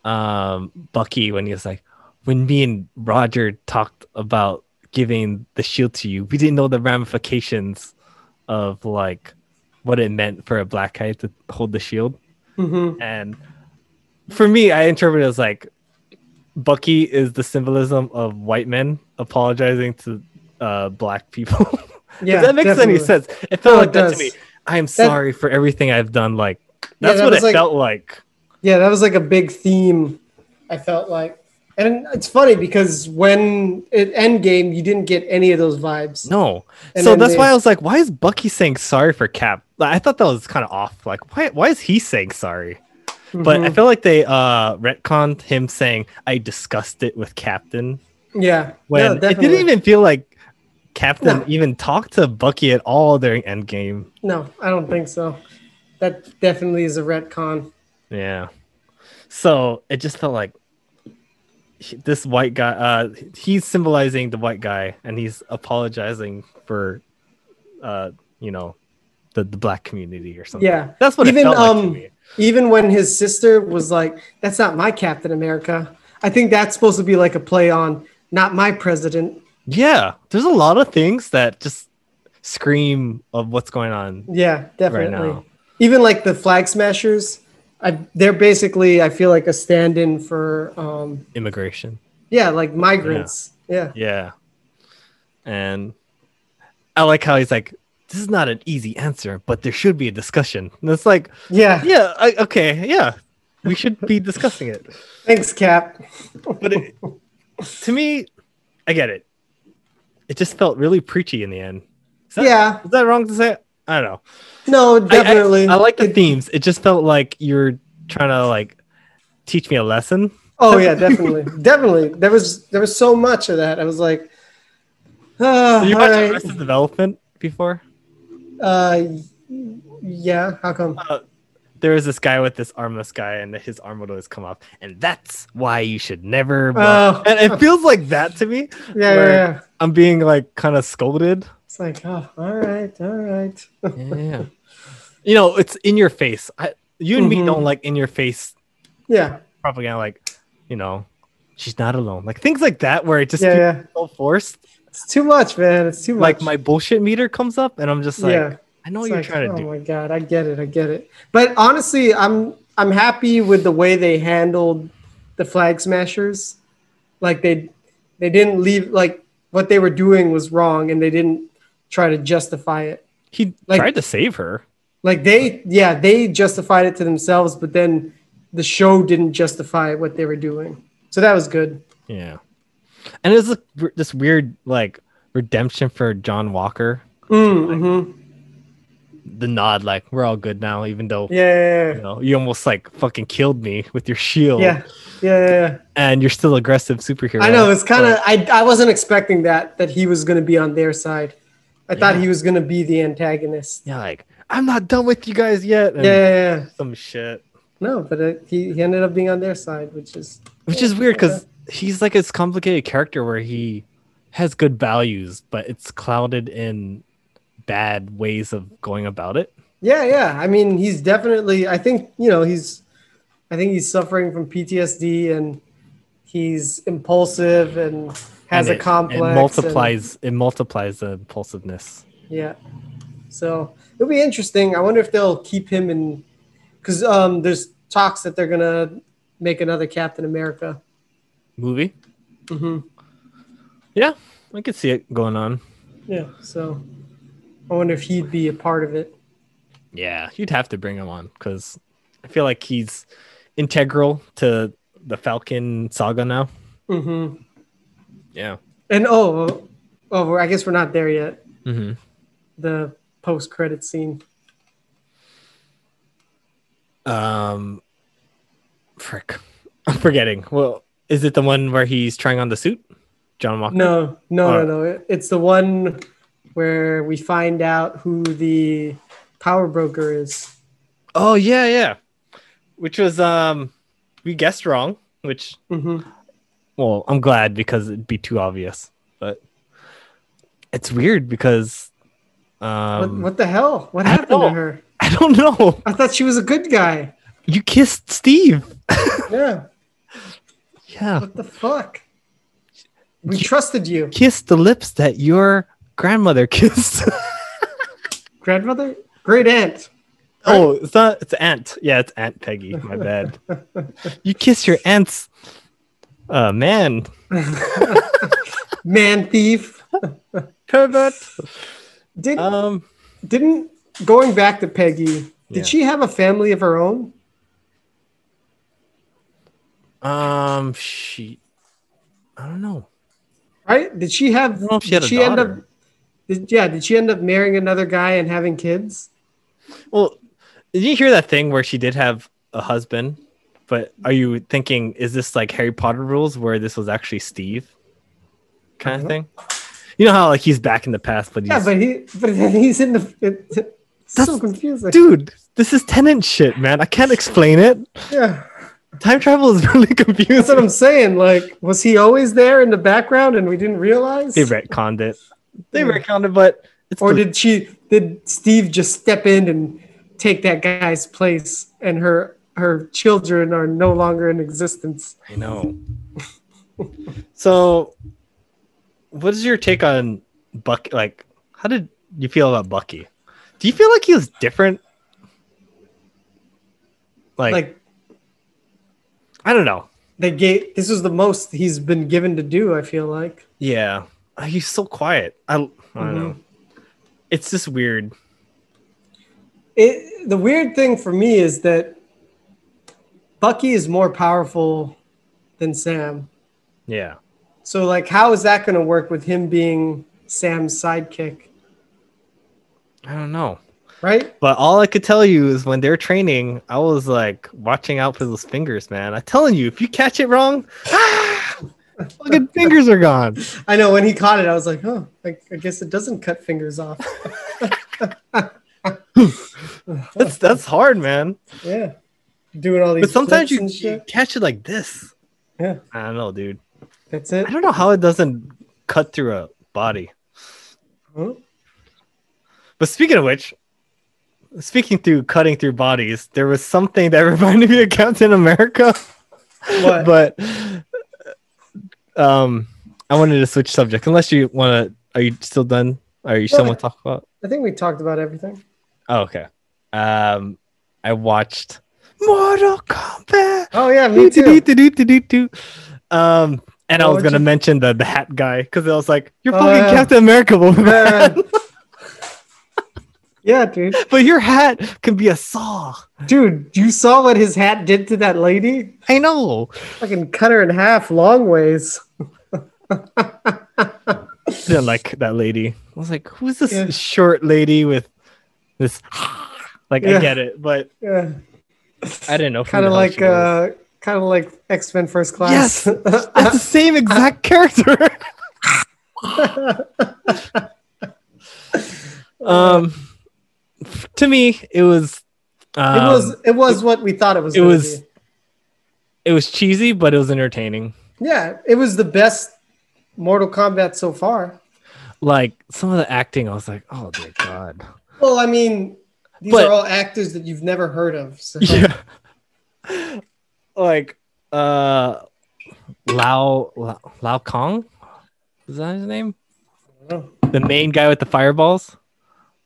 Speaker 1: um, Bucky when he was like, when me and Roger talked about giving the shield to you, we didn't know the ramifications of like what it meant for a black guy to hold the shield,
Speaker 2: Mhm.
Speaker 1: and for me, I interpreted it as like Bucky is the symbolism of white men apologizing to uh, black people.
Speaker 2: Yeah,
Speaker 1: if that makes
Speaker 2: definitely.
Speaker 1: any sense. It felt
Speaker 2: No,
Speaker 1: like
Speaker 2: it
Speaker 1: that to
Speaker 2: does.
Speaker 1: me. I am
Speaker 2: That-
Speaker 1: sorry for everything I've done. Like that's
Speaker 2: that
Speaker 1: what it
Speaker 2: was like-
Speaker 1: felt like.
Speaker 2: Yeah, that was like a big theme. I felt like, and it's funny because when at Endgame, you didn't get any of those vibes.
Speaker 1: No,
Speaker 2: And
Speaker 1: so
Speaker 2: then
Speaker 1: that's
Speaker 2: they-
Speaker 1: why I was like, why is Bucky saying sorry for Cap? Like, I thought that was kind of off. Like why? Why is he saying sorry? But I
Speaker 2: Mhm.
Speaker 1: feel like they uh retconned him saying I discussed it with Captain
Speaker 2: Yeah, no,
Speaker 1: when it
Speaker 2: definitely.
Speaker 1: didn't even feel like Captain even talked to Bucky at all during Endgame.
Speaker 2: No, I don't think so. That definitely is a retcon.
Speaker 1: Yeah. So it just felt like he- this white guy, uh, he's symbolizing the white guy and he's apologizing for, uh, you know, the, the black community or something.
Speaker 2: Yeah,
Speaker 1: That's what
Speaker 2: even
Speaker 1: it felt like
Speaker 2: um
Speaker 1: to me.
Speaker 2: even when his sister was like, "That's not my Captain America." I think that's supposed to be like a play on "Not my president."
Speaker 1: Yeah. There's a lot of things that just scream of what's going on.
Speaker 2: Yeah, definitely.
Speaker 1: now.
Speaker 2: even like the flag smashers, I, they're basically I feel like a stand-in for um
Speaker 1: Immigration.
Speaker 2: yeah like migrants. Yeah,
Speaker 1: Yeah. And I like how he's like, this is not an easy answer, but there should be a discussion. And it's like,
Speaker 2: yeah,
Speaker 1: yeah, I, okay, yeah, we should be discussing it.
Speaker 2: Thanks, Cap.
Speaker 1: But it, to me, I get it. It just felt really preachy in the end. Is that,
Speaker 2: Yeah.
Speaker 1: is that wrong to say? I don't know.
Speaker 2: No,
Speaker 1: I- I-
Speaker 2: definitely.
Speaker 1: I, like the themes. It just felt like you're trying to like teach me a lesson.
Speaker 2: Oh yeah, definitely, definitely. There was there was so much of that. I was like, uh,
Speaker 1: Did you
Speaker 2: all
Speaker 1: watch
Speaker 2: right.
Speaker 1: Arrested Development before?
Speaker 2: Uh, yeah. How come?
Speaker 1: there is this guy with this armless guy, and his arm would always come off, and that's why you should never.
Speaker 2: Oh.
Speaker 1: and it feels like that to me.
Speaker 2: Yeah,
Speaker 1: where
Speaker 2: yeah, yeah.
Speaker 1: I'm being like kind of scolded.
Speaker 2: It's like, oh, all right, all right.
Speaker 1: yeah. You know, it's in your face. I, you and me
Speaker 2: Mhm.
Speaker 1: don't like in your face
Speaker 2: Yeah.
Speaker 1: propaganda, like you know, she's not alone, like things like that, where it just
Speaker 2: Yeah,
Speaker 1: feels
Speaker 2: yeah.
Speaker 1: so forced.
Speaker 2: It's too much, man. It's too much.
Speaker 1: Like my bullshit meter comes up, and I'm just like, I know what you're trying to
Speaker 2: oh
Speaker 1: do.
Speaker 2: my god, I get it, I get it. But honestly, I'm I'm happy with the way they handled the flag smashers. Like they they didn't leave like what they were doing was wrong, and they didn't try to justify it.
Speaker 1: He
Speaker 2: like,
Speaker 1: tried to save her.
Speaker 2: like they yeah they justified it to themselves, but then the show didn't justify what they were doing. So that was good.
Speaker 1: Yeah, and it's like, w- this weird like redemption for John Walker.
Speaker 2: Mm, hmm
Speaker 1: The nod, like we're all good now, even though
Speaker 2: Yeah, yeah, yeah.
Speaker 1: you know you almost like fucking killed me with your shield.
Speaker 2: Yeah, yeah, yeah, yeah.
Speaker 1: and you're still aggressive superhero.
Speaker 2: I know it's kind of
Speaker 1: but-
Speaker 2: I, I wasn't expecting that that he was going to be on their side. I thought he was going to be the antagonist.
Speaker 1: Yeah, like I'm not done with you guys yet.
Speaker 2: yeah,
Speaker 1: and
Speaker 2: yeah, yeah.
Speaker 1: some shit,
Speaker 2: no, but uh he, he ended up being on their side, which is
Speaker 1: which is weird because he's like this complicated character where he has good values, but it's clouded in bad ways of going about it.
Speaker 2: yeah, yeah. I mean, he's definitely. I think you know he's. I think he's suffering from PTSD and he's impulsive and has
Speaker 1: And
Speaker 2: a
Speaker 1: it-
Speaker 2: complex.
Speaker 1: It
Speaker 2: and-
Speaker 1: multiplies. It multiplies the impulsiveness.
Speaker 2: Yeah. So it'll be interesting. I wonder if they'll keep him in because um, there's talks that they're gonna make another Captain America.
Speaker 1: movie.
Speaker 2: hmm
Speaker 1: Yeah, I could see it going on.
Speaker 2: Yeah. So I wonder if he'd be a part of it.
Speaker 1: Yeah, you'd have to bring him on because I feel like he's integral to the Falcon saga now.
Speaker 2: hmm
Speaker 1: Yeah.
Speaker 2: And oh, oh, I guess we're not there yet.
Speaker 1: hmm
Speaker 2: The post credit scene.
Speaker 1: Um, frick, I'm forgetting. Well, is it the one where he's trying on the suit, John Walker?
Speaker 2: No, no,
Speaker 1: Or-
Speaker 2: no, no. It- It's the one where we find out who the power broker is.
Speaker 1: Oh yeah, yeah. Which was um, we guessed wrong. Which
Speaker 2: hmm
Speaker 1: well, I'm glad because it'd be too obvious. But it's weird because um,
Speaker 2: what, what the hell? What
Speaker 1: I
Speaker 2: happened to
Speaker 1: don't-
Speaker 2: her?
Speaker 1: I don't know.
Speaker 2: I thought she was a good guy.
Speaker 1: You kissed Steve.
Speaker 2: Yeah.
Speaker 1: Yeah.
Speaker 2: What the fuck? We trusted you.
Speaker 1: Kiss the lips that your grandmother kissed.
Speaker 2: Grandmother? Great aunt.
Speaker 1: oh, it's not. It's aunt. Yeah, it's Aunt Peggy. My bad. you kiss your aunt's uh, man.
Speaker 2: Man thief.
Speaker 1: Herbert.
Speaker 2: Did
Speaker 1: um
Speaker 2: didn't going back to Peggy, did
Speaker 1: Yeah.
Speaker 2: she have a family of her own?
Speaker 1: Um, she. I don't know.
Speaker 2: Right? Did she have
Speaker 1: know if she had
Speaker 2: did
Speaker 1: a daughter.
Speaker 2: did, yeah, did she end up marrying another guy and having kids?
Speaker 1: Well, did you hear that thing where she did have a husband? But are you thinking is this like Harry Potter rules where this was actually Steve, kind of thing? You know how like he's back in the past, Uh-huh. but he's,
Speaker 2: Yeah, but he but then he's in the it, it's so confusing.
Speaker 1: dude, this is tenant shit, man. I can't explain it.
Speaker 2: Yeah.
Speaker 1: Time travel is really confusing.
Speaker 2: That's what I'm saying. Like, was he always there in the background and we didn't realize?
Speaker 1: They retconned it. They
Speaker 2: Yeah.
Speaker 1: retconned it, but it's
Speaker 2: or did she did steve just step in and take that guy's place and her her children are no longer in existence
Speaker 1: I know. so, what is your take on Bucky? Like, how did you feel about Bucky? Do you feel like he was different? Like,
Speaker 2: like,
Speaker 1: I don't know.
Speaker 2: they gave this was the most he's been given to do i feel like
Speaker 1: Yeah, he's so quiet. I, I don't know. It's just weird.
Speaker 2: it the weird thing for me is that bucky is more powerful than sam
Speaker 1: Yeah,
Speaker 2: so like how is that going to work with him being sam's sidekick
Speaker 1: I don't know.
Speaker 2: right
Speaker 1: But all I could tell you is when they're training, I was like watching out for those fingers, man. I'm telling you, if you catch it wrong, ah, fucking fingers are gone.
Speaker 2: i know when he caught it i was like oh i, I guess it doesn't cut fingers off
Speaker 1: That's that's hard, man.
Speaker 2: Yeah, doing all these.
Speaker 1: But sometimes
Speaker 2: flips
Speaker 1: you,
Speaker 2: and
Speaker 1: you
Speaker 2: shit.
Speaker 1: catch it like this.
Speaker 2: Yeah.
Speaker 1: I don't know, dude.
Speaker 2: That's it.
Speaker 1: I don't know how it doesn't cut through a body.
Speaker 2: Huh?
Speaker 1: But speaking of which, speaking through cutting through bodies, there was something that reminded me of Captain America.
Speaker 2: What?
Speaker 1: but um, I wanted to switch subject. Unless you want to, are you still done? Are
Speaker 2: Oh,
Speaker 1: you still want to talk about?
Speaker 2: I think we talked about everything.
Speaker 1: Oh, okay. Um, I watched Mortal Kombat.
Speaker 2: Oh yeah, me too.
Speaker 1: Do-do-do-do-do-do. Um, and I
Speaker 2: What
Speaker 1: was
Speaker 2: would
Speaker 1: gonna
Speaker 2: you-
Speaker 1: mention the, the hat guy because I was like, "You're
Speaker 2: Oh,
Speaker 1: fucking
Speaker 2: yeah.
Speaker 1: Captain America, woman."
Speaker 2: Man. yeah, dude.
Speaker 1: But your hat can be a saw.
Speaker 2: Dude, you saw what his hat did to that lady?
Speaker 1: I know.
Speaker 2: Fucking cut her in half long ways.
Speaker 1: Didn't like that lady. I was like, "Who's this short lady with this?" like, I
Speaker 2: Yeah.
Speaker 1: get it, but
Speaker 2: Yeah.
Speaker 1: I didn't know. who
Speaker 2: Kind
Speaker 1: the hell
Speaker 2: of like
Speaker 1: she was.
Speaker 2: uh kind of like X-Men first class.
Speaker 1: Yes, that's the same exact character. um, to me, it was. Um,
Speaker 2: it was it was what we thought it was.
Speaker 1: It
Speaker 2: gonna
Speaker 1: was.
Speaker 2: be.
Speaker 1: It was cheesy, but it was entertaining.
Speaker 2: Yeah, it was the best Mortal Kombat so far.
Speaker 1: Like some of the acting, I was like, "Oh dear God!"
Speaker 2: Well, I mean, these
Speaker 1: But-
Speaker 2: are all actors that you've never heard of. So.
Speaker 1: Yeah. Like, uh, Lao Lao, Lao Kong, was that his name? The main guy with the fireballs.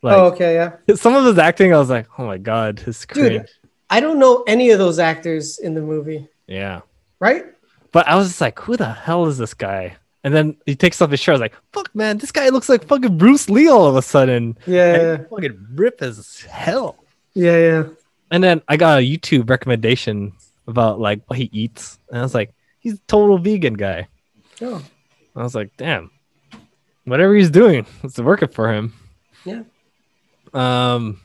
Speaker 1: Like,
Speaker 2: oh, okay, yeah.
Speaker 1: some of his acting, I was like, "Oh my God, his cringe."
Speaker 2: Dude, I don't know any of those actors in the movie,
Speaker 1: Yeah.
Speaker 2: right?
Speaker 1: But I was just like, who the hell is this guy? And then he takes off his shirt. I was like, fuck, man, this guy looks like fucking Bruce Lee all of a sudden.
Speaker 2: Yeah,
Speaker 1: And
Speaker 2: yeah.
Speaker 1: he fucking rip as hell.
Speaker 2: Yeah, yeah.
Speaker 1: And then I got a YouTube recommendation about like what he eats. And I was like, he's a total vegan guy.
Speaker 2: Oh,
Speaker 1: I was like, damn, whatever he's doing, it's working for him.
Speaker 2: yeah.
Speaker 1: Um,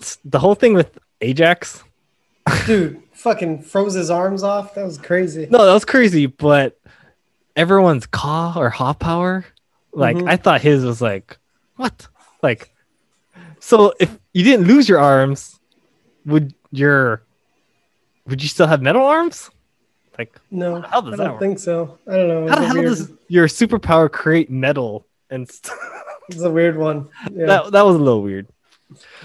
Speaker 1: s- the whole thing with Ajax,
Speaker 2: Dude, fucking froze his arms off. That was crazy.
Speaker 1: No, that was crazy, but everyone's caw or haw power, like
Speaker 2: Mhm.
Speaker 1: I thought his was like what? Like so if you didn't lose your arms, would your would you still have metal arms? Like
Speaker 2: No,
Speaker 1: hell does
Speaker 2: I
Speaker 1: that
Speaker 2: don't
Speaker 1: work?
Speaker 2: think so. I don't know. It
Speaker 1: how the
Speaker 2: was a
Speaker 1: hell
Speaker 2: weird-
Speaker 1: does your superpower create metal and st-
Speaker 2: It's a weird one. Yeah.
Speaker 1: that that was a little weird.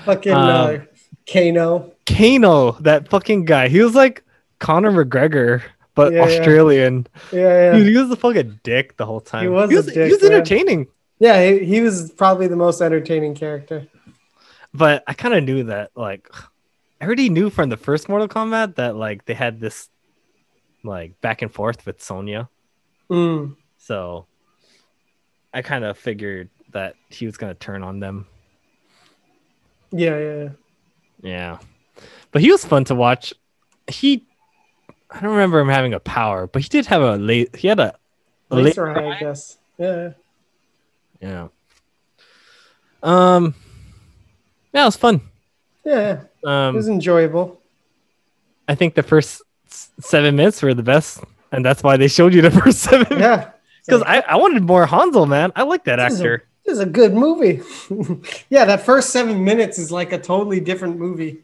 Speaker 2: fucking uh,
Speaker 1: um,
Speaker 2: Kano.
Speaker 1: Kano, that fucking guy, he was like Conor McGregor, but
Speaker 2: Yeah, yeah.
Speaker 1: Australian.
Speaker 2: Yeah,
Speaker 1: Dude,
Speaker 2: yeah.
Speaker 1: he was a fucking dick the whole time.
Speaker 2: He was,
Speaker 1: he was,
Speaker 2: a dick,
Speaker 1: he was
Speaker 2: man.
Speaker 1: entertaining.
Speaker 2: Yeah, he, he was probably the most entertaining character.
Speaker 1: but I kind of knew that like I already knew from the first Mortal Kombat that like they had this like back and forth with Sonya.
Speaker 2: Mm.
Speaker 1: So I kind of figured that he was going to turn on them.
Speaker 2: Yeah, yeah, yeah.
Speaker 1: Yeah. But he was fun to watch. He I don't remember him having a power, but he did have a late he had a, a
Speaker 2: Laser
Speaker 1: laser-
Speaker 2: eye, I guess. Yeah.
Speaker 1: Yeah. Um yeah, it was fun.
Speaker 2: Yeah. yeah.
Speaker 1: Um
Speaker 2: it was enjoyable.
Speaker 1: I think the first s- seven minutes were the best, and that's why they showed you the first seven.
Speaker 2: Yeah,
Speaker 1: because I, I wanted more Hanzo, man. I like that
Speaker 2: This is a-
Speaker 1: actor.
Speaker 2: This is a good movie. yeah, that first seven minutes is like a totally different movie.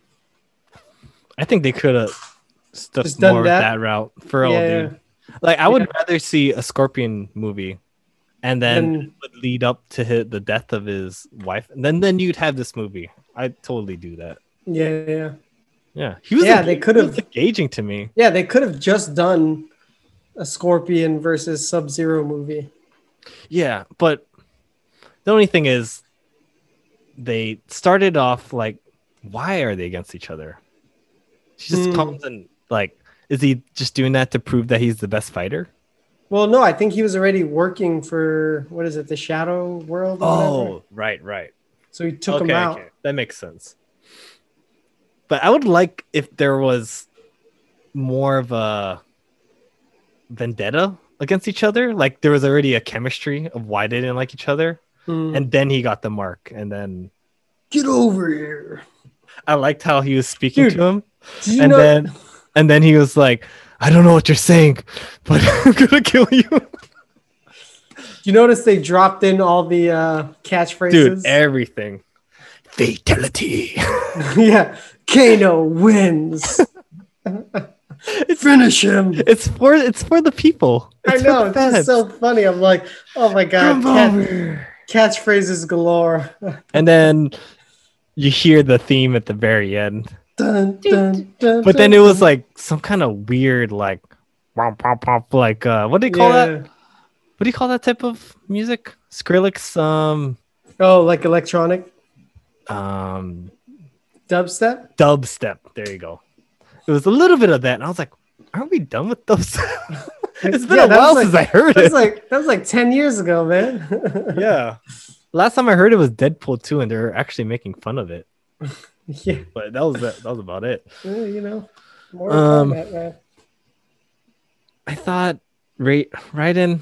Speaker 1: I think they could have stuck
Speaker 2: Just done
Speaker 1: more
Speaker 2: that?
Speaker 1: that. that route for all,
Speaker 2: Yeah.
Speaker 1: dude. Like I would rather see a Scorpion movie, and then
Speaker 2: Then-
Speaker 1: it would lead up to hit the death of his wife, and then then you'd have this movie. I'd totally do that.
Speaker 2: Yeah, yeah, yeah.
Speaker 1: Yeah, he was.
Speaker 2: Yeah,
Speaker 1: enga-
Speaker 2: they could
Speaker 1: he was
Speaker 2: have-
Speaker 1: engaging to me.
Speaker 2: Yeah, they could have just done a Scorpion versus Sub Zero movie.
Speaker 1: Yeah, but the only thing is, they started off like, why are they against each other? She just
Speaker 2: Hmm.
Speaker 1: comes and like, is he just doing that to prove that he's the best fighter?
Speaker 2: Well, no, I think he was already working for what is it, the Shadow World? Or whatever.
Speaker 1: Oh, right, right.
Speaker 2: so he took him
Speaker 1: Okay,
Speaker 2: out.
Speaker 1: okay, That makes sense. But I would like if there was more of a vendetta against each other. Like there was already a chemistry of why they didn't like each other,
Speaker 2: Hmm.
Speaker 1: and then he got the mark, and then
Speaker 2: Get over here.
Speaker 1: I liked how he was speaking
Speaker 2: Dude,
Speaker 1: to him,
Speaker 2: did you
Speaker 1: and
Speaker 2: know-
Speaker 1: then and then he was like, "I don't know what you're saying, but I'm gonna kill you,
Speaker 2: You notice they dropped in all the uh, catchphrases.
Speaker 1: dude." Everything. fatality.
Speaker 2: yeah, Kano wins. Finish him.
Speaker 1: It's for it's for the people.
Speaker 2: I
Speaker 1: It's for
Speaker 2: know
Speaker 1: the
Speaker 2: it's just
Speaker 1: fans.
Speaker 2: so funny. I'm like, oh my god,
Speaker 1: Come
Speaker 2: cat, catchphrases galore.
Speaker 1: And then you hear the theme at the very end.
Speaker 2: Dun, dun, dun,
Speaker 1: But then
Speaker 2: dun.
Speaker 1: it was like some kind of weird like womp, womp, womp, like uh what do you call
Speaker 2: Yeah.
Speaker 1: that? What do you call that type of music? Skrillex um
Speaker 2: oh like electronic
Speaker 1: um
Speaker 2: dubstep.
Speaker 1: dubstep. There you go. It was a little bit of that and I was like, aren't we done with dubstep? it's been
Speaker 2: Yeah,
Speaker 1: a
Speaker 2: that was
Speaker 1: while
Speaker 2: like-
Speaker 1: since I heard
Speaker 2: that
Speaker 1: it.
Speaker 2: was like that was like ten years ago, man.
Speaker 1: yeah. Last time I heard it was Deadpool 2 and they were actually making fun of it.
Speaker 2: yeah.
Speaker 1: But that was that was about it.
Speaker 2: Yeah, you know, more
Speaker 1: Um,
Speaker 2: combat, man.
Speaker 1: I thought right Raiden.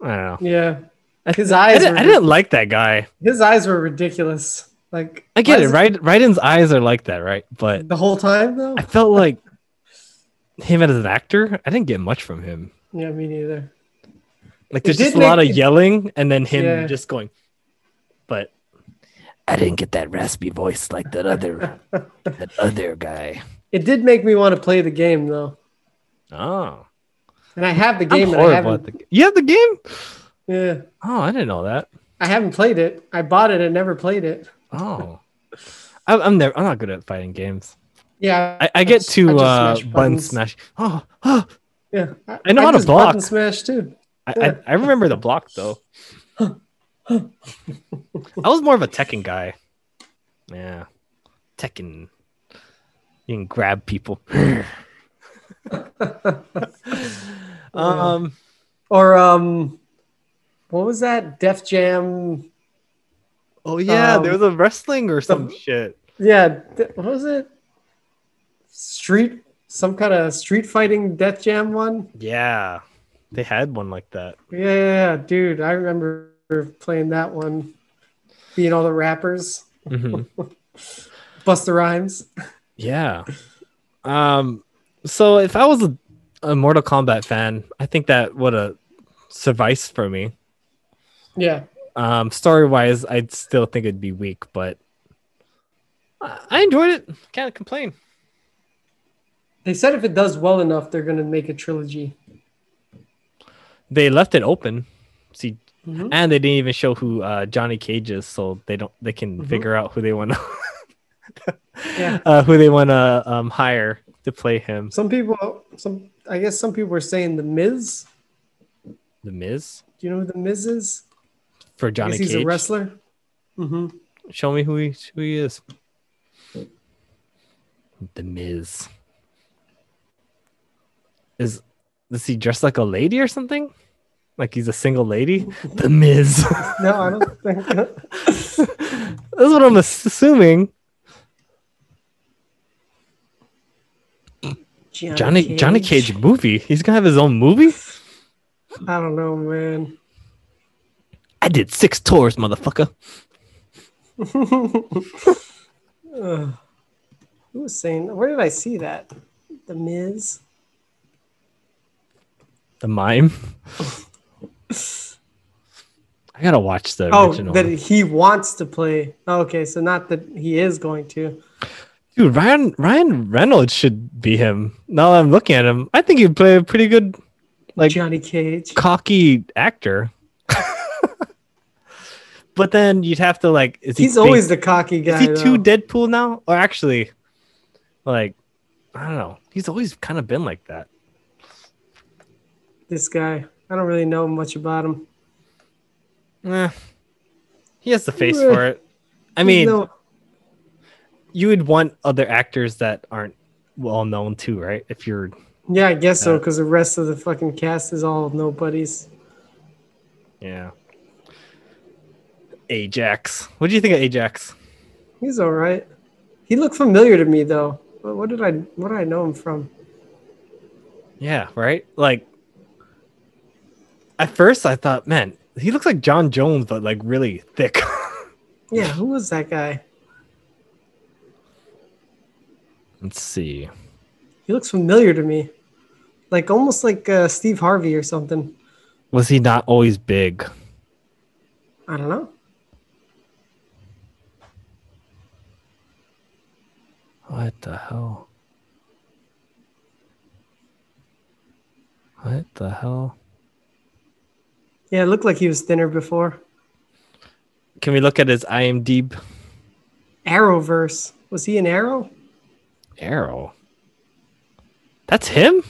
Speaker 1: I don't know.
Speaker 2: Yeah,
Speaker 1: I,
Speaker 2: his
Speaker 1: I
Speaker 2: eyes.
Speaker 1: didn't,
Speaker 2: were,
Speaker 1: I didn't like that guy.
Speaker 2: His eyes were ridiculous. Like
Speaker 1: I get
Speaker 2: why
Speaker 1: it.
Speaker 2: is
Speaker 1: Right, Raiden's eyes are like that, right? But
Speaker 2: The whole time though.
Speaker 1: I felt like him as an actor, I didn't get much from him.
Speaker 2: Yeah, me neither.
Speaker 1: Like
Speaker 2: It
Speaker 1: there's just
Speaker 2: did
Speaker 1: a lot of
Speaker 2: make-
Speaker 1: yelling and then him
Speaker 2: Yeah.
Speaker 1: just going. But I didn't get that raspy voice like that other that other guy.
Speaker 2: It did make me want to play the game though,
Speaker 1: Oh,
Speaker 2: and I have the
Speaker 1: I'm
Speaker 2: game. and I
Speaker 1: horrible
Speaker 2: haven't.
Speaker 1: at the, you have the game?
Speaker 2: Yeah,
Speaker 1: Oh, I didn't know that.
Speaker 2: I haven't played it. I bought it and never played it.
Speaker 1: Oh, I, I'm never. I'm not good at fighting games.
Speaker 2: Yeah,
Speaker 1: I, I get
Speaker 2: just-
Speaker 1: to uh,
Speaker 2: just smash
Speaker 1: button
Speaker 2: buttons.
Speaker 1: smash. Oh, oh.
Speaker 2: Yeah,
Speaker 1: I know how to
Speaker 2: just
Speaker 1: block.
Speaker 2: button smash too.
Speaker 1: I,
Speaker 2: Yeah.
Speaker 1: I, I remember the block though. I was more of a Tekken guy. Yeah, Tekken. You can grab people. um,
Speaker 2: or um, what was that? Def Jam.
Speaker 1: oh yeah,
Speaker 2: Um,
Speaker 1: there was a wrestling or some shit.
Speaker 2: Yeah, th- what was it? Street, some kind of street fighting Death Jam one.
Speaker 1: Yeah, they had one like that.
Speaker 2: Yeah, yeah, yeah, dude, I remember playing that one. Being all the rappers,
Speaker 1: Mhm.
Speaker 2: Busta Rhymes.
Speaker 1: Yeah. Um. So if I was a, a Mortal Kombat fan, I think that would have sufficed for me.
Speaker 2: Yeah,
Speaker 1: Um, story wise, I'd still think it'd be weak, but I I enjoyed it. Can't complain.
Speaker 2: they said if it does well enough, they're gonna make a trilogy.
Speaker 1: They left it open. See,
Speaker 2: Mhm.
Speaker 1: and they didn't even show who uh, Johnny Cage is, so they don't. They can
Speaker 2: Mhm.
Speaker 1: figure out who they want to.
Speaker 2: Yeah.
Speaker 1: Uh, who they want to um, hire to play him?
Speaker 2: Some people, some I guess some people were saying the Miz.
Speaker 1: The Miz
Speaker 2: Do you know who the Miz is?
Speaker 1: for
Speaker 2: I guess
Speaker 1: Johnny
Speaker 2: he's
Speaker 1: Cage.
Speaker 2: a wrestler. Mm-hmm.
Speaker 1: Show me who he who he is. The Miz. Is does he dress like a lady or something? Like he's a single lady? The Miz.
Speaker 2: No, I don't think.
Speaker 1: That's what I'm ass- assuming. Johnny Johnny Cage movie. He's gonna have his own movie.
Speaker 2: I don't know, man.
Speaker 1: I did six tours, motherfucker.
Speaker 2: Ugh. Who was saying? Where did I see that? The Miz.
Speaker 1: The mime. I gotta watch the
Speaker 2: Oh,
Speaker 1: original.
Speaker 2: that he wants to play. Oh, okay, so not that he is going to.
Speaker 1: Dude, Ryan Ryan Reynolds should be him. Now that I'm looking at him, I think he'd play a pretty good, like
Speaker 2: Johnny Cage,
Speaker 1: cocky actor. but then you'd have to like, is he
Speaker 2: He's always
Speaker 1: big-
Speaker 2: the cocky guy.
Speaker 1: Is he too
Speaker 2: though.
Speaker 1: Deadpool now, or actually, like, I don't know. He's always kind of been like that.
Speaker 2: this guy. I don't really know much about him.
Speaker 1: Eh, he has the face
Speaker 2: Eh,
Speaker 1: for it. I
Speaker 2: he's
Speaker 1: mean,
Speaker 2: no-
Speaker 1: you would want other actors that aren't well known too, right? If you're
Speaker 2: yeah, I guess so
Speaker 1: uh,
Speaker 2: because the rest of the fucking cast is all nobodies.
Speaker 1: Yeah. Ajax. What do you think of Ajax?
Speaker 2: He's all right. He looked familiar to me though. What, what did I? What did I know him from?
Speaker 1: Yeah, right? Like at first I thought, man, he looks like John Jones, but like really thick.
Speaker 2: Yeah, who was that guy?
Speaker 1: Let's see.
Speaker 2: He looks familiar to me, like almost like uh, Steve Harvey or something.
Speaker 1: Was he not always big?
Speaker 2: I don't know.
Speaker 1: What the hell? What the hell?
Speaker 2: Yeah, it looked like he was thinner before.
Speaker 1: Can we look at his IMDb?
Speaker 2: Arrowverse. Was he an arrow?
Speaker 1: Arrow. That's him?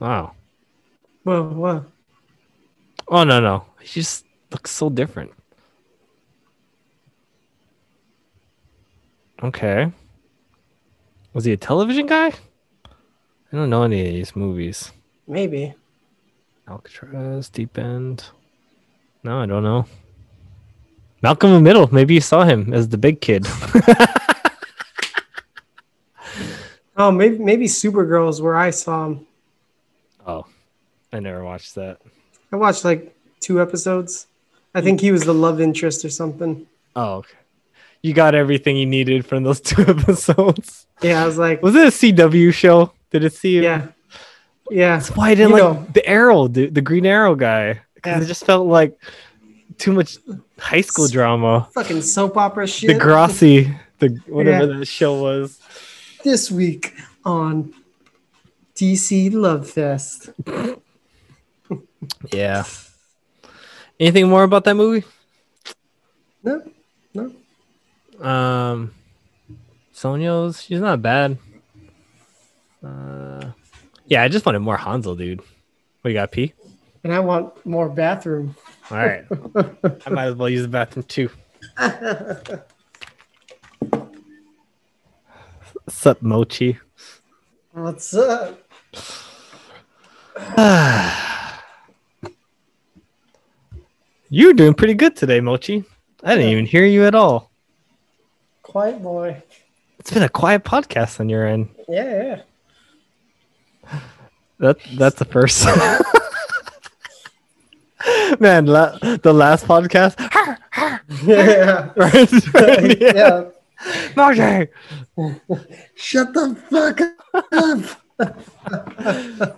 Speaker 1: Wow.
Speaker 2: Whoa, whoa.
Speaker 1: Oh no no. He just looks so different. Okay. Was he a television guy? I don't know any of these movies.
Speaker 2: Maybe.
Speaker 1: Alcatraz, Deep End. No, I don't know. Malcolm in the Middle. Maybe you saw him as the big kid.
Speaker 2: Oh, maybe maybe Supergirl is where I saw him.
Speaker 1: Oh, I never watched that.
Speaker 2: I watched like two episodes. I think he was the love interest or something.
Speaker 1: Oh, okay. You got everything you needed from those two episodes.
Speaker 2: Yeah, I was like,
Speaker 1: was it a CW show? Did it see? Him?
Speaker 2: Yeah, yeah.
Speaker 1: That's why I didn't you like know. the Arrow, dude, the Green Arrow guy, because yeah. it just felt like too much high school drama.
Speaker 2: Fucking soap opera shit.
Speaker 1: The Grassi, the whatever yeah. that show was
Speaker 2: this week on DC Love Fest.
Speaker 1: yeah. Anything more about that movie?
Speaker 2: No, no.
Speaker 1: Um, Sonyo's she's not bad. Uh, yeah, I just wanted more Hansel, dude. What you got, P?
Speaker 2: And I want more bathroom.
Speaker 1: All right, I might as well use the bathroom too. What's up, Mochi?
Speaker 2: What's up?
Speaker 1: You're doing pretty good today, Mochi. I didn't yeah. even hear you at all.
Speaker 2: Quiet boy.
Speaker 1: It's been a quiet podcast on your end.
Speaker 2: Yeah,
Speaker 1: yeah. That that's the first. Man, la- the last podcast.
Speaker 2: yeah.
Speaker 1: Right, right,
Speaker 2: yeah. yeah.
Speaker 1: Marjorie!
Speaker 2: Shut the fuck
Speaker 1: up!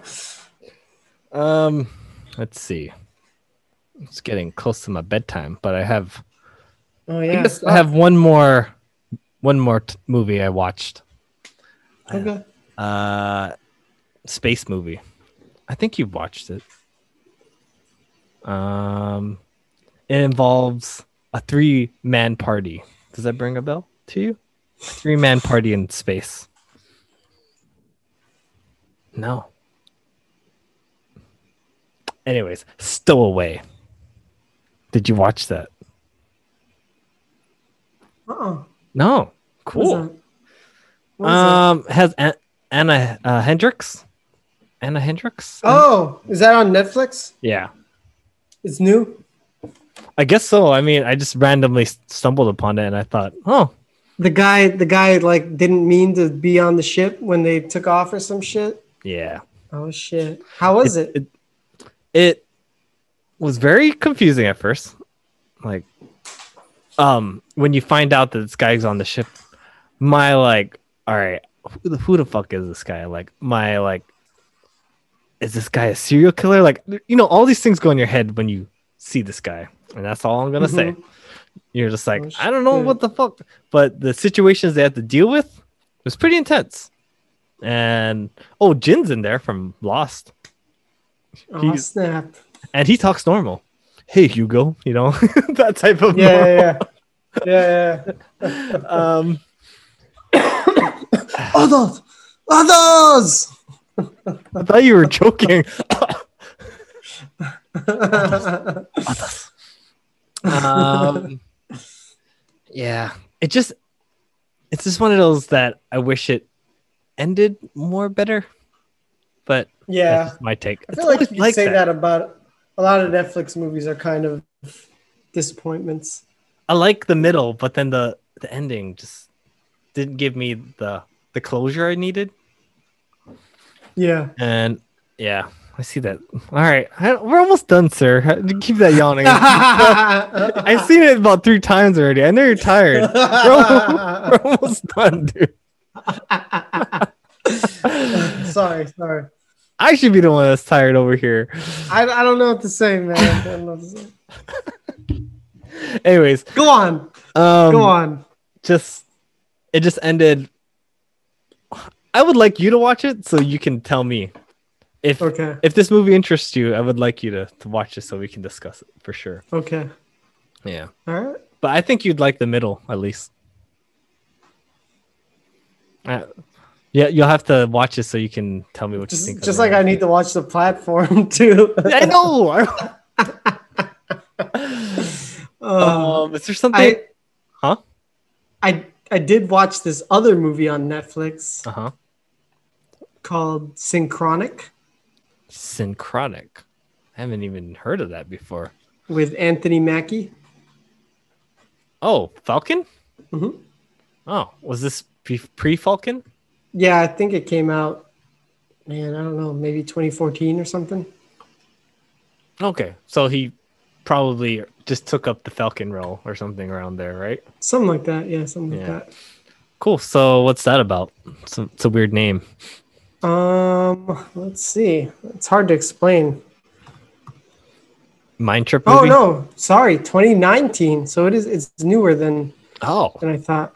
Speaker 1: um, let's see. It's getting close to my bedtime, but I have.
Speaker 2: Oh yeah.
Speaker 1: I, I have one more, one more t- movie I watched.
Speaker 2: Okay.
Speaker 1: Uh, space movie. I think you've watched it. Um, it involves a three-man party. Does that bring a bell to you? Three man party in space. No. Anyways, Stowaway. Did you watch that?
Speaker 2: Oh.
Speaker 1: No. Cool. Um, that? has An- Anna uh, Hendricks? Anna Hendricks?
Speaker 2: Oh, is that on Netflix?
Speaker 1: Yeah.
Speaker 2: It's new.
Speaker 1: I guess so. I mean, I just randomly stumbled upon it and I thought, oh.
Speaker 2: The guy the guy like didn't mean to be on the ship when they took off or some shit.
Speaker 1: Yeah.
Speaker 2: Oh shit. How was it?
Speaker 1: It, it, it was very confusing at first. Like um when you find out that this guy's on the ship, my like, all right, who the, who the fuck is this guy? Like my like is this guy a serial killer? Like you know, all these things go in your head when you see this guy and that's all I'm gonna mm-hmm. say. You're just like, oh, I don't know what the fuck, but the situations they had to deal with was pretty intense. And oh, Jin's in there from Lost.
Speaker 2: Oh He's, snap!
Speaker 1: And he talks normal. Hey Hugo, you know that type of
Speaker 2: yeah, yeah, yeah, yeah,
Speaker 1: um,
Speaker 2: others, others.
Speaker 1: I thought you were joking. others. um, yeah, it just it's just one of those that I wish it ended more better. But
Speaker 2: yeah,
Speaker 1: my take.
Speaker 2: I feel it's like you like say that. that. about a lot of Netflix movies are kind of disappointments.
Speaker 1: I like the middle, but then the the ending just didn't give me the the closure I needed.
Speaker 2: Yeah,
Speaker 1: and yeah, I see that. All right, I, we're almost done, sir. Keep that yawning. I've seen it about three times already. I know you're tired. We're, almost, we're almost done,
Speaker 2: dude. sorry, sorry.
Speaker 1: I should be the one that's tired over here.
Speaker 2: I, I don't know what to say, man. To
Speaker 1: say. Anyways,
Speaker 2: go on. Um, go on.
Speaker 1: Just it just ended I would like you to watch it so you can tell me if
Speaker 2: Okay.
Speaker 1: if this movie interests you. I would like you to, to watch it so we can discuss it for sure.
Speaker 2: Okay.
Speaker 1: Yeah.
Speaker 2: All right.
Speaker 1: But I think you'd like the middle at least. Uh, yeah, you'll have to watch it so you can tell me what you think. of
Speaker 2: Just
Speaker 1: it.
Speaker 2: like I need to watch the platform too.
Speaker 1: I know. Um, is there something? huh?
Speaker 2: I I did watch this other movie on Netflix
Speaker 1: uh huh.
Speaker 2: called Synchronic
Speaker 1: Synchronic. I haven't even heard of that before.
Speaker 2: with Anthony Mackie.
Speaker 1: Oh, Falcon.
Speaker 2: Mhm.
Speaker 1: Oh, was this pre Falcon?
Speaker 2: Yeah, I think it came out. Man, I don't know, maybe 2014 or something.
Speaker 1: Okay, so he probably just took up the Falcon role or something around there, right?
Speaker 2: Something like that. Yeah, something
Speaker 1: Yeah.
Speaker 2: like
Speaker 1: Cool. So what's that about? It's a, it's a weird name.
Speaker 2: that. Um, let's see. It's hard to explain.
Speaker 1: Mind trip.
Speaker 2: Oh
Speaker 1: movie?
Speaker 2: no, sorry, 2019. So it is it's newer than
Speaker 1: oh
Speaker 2: than I thought.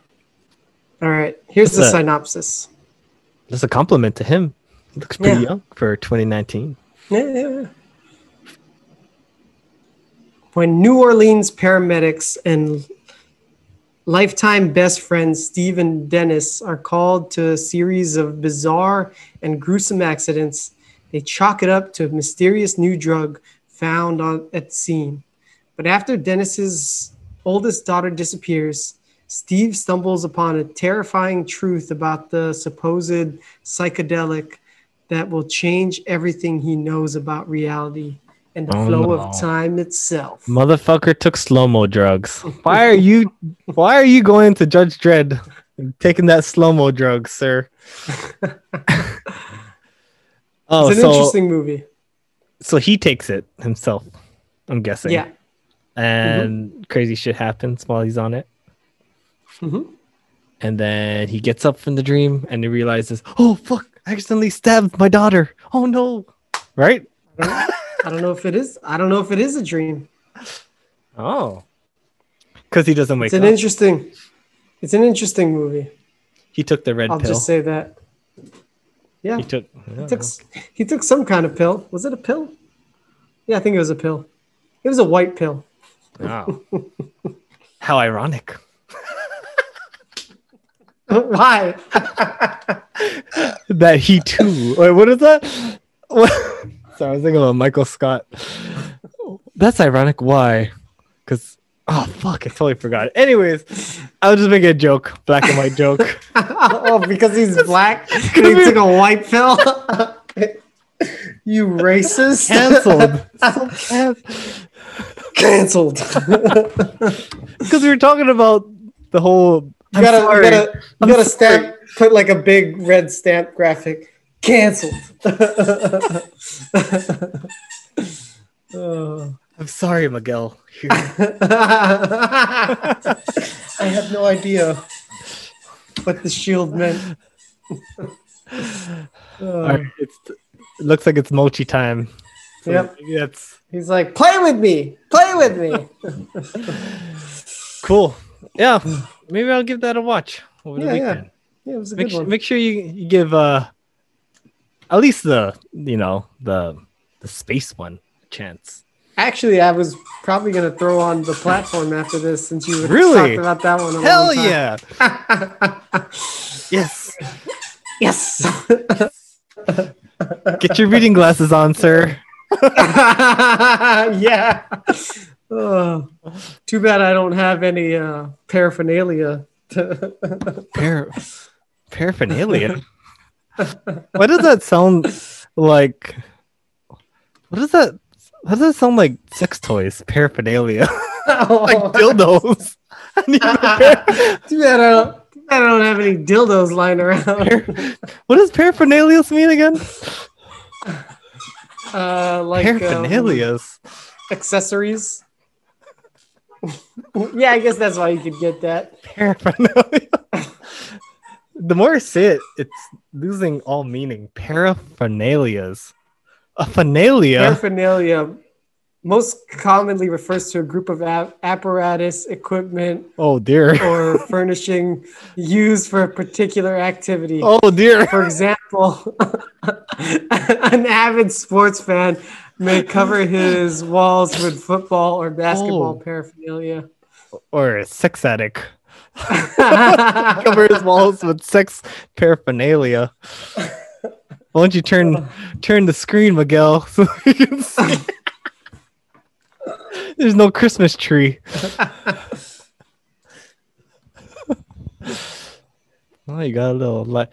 Speaker 2: All right, here's
Speaker 1: That's a-
Speaker 2: the synopsis.
Speaker 1: That's a compliment to him. He looks pretty
Speaker 2: Yeah.
Speaker 1: young for 2019.
Speaker 2: Yeah, yeah, yeah. When New Orleans paramedics and lifetime best friends Steve and Dennis are called to a series of bizarre and gruesome accidents, they chalk it up to a mysterious new drug found on, at the scene. But after Dennis's oldest daughter disappears, Steve stumbles upon a terrifying truth about the supposed psychedelic that will change everything he knows about reality and the
Speaker 1: Oh,
Speaker 2: flow
Speaker 1: no.
Speaker 2: of time itself.
Speaker 1: Motherfucker took slow mo drugs. Why are you? Why are you going to Judge Dredd and taking that slow mo drug, sir? oh,
Speaker 2: it's an
Speaker 1: so
Speaker 2: interesting movie.
Speaker 1: so he takes it himself. I'm guessing.
Speaker 2: Yeah.
Speaker 1: And crazy shit happens while he's on it, Mm-hmm.
Speaker 2: Mhm.
Speaker 1: and then he gets up from the dream and he realizes, oh fuck, I accidentally stabbed my daughter. Oh no, right?
Speaker 2: I don't know if it is. I don't know if it is a dream.
Speaker 1: Oh, because he doesn't wake
Speaker 2: It's an
Speaker 1: up.
Speaker 2: interesting. It's an interesting movie.
Speaker 1: he took the red
Speaker 2: I'll
Speaker 1: pill.
Speaker 2: just say that. Yeah.
Speaker 1: he took.
Speaker 2: He took s- he took some kind of pill. Was it a pill? Yeah, I think it was a pill. It was a white pill. Oh.
Speaker 1: Wow. How ironic.
Speaker 2: Why?
Speaker 1: That he too. Wait, what is that? What? Sorry, I was thinking about Michael Scott. That's ironic. Why? Because, oh, fuck, I totally forgot. Anyways, I was just making a joke, black and white joke.
Speaker 2: oh, because he's black. and he took a white pill. you racist.
Speaker 1: Canceled.
Speaker 2: Cancelled.
Speaker 1: Because we were talking about the whole.
Speaker 2: You gotta, you gotta, you gotta stamp, put like a big red stamp graphic. Cancelled. Oh.
Speaker 1: I'm sorry, Miguel.
Speaker 2: I have no idea what the shield meant.
Speaker 1: All right, uh, it's, it looks like it's mochi time. So
Speaker 2: Yep.
Speaker 1: maybe that's
Speaker 2: He's like, play with me, play with me.
Speaker 1: cool. Yeah, maybe I'll give that a watch over the
Speaker 2: yeah,
Speaker 1: weekend.
Speaker 2: yeah, yeah. It was a
Speaker 1: make
Speaker 2: good
Speaker 1: sure,
Speaker 2: one.
Speaker 1: make sure you, you give uh at least the you know the the space one a chance
Speaker 2: Actually, I was probably gonna throw on the platform after this since you
Speaker 1: Really?
Speaker 2: talked about that one. a long
Speaker 1: hell
Speaker 2: time.
Speaker 1: yeah yes
Speaker 2: Yes.
Speaker 1: get your reading glasses on sir
Speaker 2: yeah. Oh, too bad I don't have any uh, paraphernalia. To
Speaker 1: Par- paraphernalia why does that sound like what does that what does that sound like sex toys paraphernalia like dildos I need my par-
Speaker 2: too bad I don't. Too bad I don't have any dildos lying around.
Speaker 1: what does paraphernalia mean again
Speaker 2: Uh, like um,
Speaker 1: paraphernalias
Speaker 2: accessories. yeah, I guess that's why you could get that.
Speaker 1: paraphernalia. the more I say it, it's losing all meaning. Paraphernalias. A phernalia.
Speaker 2: Paraphernalia most commonly refers to a group of ap- apparatus, equipment,
Speaker 1: Oh dear.
Speaker 2: or furnishing used for a particular activity.
Speaker 1: Oh, dear.
Speaker 2: For example, an avid sports fan may cover his walls with football or basketball
Speaker 1: Oh.
Speaker 2: paraphernalia.
Speaker 1: or a sex addict. Cover his walls with sex paraphernalia. Why don't you turn turn the screen, Miguel, so we can see? There's no Christmas tree. oh, you got a little light.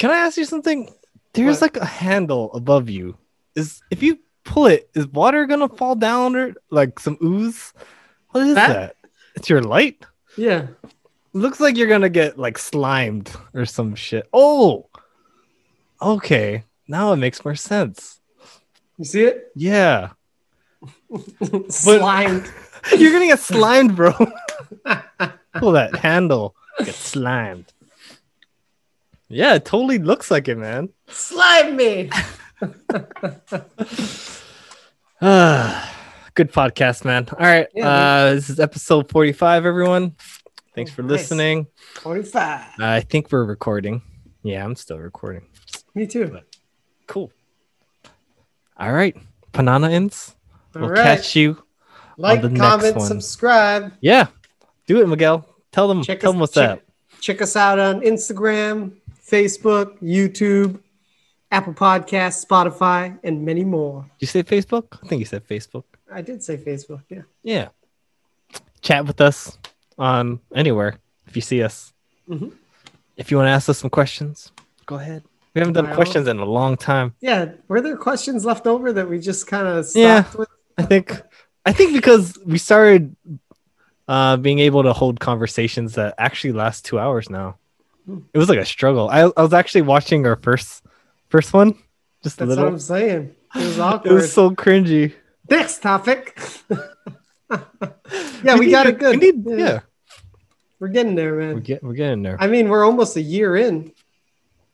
Speaker 1: Can I ask you something? There's like a handle above you. Is if you pull it, is water gonna fall down or like some ooze? What is
Speaker 2: That-
Speaker 1: that? It's your light.
Speaker 2: Yeah.
Speaker 1: Looks like you're gonna get like slimed or some shit. Oh, okay. Now it makes more sense.
Speaker 2: You see it?
Speaker 1: Yeah,
Speaker 2: Slimed.
Speaker 1: you're gonna get slimed, bro. Pull that handle, get slimed. Yeah, it totally looks like it, man.
Speaker 2: Slime me.
Speaker 1: Ah, Good podcast, man. All right,
Speaker 2: Yeah,
Speaker 1: uh, this is episode 45, everyone. Thanks for listening.
Speaker 2: 45.
Speaker 1: I think we're recording. Yeah, I'm still recording.
Speaker 2: Me too.
Speaker 1: Cool. All right, Panana ends.
Speaker 2: All
Speaker 1: we'll
Speaker 2: right.
Speaker 1: catch you
Speaker 2: Like,
Speaker 1: on the
Speaker 2: comment,
Speaker 1: next one.
Speaker 2: subscribe.
Speaker 1: yeah, do it, Miguel. Tell them.
Speaker 2: Check
Speaker 1: tell
Speaker 2: us-
Speaker 1: them what's
Speaker 2: check-
Speaker 1: up.
Speaker 2: Check us out on Instagram, Facebook, YouTube, Apple Podcasts, Spotify, and many more.
Speaker 1: You say Facebook? I think you said Facebook.
Speaker 2: I did say Facebook, yeah.
Speaker 1: Yeah. Chat with us on anywhere if you see us.
Speaker 2: Mhm.
Speaker 1: If you want to ask us some questions, go ahead. We haven't done
Speaker 2: Well-
Speaker 1: questions in a long time.
Speaker 2: Yeah, were there questions left over that we just kind of stopped
Speaker 1: Yeah.
Speaker 2: with?
Speaker 1: I think I think because we started uh, being able to hold conversations that actually last two hours now. It was like a struggle. I, I was actually watching our first first one, just
Speaker 2: That's
Speaker 1: a little.
Speaker 2: what I'm saying. It was awkward.
Speaker 1: It was so cringy.
Speaker 2: Next topic. yeah, we,
Speaker 1: need
Speaker 2: got
Speaker 1: to-
Speaker 2: it good.
Speaker 1: We need, yeah.
Speaker 2: We're getting there,
Speaker 1: we're
Speaker 2: man.
Speaker 1: get, we're getting there.
Speaker 2: I mean, we're almost a year in.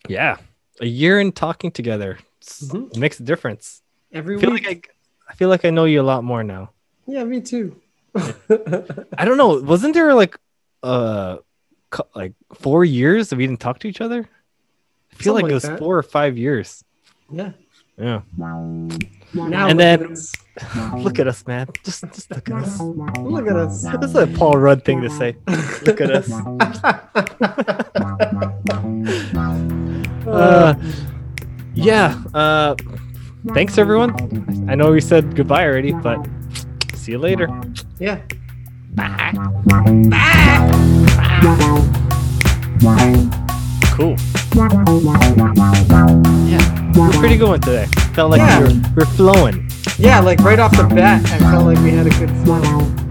Speaker 1: yeah, a year in talking together It's-
Speaker 2: Mhm.
Speaker 1: makes a difference.
Speaker 2: Every
Speaker 1: I feel
Speaker 2: week.
Speaker 1: like I, I feel like I know you a lot more now.
Speaker 2: Yeah, me too.
Speaker 1: I don't know. Wasn't there like uh cou- like four years that we didn't talk to each other? I feel
Speaker 2: Something
Speaker 1: like
Speaker 2: like
Speaker 1: it was
Speaker 2: that.
Speaker 1: four or five years.
Speaker 2: Yeah.
Speaker 1: Yeah.
Speaker 2: Now
Speaker 1: and
Speaker 2: look at
Speaker 1: then
Speaker 2: us.
Speaker 1: look at us, man. Just just look at us.
Speaker 2: Look at us.
Speaker 1: That's a Paul Rudd thing to say. Look at us. uh, yeah. Uh, thanks everyone. I know we said goodbye already, but see you later.
Speaker 2: Yeah.
Speaker 1: Cool. Yeah, we're pretty good one today. Felt like
Speaker 2: Yeah.
Speaker 1: we were, we're flowing.
Speaker 2: Yeah, like right off the bat, I felt like we had a good flow.